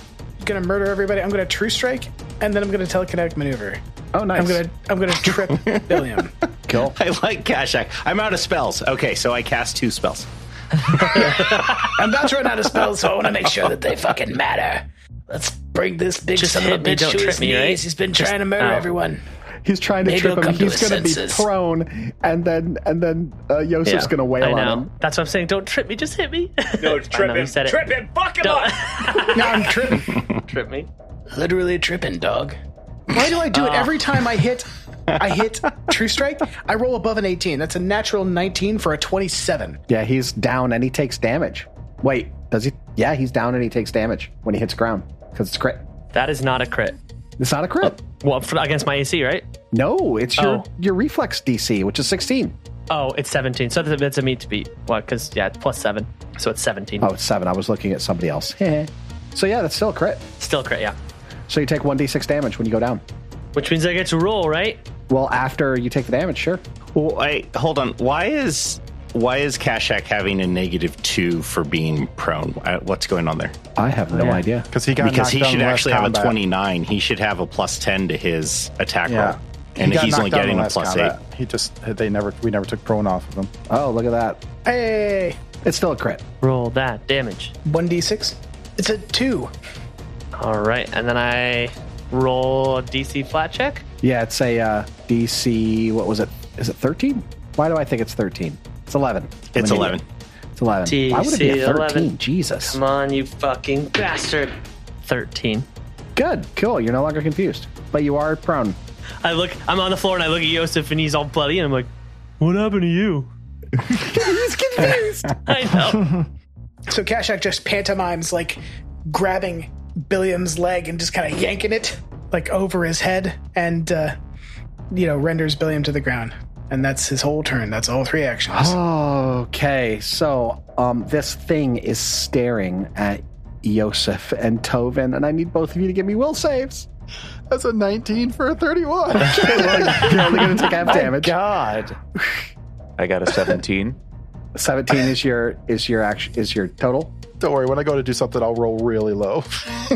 Speaker 8: gonna murder everybody. I'm gonna true strike, and then I'm gonna telekinetic maneuver.
Speaker 2: Oh, nice.
Speaker 8: I'm gonna, I'm
Speaker 2: (laughs)
Speaker 8: gonna trip Billiam.
Speaker 2: Cool.
Speaker 10: (laughs) I like Kashak. I'm out of spells. (laughs) Okay, so I cast two spells.
Speaker 14: (laughs) I'm about to run out of spells, so I want to make sure that they fucking matter. Let's bring this big
Speaker 5: Just
Speaker 14: son of a
Speaker 5: hit me,
Speaker 14: bitch
Speaker 5: don't
Speaker 14: to his
Speaker 5: trip me,
Speaker 14: knees.
Speaker 5: right?
Speaker 14: He's been
Speaker 5: Just- oh.
Speaker 14: trying to murder
Speaker 5: ow.
Speaker 14: everyone.
Speaker 2: He's trying to
Speaker 14: Maybe
Speaker 2: trip
Speaker 14: he'll
Speaker 2: him.
Speaker 14: come to
Speaker 2: He's
Speaker 14: his
Speaker 2: going to be
Speaker 14: senses.
Speaker 2: prone, and then and then uh, Yosef's going to wail
Speaker 5: I know.
Speaker 2: on him.
Speaker 5: That's what I'm saying. Don't trip me. Just hit me. (laughs) No,
Speaker 14: trip him. Trip
Speaker 5: him. Fuck him up. (laughs)
Speaker 8: No, I'm tripping.
Speaker 5: trip me.
Speaker 14: Literally tripping, dog.
Speaker 8: Why do I do it
Speaker 14: Oh.
Speaker 5: Ah.
Speaker 8: every time I hit?
Speaker 5: (laughs)
Speaker 8: I hit True Strike. I roll above an 18. That's a natural 19 for a 27.
Speaker 2: Yeah, he's down and he takes damage. Wait, does he? Yeah, he's down and he takes damage when he hits ground because it's crit.
Speaker 5: That is not a crit.
Speaker 2: It's not a crit.
Speaker 5: Well, for, against my AC, right?
Speaker 2: No, it's your
Speaker 5: Oh.
Speaker 2: your reflex DC, which is sixteen.
Speaker 5: Oh, it's 17. So that's a, that's a meet to beat. Well, because, yeah, it's plus 7. So it's 17.
Speaker 2: Oh, it's seven. I was looking at somebody else. so yeah, that's still a crit.
Speaker 5: Still crit, yeah.
Speaker 2: So you take one d six damage when you go down.
Speaker 5: Which means I get to roll, right?
Speaker 2: Well, after you take the damage, sure.
Speaker 10: Well, I hold on. Why is why is Kashak having a negative two for being prone? Uh, What's going on there?
Speaker 2: I have no
Speaker 10: Yeah.
Speaker 2: idea
Speaker 7: because he got
Speaker 10: because
Speaker 7: knocked
Speaker 10: he
Speaker 7: down
Speaker 10: should
Speaker 7: in last
Speaker 10: actually
Speaker 7: combat.
Speaker 10: have a twenty nine. He should have a plus ten to his attack
Speaker 7: Yeah.
Speaker 10: roll, and
Speaker 7: got
Speaker 10: he's
Speaker 7: knocked
Speaker 10: only
Speaker 7: down in
Speaker 10: getting a
Speaker 7: last
Speaker 10: plus
Speaker 7: combat.
Speaker 10: eight.
Speaker 7: He just they never we never took prone off of him.
Speaker 2: Oh, look at that!
Speaker 8: Hey,
Speaker 2: it's still a crit.
Speaker 5: Roll that damage.
Speaker 8: 1d6. It's
Speaker 2: (laughs)
Speaker 8: a 2.
Speaker 5: All right. And then I roll a DC flat check.
Speaker 2: Yeah, it's a uh, DC. What was it? Is it thirteen? Why do I think it's thirteen? It's eleven. I'm
Speaker 10: It's
Speaker 2: an
Speaker 10: 11.
Speaker 2: idiot. It's eleven. Why would it be a
Speaker 5: DC 11.
Speaker 2: thirteen? Jesus.
Speaker 5: Come on, you fucking bastard. 13.
Speaker 2: Good. Cool. You're no longer confused, but you are prone.
Speaker 5: I look, I'm on the floor and I look at Yosef and he's all bloody and I'm like, what happened to you?
Speaker 8: He's confused.
Speaker 5: (laughs) I
Speaker 6: (laughs)
Speaker 5: know.
Speaker 8: So Kashak just pantomimes like grabbing Billiam's leg and just kind of yanking it like over his head and uh, you know renders Billiam to the ground. And that's his whole turn. That's all three actions.
Speaker 2: Okay, so um, this thing is staring at Yosef and Tovin, and I need both of you to give me will saves.
Speaker 7: That's a 19 for a 31. Okay,
Speaker 2: well, (laughs) you're only going to take
Speaker 7: (laughs)
Speaker 2: half damage.
Speaker 6: God,
Speaker 4: I got a 17.
Speaker 2: seventeen is your is your action is your total.
Speaker 7: Don't worry, when I go to do something, I'll roll really low.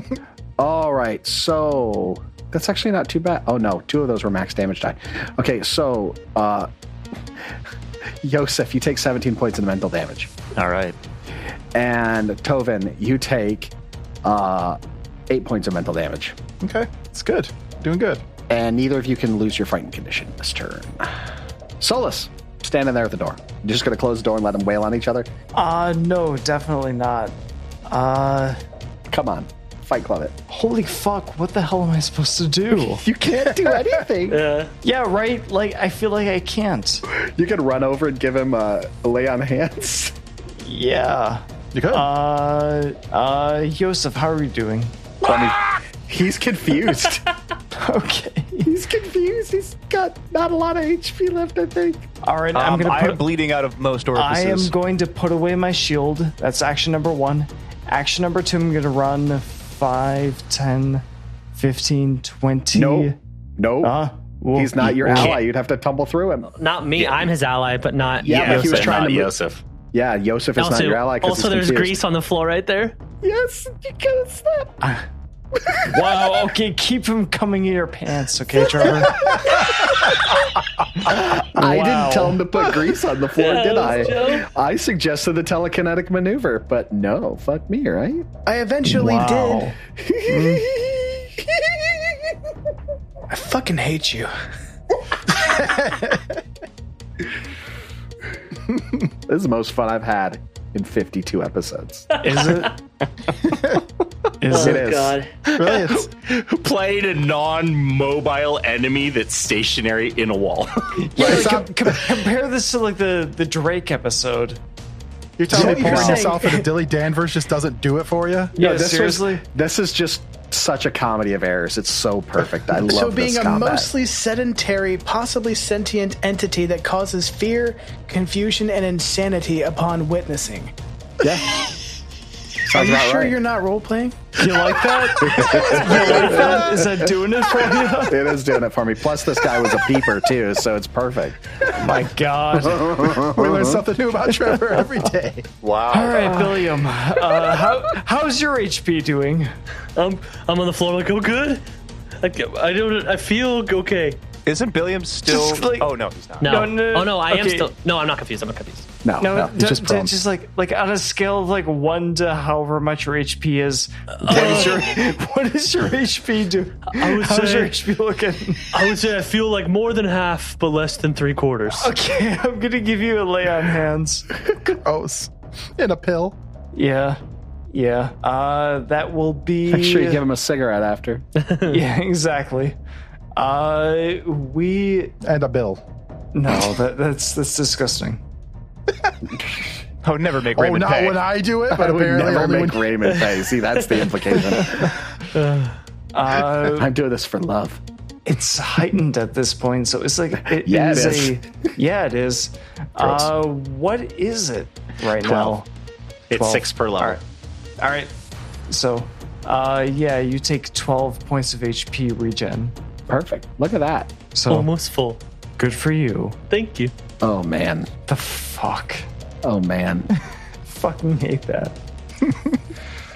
Speaker 7: (laughs)
Speaker 2: All right, so that's actually not too bad. Oh no, two of those were max damage die. Okay, so uh, (laughs) Yosef, you take seventeen points of mental damage.
Speaker 16: All right.
Speaker 2: and Tovin, you take uh, eight points of mental damage.
Speaker 7: Okay, it's good. Doing good.
Speaker 2: And neither of you can lose your frightened condition this turn. Solus, standing there at the door. You're just going to close the door and let them wail on each other?
Speaker 6: Uh, no, definitely not. Uh,
Speaker 2: come on, Fight Club it.
Speaker 6: Holy fuck! What the hell am I supposed to do?
Speaker 2: (laughs) You can't
Speaker 6: (laughs)
Speaker 2: do anything.
Speaker 5: yeah.
Speaker 6: yeah, right. Like I feel like I can't.
Speaker 2: You could run over and give him uh, a lay
Speaker 6: (laughs)
Speaker 2: on hands.
Speaker 6: Yeah.
Speaker 7: You could.
Speaker 6: Uh, uh, Yosef, how are you doing?
Speaker 2: He's
Speaker 6: (laughs)
Speaker 2: confused.
Speaker 6: okay.
Speaker 2: He's confused. He's got not a lot of HP left, I think.
Speaker 6: All right, I'm gonna
Speaker 4: I
Speaker 6: put-
Speaker 4: am Um, bleeding out of most
Speaker 6: I
Speaker 4: orifices.
Speaker 6: am going to put away my shield. That's action number one. Action number two, I'm going to run 5, 10, 15, 20.
Speaker 2: No. No. He's not your
Speaker 6: Uh, you
Speaker 2: ally.
Speaker 6: can't.
Speaker 2: You'd have to tumble through him.
Speaker 5: Not me. I'm his ally, but not.
Speaker 2: Yeah, but he was
Speaker 5: Yosef.
Speaker 2: trying to move.
Speaker 10: Yosef.
Speaker 2: Yeah, Yosef is not
Speaker 5: Also,
Speaker 2: your ally. 'cause
Speaker 5: also
Speaker 2: he's
Speaker 5: there's
Speaker 2: confused.
Speaker 5: grease on the floor right
Speaker 2: (laughs)
Speaker 5: there.
Speaker 2: Yes, because that.
Speaker 6: (laughs) wow, okay, keep him coming in your pants, okay, Trevor?
Speaker 2: (laughs) I
Speaker 6: Wow.
Speaker 2: didn't tell him to put grease on the floor,
Speaker 6: (laughs) Yeah,
Speaker 2: did
Speaker 6: that
Speaker 2: I?
Speaker 6: was a joke.
Speaker 2: I suggested the telekinetic maneuver, but no, fuck me, right?
Speaker 8: I eventually
Speaker 6: Wow.
Speaker 8: did. (laughs)
Speaker 2: (laughs)
Speaker 8: I fucking hate you.
Speaker 2: This is the most fun I've had in 52 episodes.
Speaker 6: (laughs) Is it?
Speaker 10: Is
Speaker 2: Oh, it is.
Speaker 7: (laughs)
Speaker 10: (laughs)
Speaker 2: God.
Speaker 10: Playing a non-mobile enemy that's stationary in a wall. (laughs)
Speaker 6: Yeah, like, com- com- compare this to like the, the Drake episode.
Speaker 7: You're telling
Speaker 6: Yeah,
Speaker 7: me
Speaker 6: you're
Speaker 7: pouring this
Speaker 6: saying-
Speaker 7: off at a Dilly Danvers just doesn't do it for you?
Speaker 6: Yeah, seriously.
Speaker 2: Was, this is just such a comedy of errors. It's so perfect. I love
Speaker 8: (laughs) so being
Speaker 2: this
Speaker 8: a
Speaker 2: combat.
Speaker 8: mostly sedentary, possibly sentient entity that causes fear, confusion, and insanity upon witnessing.
Speaker 2: Yeah.
Speaker 8: Are
Speaker 2: Sounds
Speaker 8: you
Speaker 2: about
Speaker 8: sure
Speaker 2: right.
Speaker 8: you're not role playing?
Speaker 6: You like that?
Speaker 2: (laughs)
Speaker 6: you like that? Is that doing it for you?
Speaker 2: it is doing it for me. Plus, this guy was a peeper too, so it's perfect.
Speaker 6: My God,
Speaker 7: we
Speaker 2: Uh-huh.
Speaker 7: learn something new about Trevor
Speaker 2: (laughs)
Speaker 7: every day.
Speaker 4: Wow.
Speaker 6: All right, William. Uh, how how's your HP doing?
Speaker 5: I'm I'm on the floor like, oh good. I, I don't. I feel okay.
Speaker 4: Isn't Billiam still?
Speaker 6: Just like-
Speaker 4: oh no, he's not.
Speaker 5: No.
Speaker 6: No, no,
Speaker 5: Oh no, I am
Speaker 6: okay.
Speaker 5: still. No, I'm not confused. I'm not confused.
Speaker 2: No, no,
Speaker 6: no
Speaker 2: it's just prone.
Speaker 6: just like like on a scale of like one to however much your HP is. What is your Uh, (laughs) what is your HP do?
Speaker 14: I would
Speaker 6: (laughs) How's
Speaker 14: say-
Speaker 6: your HP looking?
Speaker 14: I would say I feel like more than half, but less than three quarters.
Speaker 6: (laughs) Okay, I'm gonna give you a lay on
Speaker 2: (laughs)
Speaker 6: hands.
Speaker 7: Gross. In a pill.
Speaker 6: Yeah, yeah. Uh, that will be.
Speaker 2: (laughs) Make sure you give him a cigarette after.
Speaker 6: (laughs) yeah, exactly. Uh, we
Speaker 7: and a bill.
Speaker 6: No, that, that's that's
Speaker 7: (laughs)
Speaker 6: disgusting.
Speaker 17: I would never make
Speaker 7: Oh, not when I
Speaker 17: (laughs)
Speaker 7: do it, but
Speaker 2: I would
Speaker 7: apparently
Speaker 2: never
Speaker 7: only
Speaker 2: make
Speaker 7: when-
Speaker 2: Raymond pay. See, that's
Speaker 6: (laughs)
Speaker 2: the implication.
Speaker 6: Uh,
Speaker 2: I'm doing this for love.
Speaker 6: It's heightened at this point, so it's like it
Speaker 2: (laughs) Yeah, it
Speaker 6: is
Speaker 2: is.
Speaker 6: a yeah, it is.
Speaker 10: Gross.
Speaker 6: Uh, what is it right
Speaker 10: Twelve.
Speaker 6: now?
Speaker 10: It's
Speaker 6: Twelve.
Speaker 10: six per level.
Speaker 6: All right. All right. So, uh, yeah, you take twelve points of HP regen.
Speaker 2: Perfect. Look at that.
Speaker 6: So
Speaker 14: almost full.
Speaker 6: Good for you.
Speaker 14: Thank you.
Speaker 2: Oh man.
Speaker 6: The fuck.
Speaker 2: Oh man.
Speaker 6: (laughs) Fucking hate that.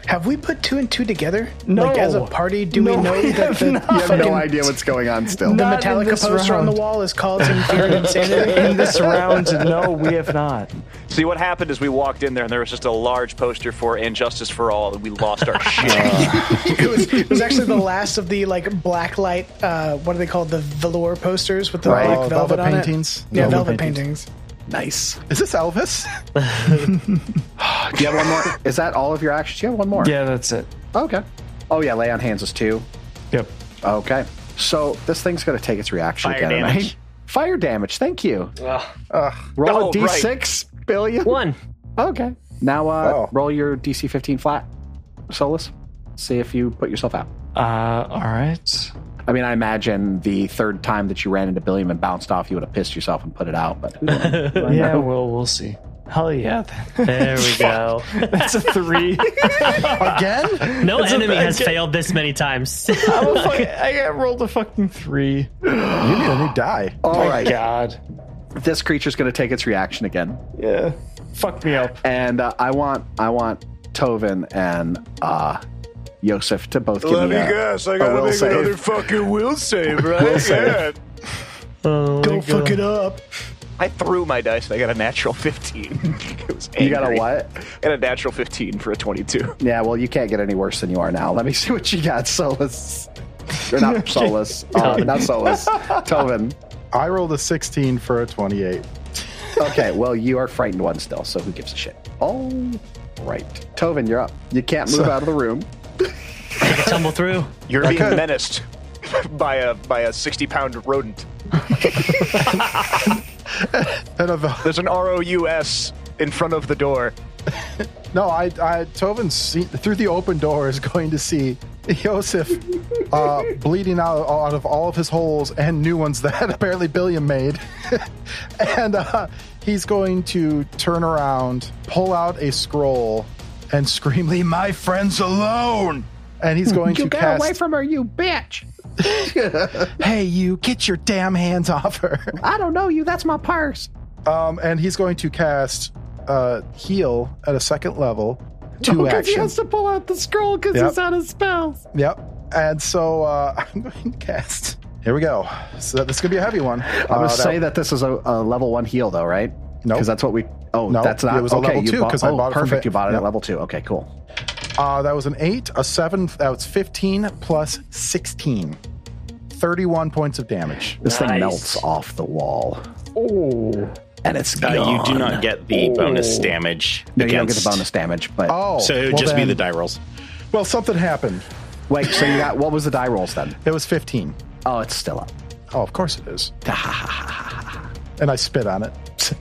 Speaker 8: Have we put two and two together?
Speaker 6: No.
Speaker 8: Like as a party, do
Speaker 6: No,
Speaker 8: we know
Speaker 6: (laughs) we have
Speaker 8: that the,
Speaker 6: not. You have no
Speaker 8: fucking-
Speaker 2: idea what's going on still.
Speaker 8: The
Speaker 6: Not in
Speaker 8: Metallica
Speaker 6: this
Speaker 8: poster on
Speaker 6: round.
Speaker 8: the wall is
Speaker 6: (laughs)
Speaker 8: called Infured Insanity.
Speaker 6: In
Speaker 8: (laughs)
Speaker 6: this round, no, we have not.
Speaker 4: See, what happened is we walked in there and there was just a large poster for Injustice for All, and we lost our shit. (laughs)
Speaker 8: it, was, it was actually the last of the like black light. Uh, what are they called? The velour posters with the
Speaker 7: Right.
Speaker 8: black
Speaker 7: Oh,
Speaker 8: velvet,
Speaker 7: velvet
Speaker 8: on it.
Speaker 7: paintings?
Speaker 8: Yeah,
Speaker 7: Velvet
Speaker 8: velvet
Speaker 7: paintings.
Speaker 8: paintings.
Speaker 2: Nice.
Speaker 7: Is this Elvis?
Speaker 2: Do you have one more? Is that all of your actions? You have one more.
Speaker 6: Yeah, that's it.
Speaker 2: Okay. Oh yeah, lay on hands is two.
Speaker 6: Yep.
Speaker 2: Okay. So this thing's gonna take its reaction
Speaker 10: Fire
Speaker 2: again. and I-
Speaker 10: damage.
Speaker 2: Fire damage. Thank you. Roll
Speaker 10: Oh,
Speaker 2: a d6 billion.
Speaker 14: One.
Speaker 2: Okay. Now uh, roll your DC 15 flat, Solus. See if you put yourself out.
Speaker 6: Uh, all right.
Speaker 2: I mean, I imagine the third time that you ran into Billiam and bounced off, you would have pissed yourself and put it out. But
Speaker 6: (laughs) Yeah, we'll we'll see. Hell yeah. (laughs)
Speaker 14: There we go.
Speaker 6: That's a three.
Speaker 7: Again?
Speaker 14: No
Speaker 6: It's a
Speaker 14: enemy has
Speaker 6: bad-
Speaker 14: failed this many
Speaker 2: (laughs)
Speaker 14: times.
Speaker 6: I'm a fuck-
Speaker 5: (laughs)
Speaker 6: I got rolled a fucking three.
Speaker 7: You need a new die.
Speaker 2: all
Speaker 6: My
Speaker 2: right,
Speaker 6: God.
Speaker 2: this creature's going to take its reaction again,
Speaker 6: Yeah. Fuck me up.
Speaker 2: and uh, I want I want Tovin and uh, Yosef to both give me a, a will save.
Speaker 17: fucking will save,
Speaker 2: right? Will save. Yeah.
Speaker 6: Oh,
Speaker 8: Don't fuck it up.
Speaker 4: I threw my dice and I got a natural 15. (laughs) it was angry.
Speaker 2: You got a what?
Speaker 4: And a natural 15 for a 22.
Speaker 2: Yeah, well, you can't get any worse than you are now. Let me (laughs) see what you got, Solus. Or
Speaker 7: (laughs)
Speaker 2: not Solus. Uh, not Solus. Tovin.
Speaker 7: I rolled a 16 for a 28.
Speaker 2: Okay, well, you are frightened one still, so who gives a shit? All right. Tovin, you're up. You can't move
Speaker 7: So-
Speaker 2: out of the (laughs) room.
Speaker 14: Tumble through.
Speaker 4: You're
Speaker 7: I
Speaker 4: being
Speaker 7: could-
Speaker 4: menaced (laughs) by a by a 60 pound rodent.
Speaker 7: And a vel-
Speaker 4: There's an ROUS in front of the door.
Speaker 7: No, I, I Tovin see, through the open door is (laughs) going to see Yosef uh, bleeding out, out of all of his holes and new ones that (laughs) apparently Billiam made, (laughs) and uh, he's going to turn around, pull out a scroll, and scream, "Leave my friends alone!" And
Speaker 2: Hmm.
Speaker 7: he's going to cast.
Speaker 2: from her, you bitch! (laughs)
Speaker 7: hey, you! Get your damn hands off her!
Speaker 2: I don't know you. That's my purse.
Speaker 7: Um, and he's going to cast uh, heal at a second level, two
Speaker 2: Because Oh, he
Speaker 7: actions.
Speaker 2: has to pull out the scroll because
Speaker 7: Yep.
Speaker 2: he's out of spells.
Speaker 7: Yep. And so uh, (laughs) I'm going to cast. Here we go. So this is gonna be a heavy one. Uh,
Speaker 2: I'm going to say Uh, that this is a, a level one heal, though, right?
Speaker 7: Nope.
Speaker 2: Because that's what we. Oh,
Speaker 7: Nope.
Speaker 2: that's not.
Speaker 7: It was a
Speaker 2: okay,
Speaker 7: level
Speaker 2: you
Speaker 7: two,
Speaker 2: bought-
Speaker 7: 'cause I
Speaker 2: oh,
Speaker 7: bought it from
Speaker 2: Perfect.
Speaker 7: Ba-
Speaker 2: you bought it
Speaker 7: Yep.
Speaker 2: at level two. Okay, cool.
Speaker 7: uh, that was an eight, a seven. That was fifteen plus sixteen. Thirty-one points of damage.
Speaker 2: This thing
Speaker 14: Nice.
Speaker 2: melts off the wall.
Speaker 7: Oh.
Speaker 2: And it's
Speaker 10: Uh,
Speaker 2: gone. Oh.
Speaker 10: you do not get the bonus damage
Speaker 2: No, you don't get
Speaker 10: against.
Speaker 2: the bonus damage, but
Speaker 7: Oh.
Speaker 10: So it would
Speaker 7: well
Speaker 10: just be the
Speaker 7: then-
Speaker 10: die rolls.
Speaker 7: Well, something happened.
Speaker 2: wait. So you got what was the die rolls then?
Speaker 7: It was fifteen.
Speaker 2: Oh, it's still up.
Speaker 7: Oh, of course it
Speaker 2: (laughs)
Speaker 7: is. and I spit on it.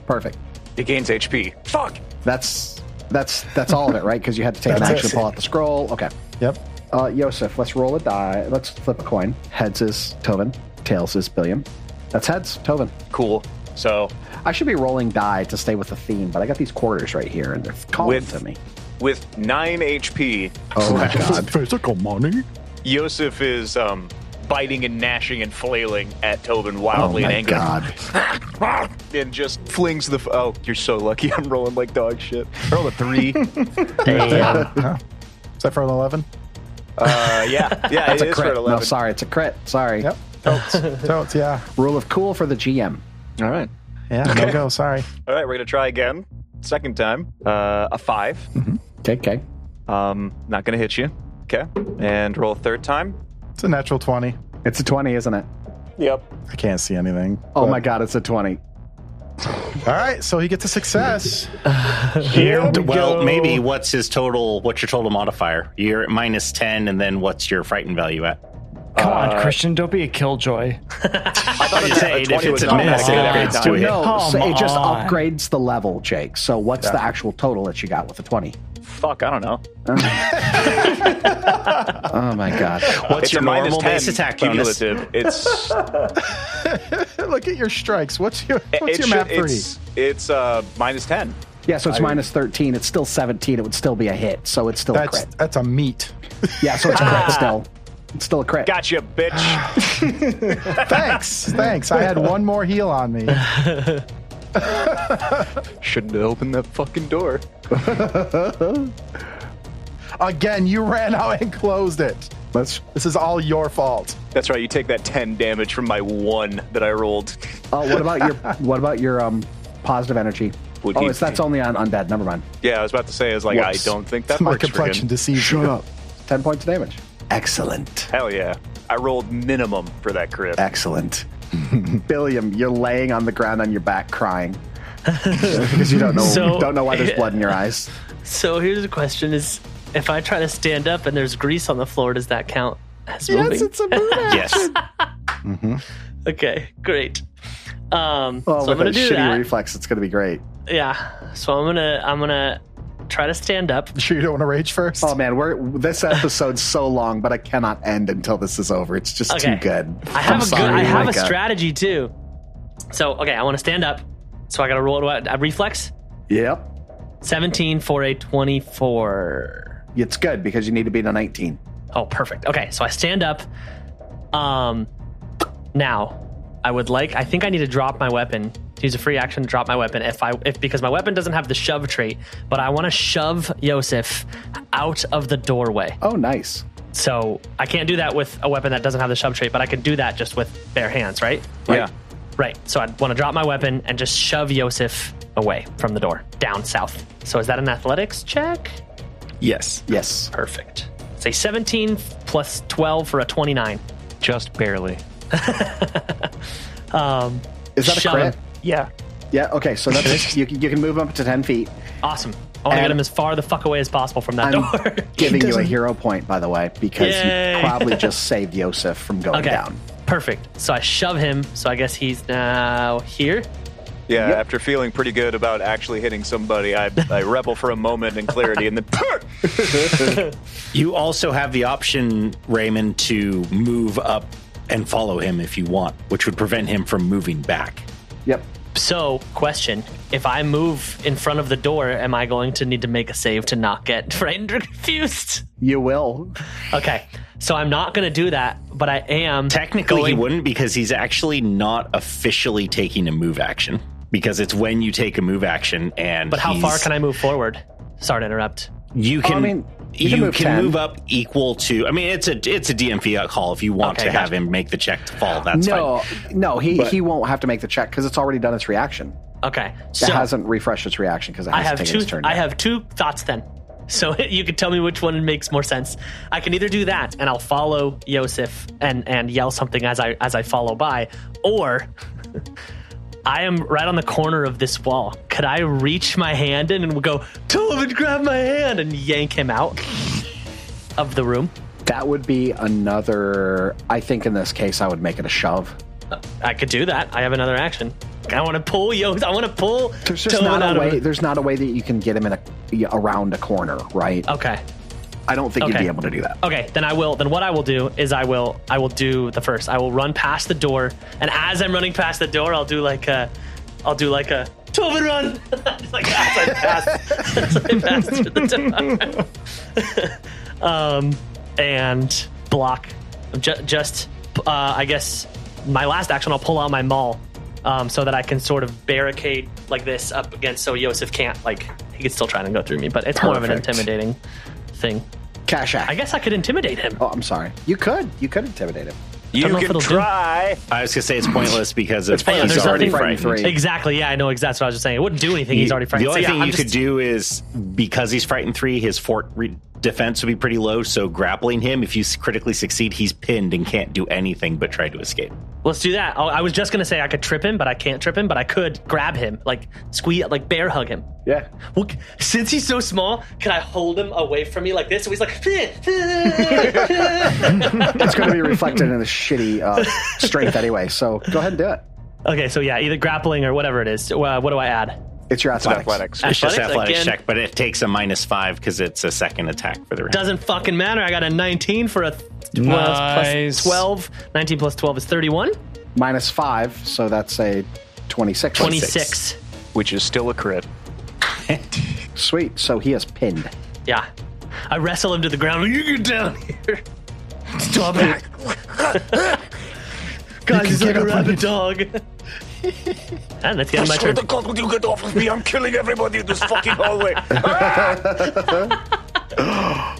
Speaker 7: (laughs)
Speaker 2: Perfect.
Speaker 4: It gains HP. Fuck!
Speaker 2: That's that's that's all of it, right? Because you had to take an
Speaker 7: That's
Speaker 2: action
Speaker 7: it.
Speaker 2: to pull out the scroll. Okay.
Speaker 7: Yep.
Speaker 2: Uh, Yosef, let's roll a die. Let's flip a coin. Heads is Tovin. Tails is Billiam. That's heads. Tovin.
Speaker 4: Cool. So
Speaker 2: I should be rolling die to stay with the theme, but I got these quarters right here, and they're calling
Speaker 4: With-
Speaker 2: to me.
Speaker 4: with nine HP,
Speaker 2: Oh my god.
Speaker 7: Physical money.
Speaker 4: Yosef is um, biting and gnashing and flailing at Tobin wildly
Speaker 2: oh my
Speaker 4: in anger.
Speaker 2: god.
Speaker 4: (laughs) And just flings the. F- oh, you're so lucky. (laughs) I'm rolling like dog shit. Roll a (laughs) three.
Speaker 7: (laughs)
Speaker 14: Damn.
Speaker 7: Is that for an eleven?
Speaker 4: uh,
Speaker 2: (laughs)
Speaker 4: yeah, yeah,
Speaker 2: That's
Speaker 4: it
Speaker 2: a
Speaker 4: is for
Speaker 2: crit.
Speaker 4: an
Speaker 2: No,
Speaker 4: 11.
Speaker 2: sorry, it's a crit. Sorry.
Speaker 7: Yep. (laughs) Totes. Totes. Yeah.
Speaker 2: Rule of cool for the GM.
Speaker 18: All right.
Speaker 7: Yeah,
Speaker 4: Okay.
Speaker 7: no go. Sorry.
Speaker 4: All right, we're gonna try again. Second time, uh, a five.
Speaker 2: Mm-hmm.
Speaker 19: Okay, okay.
Speaker 4: Um, not gonna hit you. Okay, and roll third time.
Speaker 7: It's a natural 20.
Speaker 2: It's a 20, isn't it?
Speaker 4: Yep.
Speaker 7: I can't see anything.
Speaker 2: Oh my god, it's a 20.
Speaker 7: All right, so he gets a success.
Speaker 10: Here, well, maybe what's his total? What's your total modifier? You're at minus ten, and then what's your frightened value at? Uh,
Speaker 6: Come
Speaker 14: Uh,
Speaker 6: on, Christian, don't be
Speaker 14: (laughs)
Speaker 6: a killjoy.
Speaker 10: I (laughs) just say if it's a miss, it upgrades to a hit.
Speaker 2: No, so it just
Speaker 6: on.
Speaker 2: upgrades the level, Jake. So what's the actual total that you got with
Speaker 4: (laughs)
Speaker 2: the 20?
Speaker 4: Fuck, I don't know.
Speaker 2: Oh my god.
Speaker 10: What's
Speaker 4: It's
Speaker 10: your
Speaker 4: a minus
Speaker 10: normal
Speaker 4: 10
Speaker 10: base attack bonus?
Speaker 4: (laughs) cumulative. It's
Speaker 7: (laughs) Look at your strikes. What's your what's
Speaker 4: it
Speaker 7: your
Speaker 4: should-
Speaker 7: map three?
Speaker 4: it's it's uh minus ten.
Speaker 2: Yeah, so it's
Speaker 4: I-
Speaker 2: minus 13. It's still 17. It would still be a hit. So it's still
Speaker 7: That's
Speaker 2: a crit.
Speaker 7: that's a meat.
Speaker 2: (laughs) Yeah, so it's a
Speaker 10: Ah.
Speaker 2: crit still. It's still a crit.
Speaker 4: Gotcha, bitch.
Speaker 7: thanks, thanks. I had one more heal on me.
Speaker 4: Shouldn't have opened that fucking door.
Speaker 7: Again, you ran out and closed it. Let's. This is all your fault.
Speaker 4: That's right. You take that ten damage from my one that I rolled.
Speaker 2: Oh, what about your what about your um positive energy?
Speaker 4: Would
Speaker 2: oh,
Speaker 4: he-
Speaker 2: it's that's only on undead. Never mind.
Speaker 4: (laughs) Yeah, I was about to say. I was like,
Speaker 2: Whoops.
Speaker 4: I don't think that
Speaker 2: (laughs) My
Speaker 4: works
Speaker 2: complexion
Speaker 4: for him.
Speaker 7: deceives
Speaker 2: Shut up. 10 points of damage. Excellent.
Speaker 4: Hell yeah! I rolled minimum for that crit.
Speaker 2: Excellent. Billiam, you're laying on the ground on your back crying. because you don't know
Speaker 5: So-
Speaker 2: don't know why there's blood in your eyes.
Speaker 5: So here's the question: Is if I try to stand up and there's grease on the floor, does that count as
Speaker 2: Yes,
Speaker 5: moving?
Speaker 2: it's a move
Speaker 10: Yes.
Speaker 5: okay, great. Um, (laughs)
Speaker 2: Oh,
Speaker 5: so I'm
Speaker 2: with that
Speaker 5: gonna do
Speaker 2: shitty
Speaker 5: that.
Speaker 2: reflex, it's gonna be great.
Speaker 5: yeah. So I'm gonna I'm gonna try to stand up.
Speaker 7: You sure you don't want to rage first?
Speaker 2: Oh man, we're this episode's so long, but I cannot end until this is over. It's just
Speaker 5: Okay.
Speaker 2: too good.
Speaker 5: I have
Speaker 2: I'm
Speaker 5: a good,
Speaker 2: sorry, uh,
Speaker 5: I have a
Speaker 2: Micah.
Speaker 5: strategy too. So okay, I want to stand up. So I got to roll what? A reflex.
Speaker 2: Yep.
Speaker 5: 17 for a 24.
Speaker 2: It's good because you need to beat a 19.
Speaker 5: Oh, perfect. Okay, so I stand up. Um, now I would like. I think I need to drop my weapon. To use a free action to drop my weapon if I if because my weapon doesn't have the shove trait, but I want to shove Yosef out of the doorway.
Speaker 2: Oh, nice.
Speaker 5: So I can't do that with a weapon that doesn't have the shove trait, but I can do that just with bare hands, right?
Speaker 4: Yeah.
Speaker 5: Right. So I'd want to drop my weapon and just shove Yosef away from the door, down south. So is that an athletics check?
Speaker 10: Yes.
Speaker 2: Yes.
Speaker 5: Perfect. Say 17 plus 12 for a 29.
Speaker 20: Just barely.
Speaker 5: (laughs) Um,
Speaker 2: Is that a
Speaker 5: shove
Speaker 2: crit?
Speaker 5: him. Yeah.
Speaker 2: Yeah, okay,
Speaker 5: (laughs)
Speaker 2: so that's you, can- you can move up to 10 feet.
Speaker 5: Awesome. I want to
Speaker 2: And-
Speaker 5: get him as far the fuck away as possible from that
Speaker 2: I'm
Speaker 5: door.
Speaker 2: (laughs)
Speaker 5: (laughs)
Speaker 2: giving you a hero point, by the way, because
Speaker 5: Yay.
Speaker 2: you
Speaker 5: (laughs)
Speaker 2: probably just saved Yosef from going
Speaker 5: Okay.
Speaker 2: down.
Speaker 5: Perfect. So I shove him. So I guess he's now here.
Speaker 4: Yeah, after feeling pretty good about actually hitting somebody, I, I rebel for a moment in clarity and then
Speaker 10: (laughs)
Speaker 4: (laughs)
Speaker 10: You also have the option, Raymond, to move up and follow him if you want, which would prevent him from moving back.
Speaker 2: Yep.
Speaker 5: So, question: If I move in front of the door, am I going to need to make a save to not get (laughs) frightened or confused?
Speaker 2: You will.
Speaker 5: Okay. So I'm not going to do that, but I am
Speaker 10: Technically, he
Speaker 5: going-
Speaker 10: wouldn't because he's actually not officially taking a move action because it's when you take a move action and.
Speaker 5: But how far can I move forward? Sorry to interrupt.
Speaker 10: You can.
Speaker 5: I mean,
Speaker 10: you
Speaker 5: you
Speaker 10: can,
Speaker 5: can
Speaker 10: move,
Speaker 5: move 10.
Speaker 10: up equal to. I mean, it's a it's a DMV call if you want
Speaker 2: Okay,
Speaker 10: to have
Speaker 2: gotcha.
Speaker 10: him make the check to fall. That's
Speaker 2: no,
Speaker 10: fine.
Speaker 2: no, he,
Speaker 10: But-
Speaker 2: he won't have to make the check because it's already done its reaction.
Speaker 5: Okay.
Speaker 2: it
Speaker 5: So
Speaker 2: hasn't refreshed its reaction because it
Speaker 5: I
Speaker 2: hasn't
Speaker 5: have
Speaker 2: taken
Speaker 5: two.
Speaker 2: its turn.
Speaker 5: I
Speaker 2: yet.
Speaker 5: have two thoughts then. So (laughs) you can tell me which one makes more sense. I can either do that, and I'll follow Yosef and and yell something as I as I follow by, or (laughs) I am right on the corner of this wall. Could I reach my hand in and go, Tollivan, grab my hand and yank him out of the room?
Speaker 2: That would be another. I think in this case, I would make it a shove.
Speaker 5: Uh, I could do that. I have another action. I want to pull Yosef. I want to pull.
Speaker 2: There's just
Speaker 5: Tollivan
Speaker 2: not
Speaker 5: out
Speaker 2: a
Speaker 5: of
Speaker 2: way.
Speaker 5: the-
Speaker 2: There's not a way that you can get him in a yeah, around a corner, right?
Speaker 5: Okay.
Speaker 2: I don't think you'd
Speaker 5: Okay.
Speaker 2: be able to do that.
Speaker 5: Okay, then I will. Then what I will do is I will I will do the first. I will run past the door, and as I'm running past the door, I'll do like a, I'll do like a (laughs) Tobin run. like as I pass, as I pass through the door, um, and block. Ju- just uh, I guess my last action, I'll pull out my maul. Um, so that I can sort of barricade like this up against, so Yosef can't like he could still try and go through me, but it's more of an
Speaker 2: Perfect.
Speaker 5: intimidating thing.
Speaker 2: Cash act.
Speaker 5: I guess I could intimidate him.
Speaker 2: Oh, I'm sorry. You could. You could intimidate him. (laughs)
Speaker 5: Don't know if it'll do.
Speaker 10: I was gonna say it's pointless because
Speaker 5: It's
Speaker 10: it's
Speaker 5: pointless.
Speaker 10: he's
Speaker 5: There's
Speaker 10: already
Speaker 5: nothing-
Speaker 10: frightened.
Speaker 5: Exactly. Yeah, I know. Exactly what I was just saying. It wouldn't do anything. he's
Speaker 10: You-
Speaker 5: already frightened.
Speaker 10: The
Speaker 5: So,
Speaker 10: only
Speaker 5: yeah,
Speaker 10: thing
Speaker 5: I'm
Speaker 10: you
Speaker 5: just-
Speaker 10: could do is because he's frightened three, his fort re- defense would be pretty low. So grappling him, if you s- critically succeed, he's pinned and can't do anything but try to escape.
Speaker 5: Let's do that. Oh, I was just gonna say I could trip him, but I can't trip him. But I could grab him, like squeeze, like bear hug him.
Speaker 10: Yeah.
Speaker 5: Well, c- since he's so small, can I hold him away from me like this? So he's like, (laughs) okay,
Speaker 2: it's going to be reflected in the shitty uh, strength anyway. So
Speaker 10: (laughs)
Speaker 2: go ahead and do it.
Speaker 5: so yeah, either grappling or whatever it is. Uh, what do I add?
Speaker 2: It's your
Speaker 10: It's
Speaker 2: athletics.
Speaker 10: It's just
Speaker 5: Athletics
Speaker 10: athletics
Speaker 5: again.
Speaker 10: check, but it takes a minus five because it's a second attack for the round.
Speaker 5: Doesn't fucking matter. I got a 19 for a th- well, it's
Speaker 10: Nice.
Speaker 5: plus 12. 19 plus 12 is 31.
Speaker 2: Minus five, so that's a 26.
Speaker 5: 26.
Speaker 21: Which is still a crit.
Speaker 2: Sweet. So he is pinned.
Speaker 5: Yeah. I wrestle him to the ground. You get down here. Stop it. Guys, he's like a rabid dog. (laughs) and let's get him
Speaker 14: I
Speaker 5: my
Speaker 14: swear
Speaker 5: turn.
Speaker 14: to God, would you get off of me? I'm killing everybody in this fucking
Speaker 6: (laughs)
Speaker 14: hallway.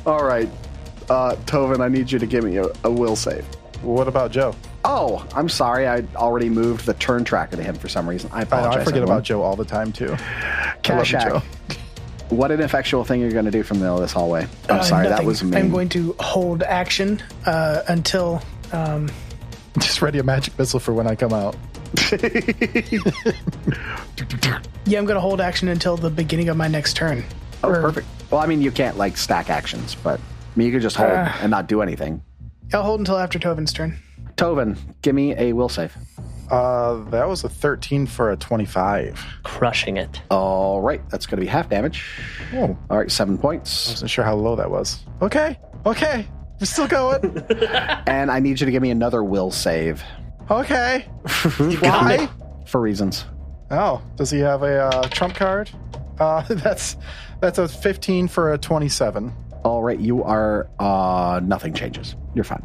Speaker 2: All right. Uh, Tovin, I need you to give me a, a will save.
Speaker 7: What about Joe?
Speaker 2: Oh, I'm sorry. I already moved the turn tracker to him for some reason. I
Speaker 7: I, know,
Speaker 2: apologize.
Speaker 7: I forget
Speaker 2: everyone.
Speaker 7: about Joe all the time too.
Speaker 2: Cash
Speaker 7: I love you,
Speaker 2: App. What an effectual thing you're going to do from the middle of this hallway. I'm
Speaker 8: Uh,
Speaker 2: sorry, that
Speaker 8: nothing.
Speaker 2: was me.
Speaker 8: I'm going to hold action uh, until. Um,
Speaker 7: (laughs) Just ready a magic missile for when I come out.
Speaker 8: (laughs) yeah, I'm going to hold action until the beginning of my next turn.
Speaker 2: oh, perfect. Well, I mean, you can't like stack actions, but I mean, you could just hold
Speaker 8: Uh.
Speaker 2: and not do anything.
Speaker 8: I'll hold until after Tovin's turn.
Speaker 2: Tovin, give me a will save.
Speaker 7: Uh, that was a 13 for a 25.
Speaker 5: Crushing it.
Speaker 2: All right, that's going to be half damage.
Speaker 7: Oh,
Speaker 2: All right, seven points.
Speaker 7: wasn't sure how low that was. Okay, okay, we're still going.
Speaker 2: (laughs)
Speaker 7: (laughs)
Speaker 2: and I need you to give me another will save. (laughs)
Speaker 7: okay.
Speaker 2: Why? For reasons.
Speaker 7: Oh, does he have a uh, trump card? Uh, (laughs) that's that's a 15 for a 27.
Speaker 2: All right, you are. uh Nothing changes. You're fine.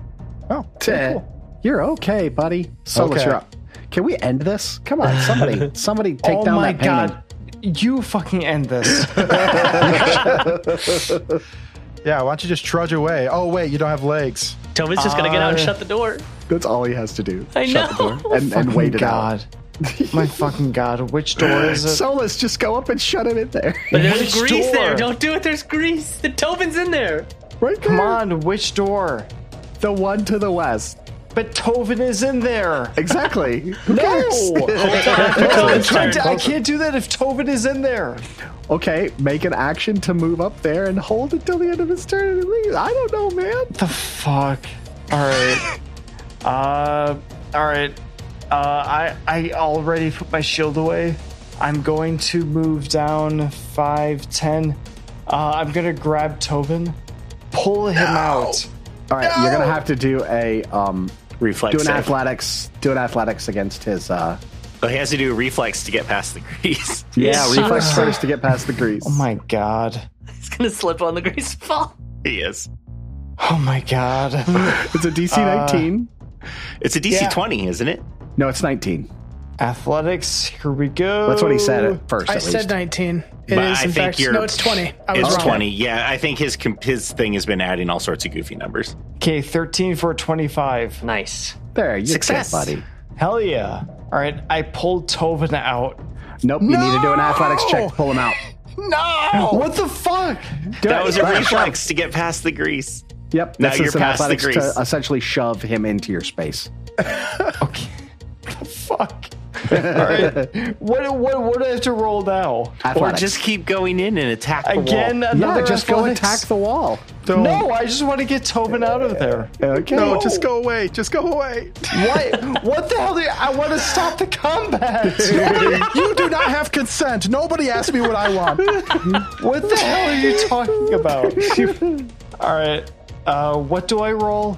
Speaker 7: Oh,
Speaker 2: Teh, You're okay, buddy. Solus,
Speaker 7: Okay.
Speaker 2: you're up. Can we end this? Come on,
Speaker 5: (laughs)
Speaker 2: somebody, somebody, take
Speaker 6: oh
Speaker 2: down
Speaker 6: my
Speaker 2: that painting.
Speaker 6: god. You fucking end
Speaker 2: (laughs)
Speaker 6: this.
Speaker 7: Yeah, why don't you just trudge away? Oh wait, you don't have legs.
Speaker 5: Tovin's just going to get out and shut the door.
Speaker 2: That's all he has to do.
Speaker 5: I
Speaker 2: Shut
Speaker 5: know.
Speaker 2: the door and, and
Speaker 6: Fucking
Speaker 2: wait it out.
Speaker 6: god. (laughs) my fucking god. Which
Speaker 2: (laughs)
Speaker 6: door is it?
Speaker 2: Solus, just go up and shut him in there.
Speaker 5: But there's
Speaker 6: Which
Speaker 5: grease there.
Speaker 6: door?
Speaker 5: Don't (laughs) do it. There's grease. The Tovin's in there.
Speaker 2: Right
Speaker 6: Come on, which door?
Speaker 2: The one to the west.
Speaker 6: But Tovin is in there. (laughs)
Speaker 2: Exactly. Who
Speaker 6: no. Oh,
Speaker 2: cares?
Speaker 6: I, can't, I can't do that if Tovin is in there.
Speaker 2: Okay, make an action to move up there and hold it till the end of his turn. and leave. I don't know, man.
Speaker 6: The fuck. All
Speaker 2: (laughs)
Speaker 6: right. uh, all right. Uh, I I already put my shield away. I'm going to move down five ten. Uh, I'm gonna grab Tovin, pull him out.
Speaker 2: All right, you're gonna have to do a um,
Speaker 10: Reflex
Speaker 2: do an
Speaker 10: save.
Speaker 2: athletics, do an athletics against his. uh
Speaker 10: Oh, he has to do a reflex to get past the grease.
Speaker 2: (laughs) Yeah, reflex first to get past the grease.
Speaker 6: Oh my god.
Speaker 5: He's going to slip on the grease and fall.
Speaker 10: He is.
Speaker 6: Oh my god.
Speaker 2: (laughs) It's a DC
Speaker 6: Uh,
Speaker 2: 19.
Speaker 10: It's a DC
Speaker 6: Yeah.
Speaker 10: 20, isn't it?
Speaker 2: No, it's 19.
Speaker 6: Athletics. Here we go.
Speaker 2: That's what he said at first.
Speaker 8: I
Speaker 2: at
Speaker 8: said
Speaker 2: least.
Speaker 8: 19. It is
Speaker 10: But I
Speaker 8: in
Speaker 10: think
Speaker 8: fact.
Speaker 10: you're-
Speaker 8: No, it's 20. I was
Speaker 10: it's
Speaker 8: wrong.
Speaker 10: 20. Yeah, I think his comp- his thing has been adding all sorts of goofy numbers.
Speaker 6: Okay, thirteen for twenty-five.
Speaker 5: Nice.
Speaker 2: There, you
Speaker 10: Success.
Speaker 2: success, buddy.
Speaker 6: Hell yeah. All right, I pulled Tovin out.
Speaker 2: Nope, you need to do an athletics check to pull him out.
Speaker 6: No. What the fuck?
Speaker 2: Do
Speaker 10: that
Speaker 2: it.
Speaker 10: was a
Speaker 2: Right.
Speaker 10: reflex to get past the grease.
Speaker 2: Yep,
Speaker 10: Now
Speaker 2: that's
Speaker 10: you're
Speaker 2: just an
Speaker 10: past the
Speaker 2: athletics to uh,
Speaker 10: grease.
Speaker 2: essentially shove him into
Speaker 4: (laughs)
Speaker 2: your space.
Speaker 6: Fuck. All
Speaker 2: (laughs)
Speaker 6: right. What what what do I have to roll now?
Speaker 10: Or
Speaker 2: Athletics.
Speaker 10: just keep going in and attack the
Speaker 6: Again,
Speaker 10: wall.
Speaker 6: another
Speaker 2: yeah, just go
Speaker 6: athletics?
Speaker 2: attack the wall.
Speaker 7: Don't.
Speaker 6: No, I just want to get Tobin out of there.
Speaker 2: Okay.
Speaker 7: No, just go away. Just go away.
Speaker 6: What? What the hell? Do you, I
Speaker 7: (laughs)
Speaker 6: want to stop the combat.
Speaker 7: you do not have consent. Nobody asked me what
Speaker 2: (laughs)
Speaker 7: I want.
Speaker 6: what the hell are you talking about?
Speaker 2: (laughs)
Speaker 6: All right. Uh, what do I roll?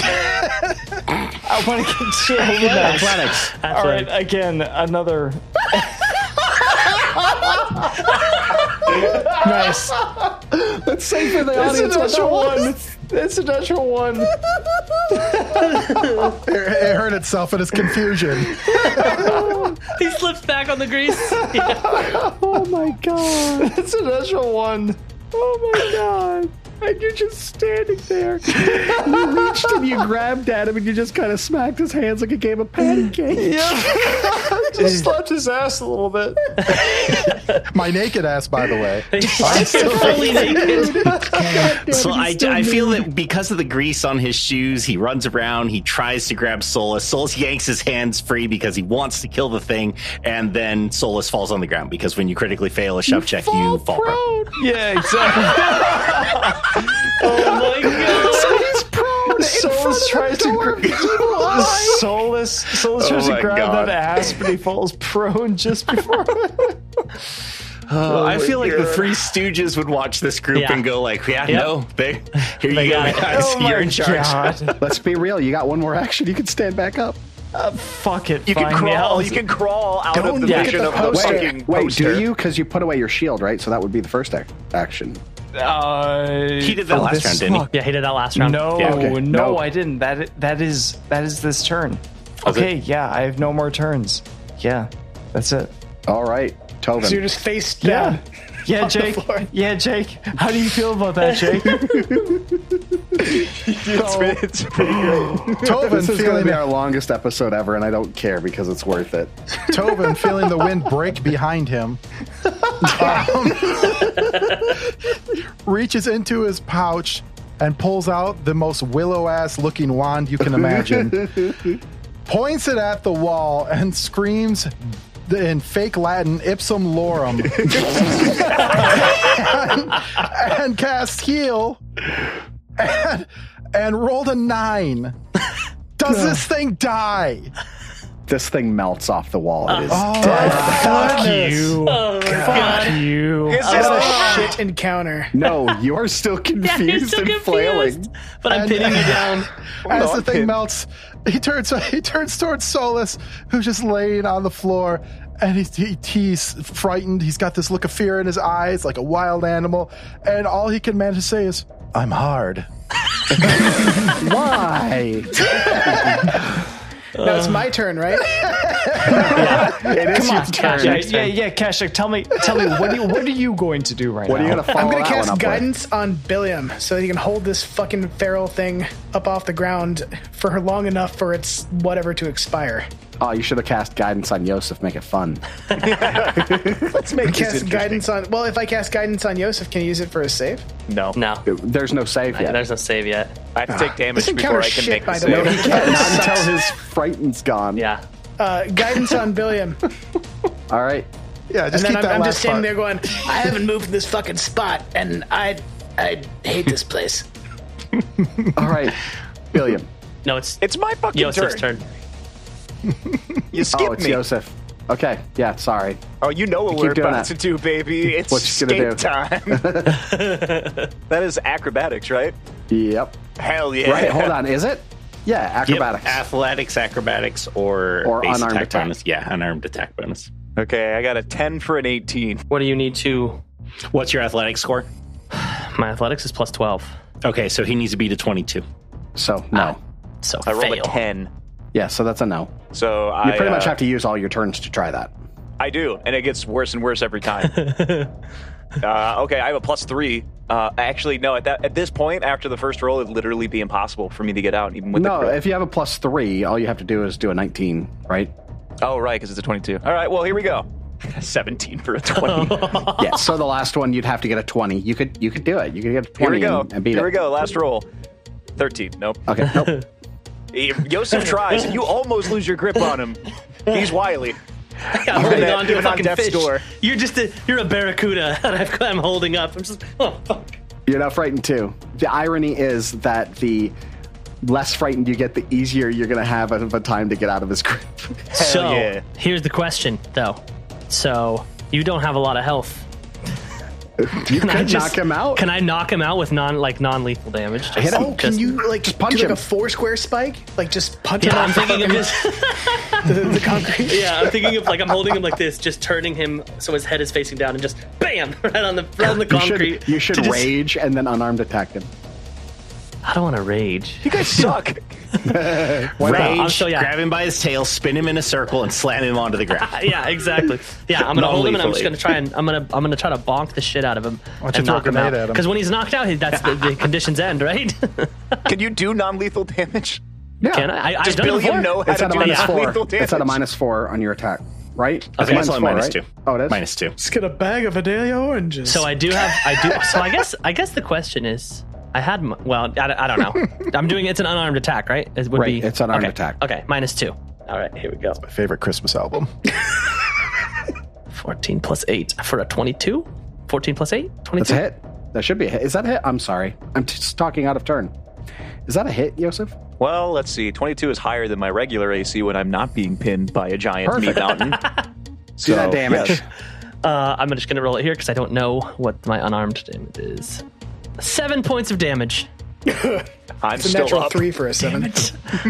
Speaker 6: (laughs) I want to get Tobin out.
Speaker 2: Athletics.
Speaker 6: All right, again, another.
Speaker 8: (laughs) Nice.
Speaker 2: Let's say for the
Speaker 6: That's a
Speaker 2: audience what that
Speaker 6: natural one.
Speaker 2: was.
Speaker 6: That's a natural
Speaker 7: (laughs)
Speaker 6: one.
Speaker 7: It, it hurt itself in its confusion.
Speaker 5: (laughs) He slips back on the grease. (laughs) Yeah.
Speaker 2: Oh my god.
Speaker 6: (laughs) That's a natural one.
Speaker 2: Oh my god. (laughs) and you're just standing
Speaker 6: (laughs)
Speaker 2: there. You reached and you grabbed at him, and you just kind of smacked his hands like a game of patty cake.
Speaker 6: (laughs) just slapped his ass a little bit.
Speaker 7: My naked ass, by
Speaker 10: (laughs)
Speaker 7: the way.
Speaker 10: I'm still
Speaker 7: fully (laughs) naked.
Speaker 10: so I, I feel that because of the grease on his shoes, he runs around. He tries to grab Solus. Solus yanks his hands free because he wants to kill the thing, and then Solus falls on the ground because when you critically fail a shove check, you fall prone.
Speaker 13: Yeah, exactly.
Speaker 6: (laughs) Oh
Speaker 8: (laughs)
Speaker 6: So he's prone. Solus tries to grab (laughs) Solus. Solus
Speaker 10: Oh
Speaker 6: tries
Speaker 10: my
Speaker 6: to grab
Speaker 10: God.
Speaker 6: that ass, but he falls prone just before.
Speaker 10: Oh, I
Speaker 6: my
Speaker 10: feel like the
Speaker 6: God.
Speaker 10: Three Stooges would watch this group
Speaker 6: Yeah.
Speaker 10: and go like, "Yeah,
Speaker 6: Yep.
Speaker 10: no, they here you go,
Speaker 6: got it.
Speaker 10: guys,
Speaker 6: Oh
Speaker 10: you're
Speaker 6: my
Speaker 10: in charge."
Speaker 4: (laughs)
Speaker 2: Let's be real. You got one more action. You can stand back up.
Speaker 6: Uh, fuck it.
Speaker 4: You can
Speaker 2: find me
Speaker 4: crawl.
Speaker 2: out.
Speaker 4: You can crawl out of the
Speaker 2: look at
Speaker 4: vision of the
Speaker 2: poster.
Speaker 4: fucking
Speaker 2: Wait, wait,
Speaker 4: poster.
Speaker 2: do you? Because you put away your shield, right? So that would be the first ac-
Speaker 6: (laughs)
Speaker 2: action.
Speaker 6: (laughs) Uh,
Speaker 10: He did that last round, didn't he?
Speaker 5: Yeah, he did that last round.
Speaker 6: No,
Speaker 5: Yeah, okay.
Speaker 6: no,
Speaker 5: No.
Speaker 6: I didn't. That that is that is this turn.
Speaker 10: Was
Speaker 6: okay, yeah, I have no more turns. Yeah, that's it.
Speaker 2: All right, Tobin.
Speaker 8: So you're just face down.
Speaker 6: Yeah, yeah,
Speaker 8: on the
Speaker 6: Jake.
Speaker 8: floor.
Speaker 6: Yeah, Jake. How do you feel about that,
Speaker 8: (laughs)
Speaker 6: Jake?
Speaker 4: It's, it's pretty great.
Speaker 7: Tobin
Speaker 2: this is going
Speaker 7: feeling
Speaker 2: to be
Speaker 7: it.
Speaker 2: our longest episode ever, and I don't care because it's worth it.
Speaker 7: (laughs) Tobin feeling the wind break behind him. um, (laughs) reaches into his pouch and pulls out the most willow ass looking wand you can imagine. points it at the wall and screams th- in fake Latin ipsum lorem and, and casts heal and, and rolled a nine. Does this thing die?
Speaker 2: This thing melts off the wall. It is
Speaker 7: Oh,
Speaker 2: dead.
Speaker 7: fuck you.
Speaker 8: Fuck
Speaker 6: you.
Speaker 8: This
Speaker 2: is
Speaker 8: is a
Speaker 2: over.
Speaker 8: shit encounter.
Speaker 2: No, you're still
Speaker 5: Yeah,
Speaker 2: confused
Speaker 5: he's so
Speaker 2: and
Speaker 5: confused.
Speaker 2: flailing.
Speaker 5: But I'm pinning
Speaker 2: (laughs)
Speaker 5: you down.
Speaker 7: As
Speaker 5: No,
Speaker 7: the
Speaker 5: I'm
Speaker 7: thing
Speaker 5: pinned.
Speaker 7: melts, he turns (laughs) he turns towards Solus, who's just laying on the floor, and he's, he, he's frightened. He's got this look of fear in his eyes, like a wild animal, and all he can manage to say is, "I'm hard."
Speaker 2: (laughs) Why?
Speaker 8: (laughs) Now it's my turn, right?
Speaker 2: It is your turn.
Speaker 6: Yeah, yeah, yeah, Kashuk, tell me, tell me, what, do you, what are you going to do right now?
Speaker 8: I'm gonna cast guidance on Billiam so that he can hold this fucking feral thing up off the ground for long enough for its whatever to expire.
Speaker 2: Oh, you should have cast guidance on Yosef. Make it fun.
Speaker 8: Let's make cast guidance on. Well, if I cast guidance on Yosef, can I use it for a save?
Speaker 4: No.
Speaker 5: No. Uh,
Speaker 2: There's no save yet. Ah.
Speaker 5: There's no save yet.
Speaker 4: I have to take damage
Speaker 8: This
Speaker 4: before
Speaker 8: encounter's
Speaker 4: I can
Speaker 8: shit,
Speaker 4: make the
Speaker 8: by the
Speaker 4: save.
Speaker 8: way.
Speaker 2: He can't
Speaker 4: (laughs)
Speaker 2: until his frighten's gone.
Speaker 5: Yeah.
Speaker 8: Uh, guidance on Billiam,
Speaker 2: All right.
Speaker 7: Yeah,
Speaker 8: and then I'm, I'm just standing there going,
Speaker 11: I haven't moved from this fucking spot, and I I hate this place.
Speaker 2: All right, William.
Speaker 5: No, it's
Speaker 4: it's my fucking
Speaker 5: Yosef's turn.
Speaker 4: You
Speaker 2: oh,
Speaker 4: skipped
Speaker 2: it's
Speaker 4: me.
Speaker 2: Yosef. Okay. Yeah. Sorry.
Speaker 4: Oh, you know what
Speaker 2: Keep
Speaker 4: we're
Speaker 2: doing
Speaker 4: about
Speaker 2: that.
Speaker 4: to do, baby. It's
Speaker 2: What you
Speaker 4: skate
Speaker 2: gonna
Speaker 4: time.
Speaker 2: (laughs)
Speaker 4: that is acrobatics, right?
Speaker 2: Yep.
Speaker 4: Hell yeah.
Speaker 2: Right.
Speaker 4: (laughs)
Speaker 2: Hold on. Is it? Yeah. Acrobatics.
Speaker 10: Yep, athletics, acrobatics, or
Speaker 2: Or
Speaker 10: base
Speaker 2: unarmed
Speaker 10: attack,
Speaker 2: attack.
Speaker 10: bonus. Yeah, unarmed attack bonus.
Speaker 4: Okay, I got a 10 for an 18.
Speaker 5: What do you need to?
Speaker 10: What's your athletic score?
Speaker 5: (sighs) My athletics is plus twelve.
Speaker 10: Okay, so he needs to beat a twenty-two. Ah.
Speaker 2: So no.
Speaker 5: So
Speaker 4: I rolled
Speaker 5: fail.
Speaker 4: a 10.
Speaker 2: Yeah. So that's a no.
Speaker 4: So
Speaker 2: You
Speaker 4: I
Speaker 2: pretty much
Speaker 4: uh,
Speaker 2: have to use all your turns to try that.
Speaker 4: I do, and it gets worse and worse every time. uh, okay, I have a plus three. Uh, actually, no. At that, at this point, after the first roll, it'd literally be impossible for me to get out, even with
Speaker 2: no,
Speaker 4: the.
Speaker 2: if you have a plus three, all you have to do is do a 19, right?
Speaker 4: Oh, right, because it's a twenty-two. All right, well, here we go. (laughs) Seventeen for a twenty. (laughs)
Speaker 2: yeah. So the last one, you'd have to get a 20. You could, you could do it. You could get a 20
Speaker 4: here we go.
Speaker 2: And, and beat
Speaker 4: Here
Speaker 2: it.
Speaker 4: we go. Last roll. Thirteen. Nope.
Speaker 2: Okay.
Speaker 4: (laughs)
Speaker 2: Nope.
Speaker 4: Eh, Yosef tries. You almost lose your grip on him. He's wily.
Speaker 5: I'm
Speaker 4: Even
Speaker 5: holding
Speaker 4: at-
Speaker 5: on to a
Speaker 4: even on
Speaker 5: fucking
Speaker 4: death's
Speaker 5: fish.
Speaker 4: door.
Speaker 5: You're just a you're a barracuda, (laughs) and I've, I'm holding up. I'm just oh fuck.
Speaker 2: You're not frightened too. The irony is that the less frightened you get, the easier you're going to have of a time to get out of his grip.
Speaker 5: so
Speaker 4: yeah.
Speaker 5: here's the question, though. So you don't have a lot of health.
Speaker 2: You
Speaker 5: I
Speaker 2: could
Speaker 5: just-
Speaker 2: knock him out.
Speaker 5: Can I knock him out with non like non lethal damage? Just,
Speaker 2: Hit him.
Speaker 8: "Oh, can
Speaker 5: just-
Speaker 8: you like do
Speaker 2: punch
Speaker 8: like
Speaker 2: him.
Speaker 8: a four square spike? Like just punch him
Speaker 5: Yeah,
Speaker 8: off
Speaker 5: I'm
Speaker 8: the
Speaker 5: thinking
Speaker 8: (laughs)
Speaker 5: of
Speaker 8: fucking-
Speaker 5: just
Speaker 8: the, the concrete."
Speaker 5: yeah, I'm thinking of like I'm holding him like this, just turning him so his head is facing down, and just bam (laughs) right on the right on the
Speaker 2: You should-
Speaker 5: concrete.
Speaker 2: You should,
Speaker 5: to just-
Speaker 2: rage and then unarmed attack him.
Speaker 5: I don't want to rage.
Speaker 4: You
Speaker 10: (laughs)
Speaker 4: guys suck.
Speaker 5: I'm
Speaker 10: Rage,
Speaker 5: so- yeah.
Speaker 10: grab him by his tail, spin him in a circle, and slam him onto the
Speaker 4: (laughs)
Speaker 10: ground.
Speaker 5: (laughs) yeah, exactly. Yeah, I'm gonna hold him and I'm just
Speaker 10: Non-lethally.
Speaker 5: gonna try and I'm gonna I'm gonna try to bonk the shit out of him
Speaker 10: Why don't you
Speaker 5: and
Speaker 10: throw a
Speaker 5: knock him
Speaker 10: grenade
Speaker 5: out.
Speaker 10: at him?
Speaker 5: Because when he's knocked out, he- that's the, the (laughs) conditions end, right?
Speaker 4: Can you do non-lethal damage?
Speaker 5: Yeah. Can I? I I've
Speaker 4: Does
Speaker 5: done it
Speaker 4: Billiam
Speaker 5: before.
Speaker 4: know how
Speaker 2: It's
Speaker 4: to
Speaker 2: at a
Speaker 4: do (laughs)
Speaker 2: minus
Speaker 4: non-lethal
Speaker 2: four. (laughs)
Speaker 4: damage?
Speaker 2: It's at a minus four on your attack, right? It's
Speaker 10: Okay, it's only minus two.
Speaker 2: Oh, it is
Speaker 10: Minus two.
Speaker 8: Let's get a bag of Vidalia oranges.
Speaker 5: So I do have I do. So I guess I guess the question is. I had my, well, I, I don't know. I'm doing it's an unarmed attack, right? It would
Speaker 7: Right,
Speaker 5: be
Speaker 7: it's unarmed
Speaker 5: okay,
Speaker 7: attack.
Speaker 5: Okay, minus two. All right, here we go.
Speaker 7: My favorite Christmas album.
Speaker 5: 14 plus eight for a 22. 14 plus eight, 22.
Speaker 2: That's a hit. That should be a hit. Is that a hit? I'm sorry. I'm just talking out of turn. Is that a hit, Yosef?
Speaker 4: Well, let's see. 22 is higher than my regular AC when I'm not being pinned by a giant meat
Speaker 2: Perfect.
Speaker 4: mountain.
Speaker 2: (laughs) Do that damage.
Speaker 4: yes.
Speaker 5: (laughs) Uh, I'm just gonna roll it here because I don't know what my unarmed damage is. Seven points of damage.
Speaker 4: I'm
Speaker 8: It's a natural three for a seven.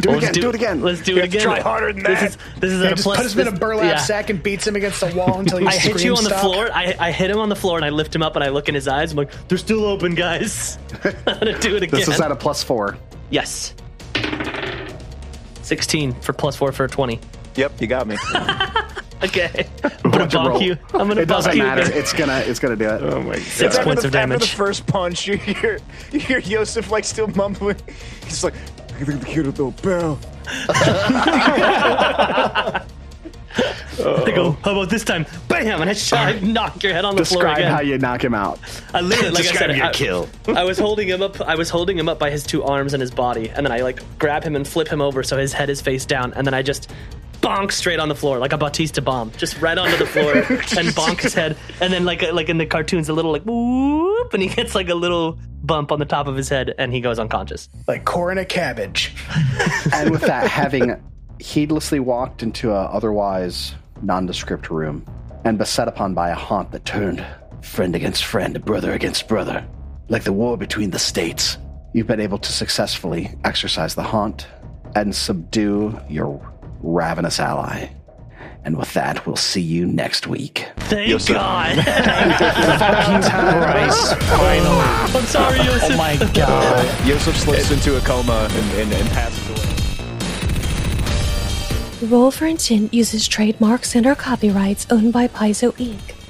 Speaker 2: Do it again. Do it again.
Speaker 5: Let's do it again. This is this is
Speaker 8: Yeah,
Speaker 5: at a
Speaker 8: just
Speaker 5: plus.
Speaker 8: puts him in a
Speaker 5: this-
Speaker 8: burlap
Speaker 5: yeah.
Speaker 8: sack and beats him against the wall until
Speaker 5: (laughs)
Speaker 8: you
Speaker 5: I hit you on the
Speaker 8: stop.
Speaker 5: floor. I, I hit him on the floor and I lift him up and I look in his eyes. I'm like, they're still open, guys. (laughs) I'm gonna do it again.
Speaker 2: This is at a plus four.
Speaker 5: yes. 16 for plus four for a 20.
Speaker 4: Yep, you
Speaker 5: (laughs)
Speaker 4: got me.
Speaker 5: Okay. I'm gonna
Speaker 2: What'd you roll?
Speaker 5: bonk you. I'm gonna
Speaker 2: it doesn't
Speaker 5: bonk you.
Speaker 2: matter.
Speaker 5: again.
Speaker 2: It's gonna. It's gonna do it.
Speaker 10: Oh my god.
Speaker 5: Six
Speaker 4: after
Speaker 5: points
Speaker 4: the,
Speaker 5: of
Speaker 4: After the
Speaker 5: damage.
Speaker 4: first punch, (laughs) you hear, you hear Yosef like still mumbling. He's like, I think the kid with the bell.
Speaker 5: I go, how about this time? Bam! And I, shot, I knock your head on the floor
Speaker 2: Describe
Speaker 5: again.
Speaker 2: how you knock him out.
Speaker 5: I literally, like
Speaker 10: Describe
Speaker 5: I said,
Speaker 10: your
Speaker 5: I,
Speaker 10: kill.
Speaker 5: (laughs) I was holding him up. I was holding him up by his two arms and his body, and then I like grab him and flip him over so his head is face down, and then I just bonk straight on the floor like a Batista bomb, just right onto the floor and bonk his head, and then like like in the cartoons, a little like whoop, and he gets like a little bump on the top of his head, and he goes unconscious.
Speaker 8: Like corn a cabbage.
Speaker 2: and with that, having heedlessly walked into a otherwise nondescript room and beset upon by a haunt that turned friend against friend, brother against brother, like the war between the states, you've been able to successfully exercise the haunt and subdue your ravenous ally. And with that, we'll see you next week.
Speaker 5: Thank
Speaker 6: (laughs)
Speaker 5: God. (laughs) I'm sorry, Yosef.
Speaker 22: God. Yosef slips into a coma and, and, and passes away.
Speaker 23: Roll for Intent uses trademarks and our copyrights owned by Paizo Inc.,